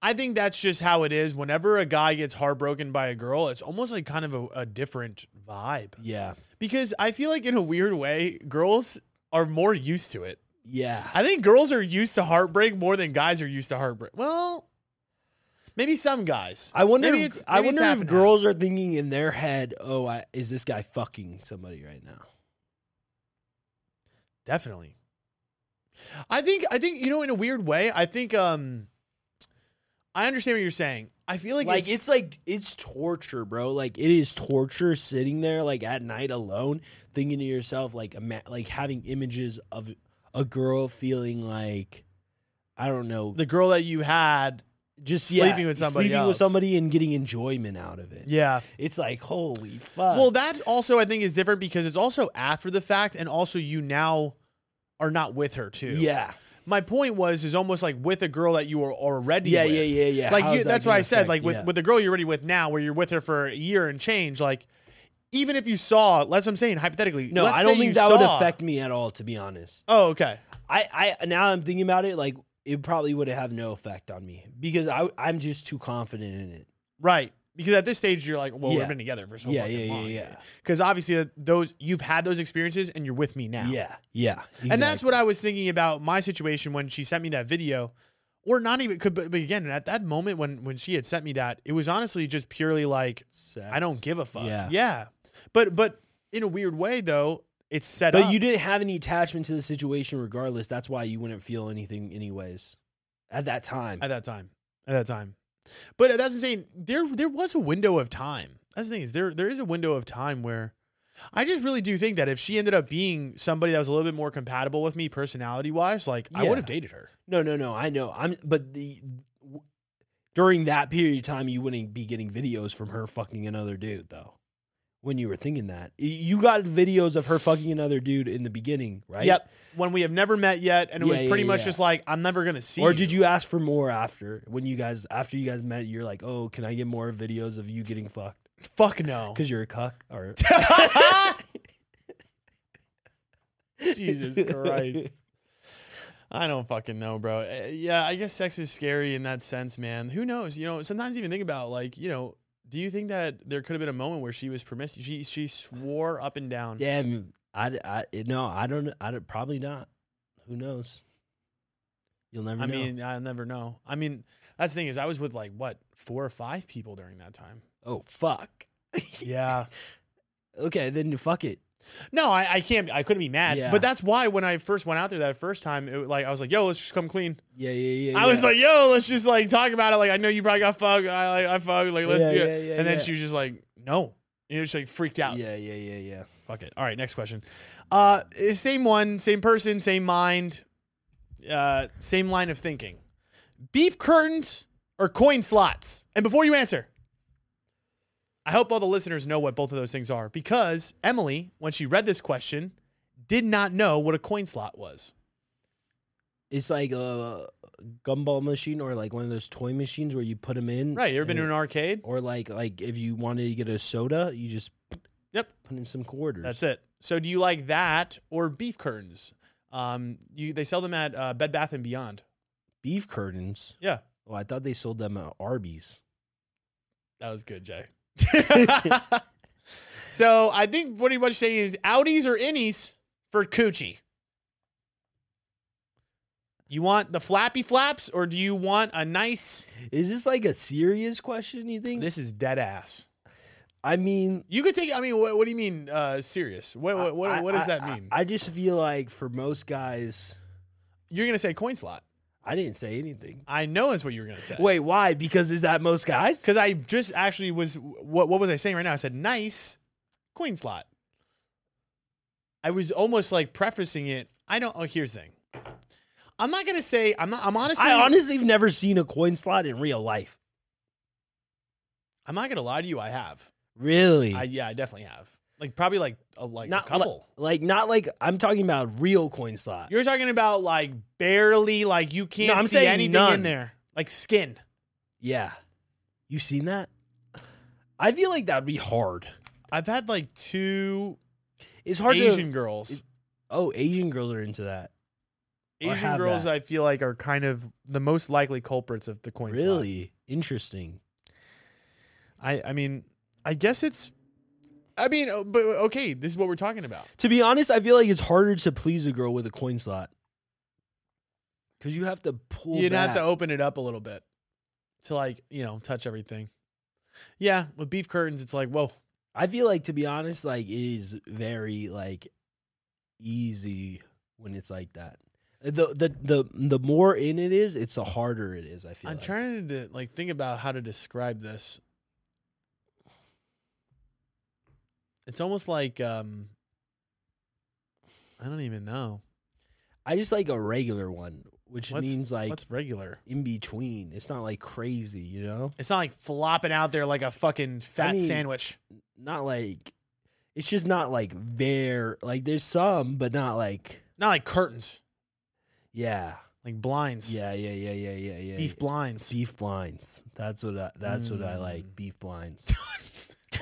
Speaker 1: I think that's just how it is. Whenever a guy gets heartbroken by a girl, it's almost like kind of a, a different vibe.
Speaker 2: Yeah.
Speaker 1: Because I feel like in a weird way, girls are more used to it.
Speaker 2: Yeah.
Speaker 1: I think girls are used to heartbreak more than guys are used to heartbreak. Well, maybe some guys.
Speaker 2: I wonder
Speaker 1: Maybe
Speaker 2: if,
Speaker 1: it's-
Speaker 2: I
Speaker 1: maybe it's
Speaker 2: wonder
Speaker 1: half
Speaker 2: if
Speaker 1: and
Speaker 2: girls are thinking in their head, "Oh, I, is this guy fucking somebody right now?"
Speaker 1: Definitely. I think I think you know in a weird way, I think um I understand what you're saying. I feel like,
Speaker 2: like it's like it's torture, bro. Like it is torture sitting there like at night alone, thinking to yourself like ima- like having images of a girl feeling like I don't know,
Speaker 1: the girl that you had.
Speaker 2: just
Speaker 1: Sleeping
Speaker 2: yeah,
Speaker 1: with somebody
Speaker 2: sleeping with
Speaker 1: else.
Speaker 2: somebody and getting enjoyment out of it.
Speaker 1: Yeah.
Speaker 2: It's like holy fuck.
Speaker 1: Well, that also I think is different because it's also after the fact, and also you now are not with her too.
Speaker 2: yeah,
Speaker 1: My point was is almost like with a girl that you are already.
Speaker 2: yeah,
Speaker 1: with.
Speaker 2: yeah, yeah, yeah. How
Speaker 1: Like you,
Speaker 2: is that
Speaker 1: that's why
Speaker 2: gonna
Speaker 1: I said
Speaker 2: affect-
Speaker 1: like with
Speaker 2: yeah.
Speaker 1: with the girl you're already with now, where you're with her for a year and change. Like even if you saw, that's what I'm saying hypothetically.
Speaker 2: no,
Speaker 1: let's
Speaker 2: I
Speaker 1: say
Speaker 2: don't
Speaker 1: you
Speaker 2: think that would
Speaker 1: saw-
Speaker 2: affect me at all. To be honest,
Speaker 1: Oh, okay.
Speaker 2: I I now I'm thinking about it like it probably would have no effect on me because I I'm just too confident in it.
Speaker 1: Right. Because at this stage, you're like, well,
Speaker 2: Yeah.
Speaker 1: we've been together for so
Speaker 2: Yeah,
Speaker 1: fucking
Speaker 2: yeah, yeah,
Speaker 1: long.
Speaker 2: yeah.
Speaker 1: Because obviously, that- those you've had those experiences, and you're with me now.
Speaker 2: Yeah, yeah,
Speaker 1: And that's what I was thinking about my situation when she sent me that video, or not even could. But, but again, at that moment when when she had sent me that, it was honestly just purely like, I don't give a fuck.
Speaker 2: Yeah.
Speaker 1: But but in a weird way though, it's set
Speaker 2: But
Speaker 1: up.
Speaker 2: you didn't have any attachment to the situation, regardless. That's why you wouldn't feel anything, anyways, at that time.
Speaker 1: at that time. At that time. But that's insane. There there was a window of time. That's the thing is there there is a window of time where I just really do think that if she ended up being somebody that was a little bit more compatible with me personality wise, like I
Speaker 2: Yeah.
Speaker 1: would have dated her.
Speaker 2: No, no, no. I know. I'm, but the w- during that period of time, you wouldn't be getting videos from her fucking another dude, though. When you were thinking that, Y- you got videos of her fucking another dude in the beginning, right?
Speaker 1: Yep. When we have never met yet, and it
Speaker 2: Yeah,
Speaker 1: was
Speaker 2: yeah,
Speaker 1: pretty much
Speaker 2: yeah.
Speaker 1: just like I'm never gonna see.
Speaker 2: Or did you ask for more after when you guys after you guys met? You're like, oh, can I get more videos of you getting fucked?
Speaker 1: Fuck no.
Speaker 2: Because you're a cuck, or
Speaker 1: Jesus Christ. I don't fucking know, bro. Uh, Yeah, I guess sex is scary in that sense, man. Who knows? You know, sometimes even think about like, you know, do you think that there could have been a moment where she was permissive? She she swore up and down.
Speaker 2: Damn, I, I no, I don't, I don't, probably not. Who knows? You'll never
Speaker 1: I
Speaker 2: know.
Speaker 1: mean, I'll never know. I mean, that's the thing is, I was with like what four or five people during that time.
Speaker 2: oh fuck.
Speaker 1: Yeah.
Speaker 2: Okay, then you fuck it.
Speaker 1: No, I, I can't. I couldn't be mad.
Speaker 2: Yeah.
Speaker 1: But that's why when I first went out there that first time, it, was like I was like, "Yo, let's just come clean."
Speaker 2: Yeah, yeah, yeah.
Speaker 1: I was
Speaker 2: yeah.
Speaker 1: like, "Yo, let's just like talk about it." Like, I know you probably got fucked. I like, I fucked. Like, let's
Speaker 2: Yeah,
Speaker 1: do it.
Speaker 2: yeah, yeah,
Speaker 1: and then
Speaker 2: yeah.
Speaker 1: she was just like, "No," you know, she like freaked out.
Speaker 2: yeah, yeah, yeah, yeah.
Speaker 1: Fuck it. All right, next question. Uh, same one, same person, same mind, uh, same line of thinking. Beef curtains or coin slots? And before you answer, I hope all the listeners know what both of those things are because Emily, when she read this question, did not know what a coin slot was.
Speaker 2: It's like a gumball machine or like one of those toy machines where you put them in.
Speaker 1: Right? You ever been to
Speaker 2: and-
Speaker 1: an arcade?
Speaker 2: Or like, like if you wanted to get a soda, you just
Speaker 1: Yep.
Speaker 2: put in some quarters.
Speaker 1: That's it. So do you like that or beef curtains? Um, you they sell them at uh, Bed Bath and Beyond.
Speaker 2: beef curtains.
Speaker 1: Yeah,
Speaker 2: Oh, I thought they sold them at Arby's.
Speaker 1: that was good, Jay. so I think what he was saying is outies or innies for coochie. You want the flappy flaps or do you want a nice?
Speaker 2: Is this like a serious question? You think?
Speaker 1: This is dead ass.
Speaker 2: I mean,
Speaker 1: You could take. I mean, what, what do you mean uh, serious? What what what,
Speaker 2: I-
Speaker 1: what does
Speaker 2: I-
Speaker 1: that
Speaker 2: I-
Speaker 1: mean?
Speaker 2: I, just feel like for most guys,
Speaker 1: You're gonna say coin slot.
Speaker 2: I didn't say anything.
Speaker 1: I know that's what you were gonna say.
Speaker 2: Wait, why? Because is that most guys?
Speaker 1: Because I just actually was what what was I saying right now? I said nice coin slot. I was almost like prefacing it. I don't. Oh, here's the thing. I'm not gonna say. I'm not. I'm honestly.
Speaker 2: I honestly have never seen a coin slot in real life.
Speaker 1: I'm not gonna lie to you. I have.
Speaker 2: Really?
Speaker 1: I yeah. I definitely have. Like probably like a, like
Speaker 2: not
Speaker 1: a
Speaker 2: li-
Speaker 1: couple.
Speaker 2: like not like I'm talking about real coin slot.
Speaker 1: You're talking about like barely like you can't
Speaker 2: I'm
Speaker 1: see
Speaker 2: saying
Speaker 1: anything in
Speaker 2: none.
Speaker 1: there. Like skin.
Speaker 2: yeah. You seen that? I feel like that'd be hard.
Speaker 1: I've had like two
Speaker 2: It's hard
Speaker 1: Asian
Speaker 2: to
Speaker 1: girls.
Speaker 2: Oh, Asian girls are into that. or
Speaker 1: Asian
Speaker 2: have
Speaker 1: girls,
Speaker 2: that.
Speaker 1: I feel like, are kind of the most likely culprits of the coin slot.
Speaker 2: Really? Interesting.
Speaker 1: I I mean, I guess it's. I mean, uh, but okay, this is what we're talking about.
Speaker 2: To be honest, I feel like it's harder to please a girl with a coin slot. Cause you have to pull
Speaker 1: You'd have to
Speaker 2: back.
Speaker 1: open it up a little bit to like you know touch everything. Yeah, with beef curtains, it's like whoa.
Speaker 2: I feel like to be honest, like it is very like easy when it's like that. The the the the more in it is, it's the harder it is. I feel.
Speaker 1: I'm
Speaker 2: like.
Speaker 1: trying to like think about how to describe this. It's almost like um I don't even know.
Speaker 2: I just like a regular one, which
Speaker 1: What's-
Speaker 2: means like
Speaker 1: What's regular?
Speaker 2: in between. It's not like crazy, you know.
Speaker 1: It's not like flopping out there like a fucking fat
Speaker 2: mean-
Speaker 1: sandwich.
Speaker 2: Not like it's just not like there. Like there's some, but not like
Speaker 1: Not like curtains,
Speaker 2: yeah,
Speaker 1: like blinds.
Speaker 2: yeah, yeah, yeah, yeah, yeah, yeah.
Speaker 1: Beef blinds.
Speaker 2: beef blinds. That's what I, that's what I like.
Speaker 1: Mm.
Speaker 2: Beef blinds.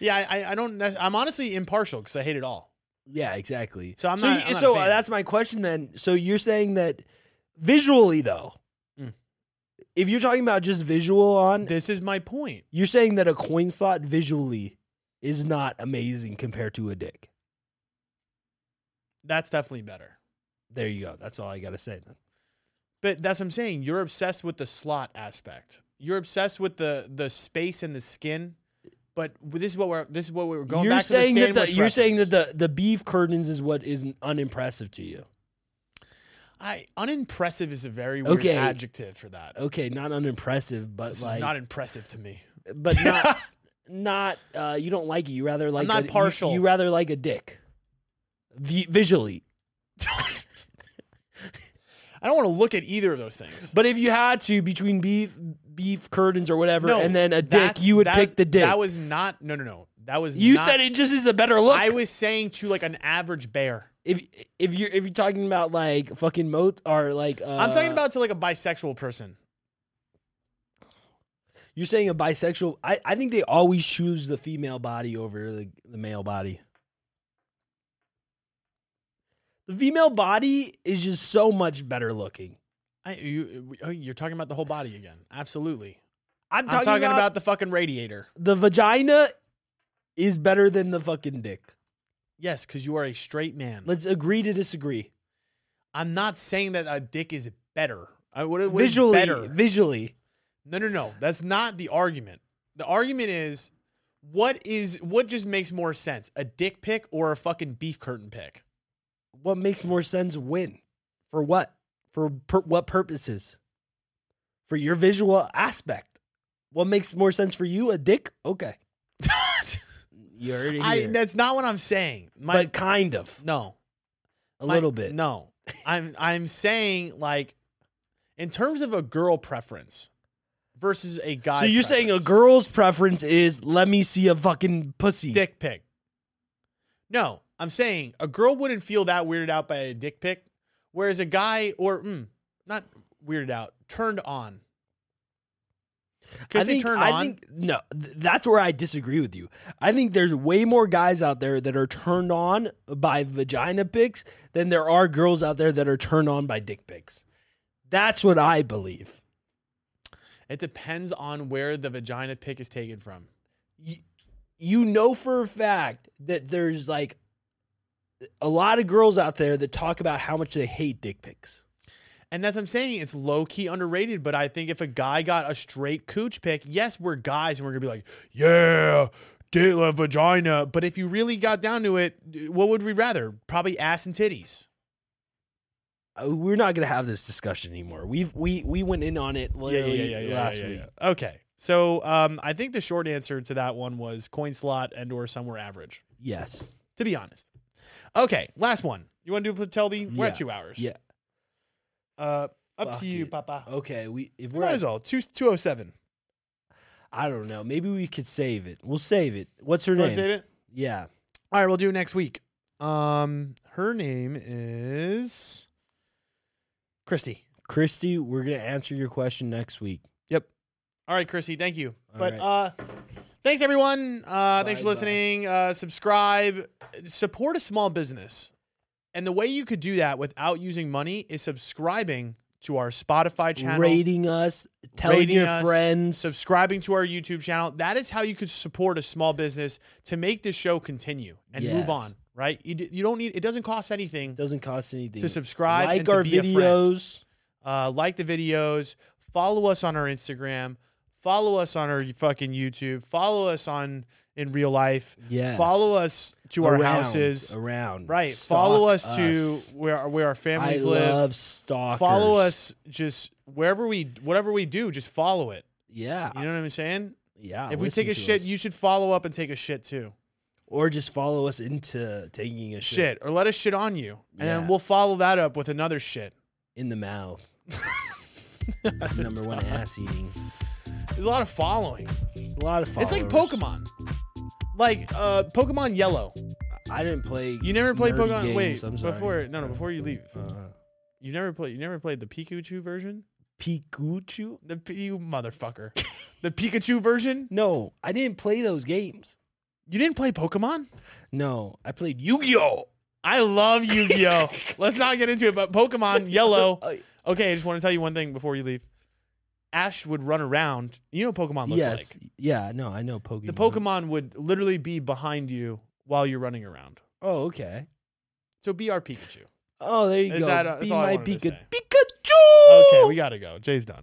Speaker 1: Yeah, I, I- I don't. nec- I'm honestly impartial because I hate it all.
Speaker 2: yeah, exactly.
Speaker 1: So I'm
Speaker 2: so
Speaker 1: not.
Speaker 2: you-
Speaker 1: I'm not a
Speaker 2: so uh,
Speaker 1: fan.
Speaker 2: that's my question then. So you're saying that visually though,
Speaker 1: Mm.
Speaker 2: if you're talking about just visual on,
Speaker 1: this is my point.
Speaker 2: you're saying that a coin slot visually is not amazing compared to a dick.
Speaker 1: That's definitely better.
Speaker 2: There you go. That's all I gotta say. Then.
Speaker 1: But that's what I'm saying. You're obsessed with the slot aspect. You're obsessed with the the space and the skin. But this is what we're this is what we're going
Speaker 2: you're
Speaker 1: back
Speaker 2: saying
Speaker 1: to the
Speaker 2: that the,
Speaker 1: sandwich
Speaker 2: you're saying that
Speaker 1: reference.
Speaker 2: the, the beef curtains is what is unimpressive to you.
Speaker 1: I unimpressive is a very weird
Speaker 2: Okay.
Speaker 1: adjective for that.
Speaker 2: Okay, not unimpressive, but
Speaker 1: This
Speaker 2: like
Speaker 1: is not impressive to me.
Speaker 2: but not not uh, you don't like it. You rather like
Speaker 1: not
Speaker 2: a, you-
Speaker 1: partial.
Speaker 2: You, rather like a dick, v- visually.
Speaker 1: I don't want to look at either of those things.
Speaker 2: But if you had to between beef beef curtains or whatever, and then a dick,
Speaker 1: that's-
Speaker 2: you would
Speaker 1: that's-
Speaker 2: pick the dick.
Speaker 1: That was not no no no. That was
Speaker 2: you
Speaker 1: not-
Speaker 2: said it just is a better look.
Speaker 1: I was saying to like an average bear.
Speaker 2: if if you're if you're talking about like fucking moat or like uh,
Speaker 1: I'm talking about to like a bisexual person.
Speaker 2: you're saying a bisexual. I I think they always choose the female body over the, the male body. The female body is just so much better looking.
Speaker 1: I, you, oh, you're talking about the whole body again. Absolutely.
Speaker 2: I'm
Speaker 1: I'm talking,
Speaker 2: talking,
Speaker 1: about,
Speaker 2: about
Speaker 1: the fucking radiator.
Speaker 2: the vagina is better than the fucking dick.
Speaker 1: Yes, because you are a straight man.
Speaker 2: Let's agree to disagree.
Speaker 1: I'm not saying that a dick is better. I, what, what is
Speaker 2: Visually,
Speaker 1: better?
Speaker 2: visually,
Speaker 1: No, no, no. That's not the argument. The argument is what is what just makes more sense, a dick pic or a fucking beef curtain pic?
Speaker 2: what makes more sense? When, for what, for per, what purposes? For your visual aspect, what makes more sense for you? A dick? Okay, you already
Speaker 1: I,
Speaker 2: here.
Speaker 1: that's not what I'm saying. My,
Speaker 2: but kind of
Speaker 1: no,
Speaker 2: a
Speaker 1: My-
Speaker 2: little bit.
Speaker 1: No, I'm I'm saying like in terms of a girl preference versus a guy.
Speaker 2: so you're saying a
Speaker 1: preference.
Speaker 2: girl's preference is let me see a fucking pussy.
Speaker 1: dick pic? No, I'm saying a girl wouldn't feel that weirded out by a dick pic, whereas a guy or mm, not weirded out, turned on.
Speaker 2: I
Speaker 1: Because they
Speaker 2: think,
Speaker 1: turned
Speaker 2: I
Speaker 1: on.
Speaker 2: think no, th- that's where I disagree with you. I think there's way more guys out there that are turned on by vagina pics than there are girls out there that are turned on by dick pics. That's what I believe.
Speaker 1: it depends on where the vagina pic is taken from.
Speaker 2: You, you know for a fact that there's like a lot of girls out there that talk about how much they hate dick pics.
Speaker 1: And that's what I'm saying. It's low key underrated. But I think if a guy got a straight cooch pick, yes, we're guys and we're gonna be like, yeah, date la vagina. But if you really got down to it, what would we rather? Probably ass and titties.
Speaker 2: Uh, We're not gonna have this discussion anymore. We've we we went in on it literally last week.
Speaker 1: Okay. So um, I think the short answer to that one was coin slot and or somewhere average.
Speaker 2: Yes.
Speaker 1: To be honest. Okay, last one. You want to do Telby? We're
Speaker 2: Yeah.
Speaker 1: at two hours.
Speaker 2: Yeah.
Speaker 1: Uh, up
Speaker 2: Fuck
Speaker 1: to you,
Speaker 2: it.
Speaker 1: Papa.
Speaker 2: Okay. We if we're
Speaker 1: Might
Speaker 2: at
Speaker 1: as well. Two two oh seven.
Speaker 2: I don't know. Maybe we could save it. We'll save it. What's her
Speaker 1: You want
Speaker 2: name?
Speaker 1: to save it?
Speaker 2: Yeah.
Speaker 1: All right, we'll do it next week. Um, her name is Christy.
Speaker 2: Christy, we're going to answer your question next week.
Speaker 1: Yep. All right, Christy, thank you.
Speaker 2: All
Speaker 1: but
Speaker 2: right.
Speaker 1: uh, thanks everyone. Uh, thanks
Speaker 2: Bye,
Speaker 1: for listening. Uh, subscribe, support a small business, and the way you could do that without using money is subscribing to our Spotify channel.
Speaker 2: Rating us, telling
Speaker 1: Rating
Speaker 2: your
Speaker 1: us,
Speaker 2: friends.
Speaker 1: Subscribing to our YouTube channel. That is how you could support a small business to make this show continue and
Speaker 2: Yes.
Speaker 1: move on, right? You, d- you don't need, it doesn't cost anything
Speaker 2: doesn't cost anything.
Speaker 1: to subscribe
Speaker 2: like
Speaker 1: and to
Speaker 2: our
Speaker 1: be a friend.
Speaker 2: videos.
Speaker 1: uh, like the videos follow us on our instagram Follow us on our fucking YouTube. Follow us on in real life.
Speaker 2: Yes.
Speaker 1: Follow us to our
Speaker 2: Around,
Speaker 1: houses.
Speaker 2: around.
Speaker 1: Right.
Speaker 2: Stalk
Speaker 1: Follow us, to where our- where our
Speaker 2: I
Speaker 1: families live.
Speaker 2: love stalkers.
Speaker 1: follow us just wherever we whatever we do, just follow it.
Speaker 2: Yeah.
Speaker 1: You know what I'm saying?
Speaker 2: Yeah.
Speaker 1: if we
Speaker 2: listen
Speaker 1: take a
Speaker 2: to
Speaker 1: shit,
Speaker 2: us.
Speaker 1: you should follow up and take a shit too.
Speaker 2: or just follow us into taking a shit,
Speaker 1: Shit. Or let us shit on you. And then
Speaker 2: Yeah.
Speaker 1: we'll follow that up with another shit.
Speaker 2: in the mouth. Number one ass eating.
Speaker 1: There's a lot of following.
Speaker 2: A lot of
Speaker 1: It's
Speaker 2: followers.
Speaker 1: like Pokemon. Like uh Pokemon Yellow.
Speaker 2: I didn't play.
Speaker 1: You never played
Speaker 2: nerdy
Speaker 1: Pokemon
Speaker 2: games,
Speaker 1: wait,
Speaker 2: I'm sorry.
Speaker 1: before no no before you leave.
Speaker 2: Uh,
Speaker 1: You never played you never played the Pikachu version?
Speaker 2: Pikachu?
Speaker 1: The P- you motherfucker. the Pikachu version?
Speaker 2: No, I didn't play those games.
Speaker 1: You didn't play Pokemon?
Speaker 2: No, I played Yu-Gi-Oh.
Speaker 1: I love Yu-Gi-Oh. Let's not get into it, but Pokemon Yellow.
Speaker 2: Uh,
Speaker 1: Okay, I just want to tell you one thing before you leave. Ash would run around. You know what Pokemon looks
Speaker 2: yes.
Speaker 1: like.
Speaker 2: Yeah. No, I know Pokemon.
Speaker 1: The Pokemon would literally be behind you while you're running around.
Speaker 2: Oh, okay.
Speaker 1: So be our Pikachu.
Speaker 2: Oh, there you
Speaker 1: Is
Speaker 2: go.
Speaker 1: that- that's
Speaker 2: Be
Speaker 1: all I
Speaker 2: my
Speaker 1: wanted to
Speaker 2: Pika-
Speaker 1: say.
Speaker 2: Pikachu.
Speaker 1: Okay, we gotta go. Jay's done.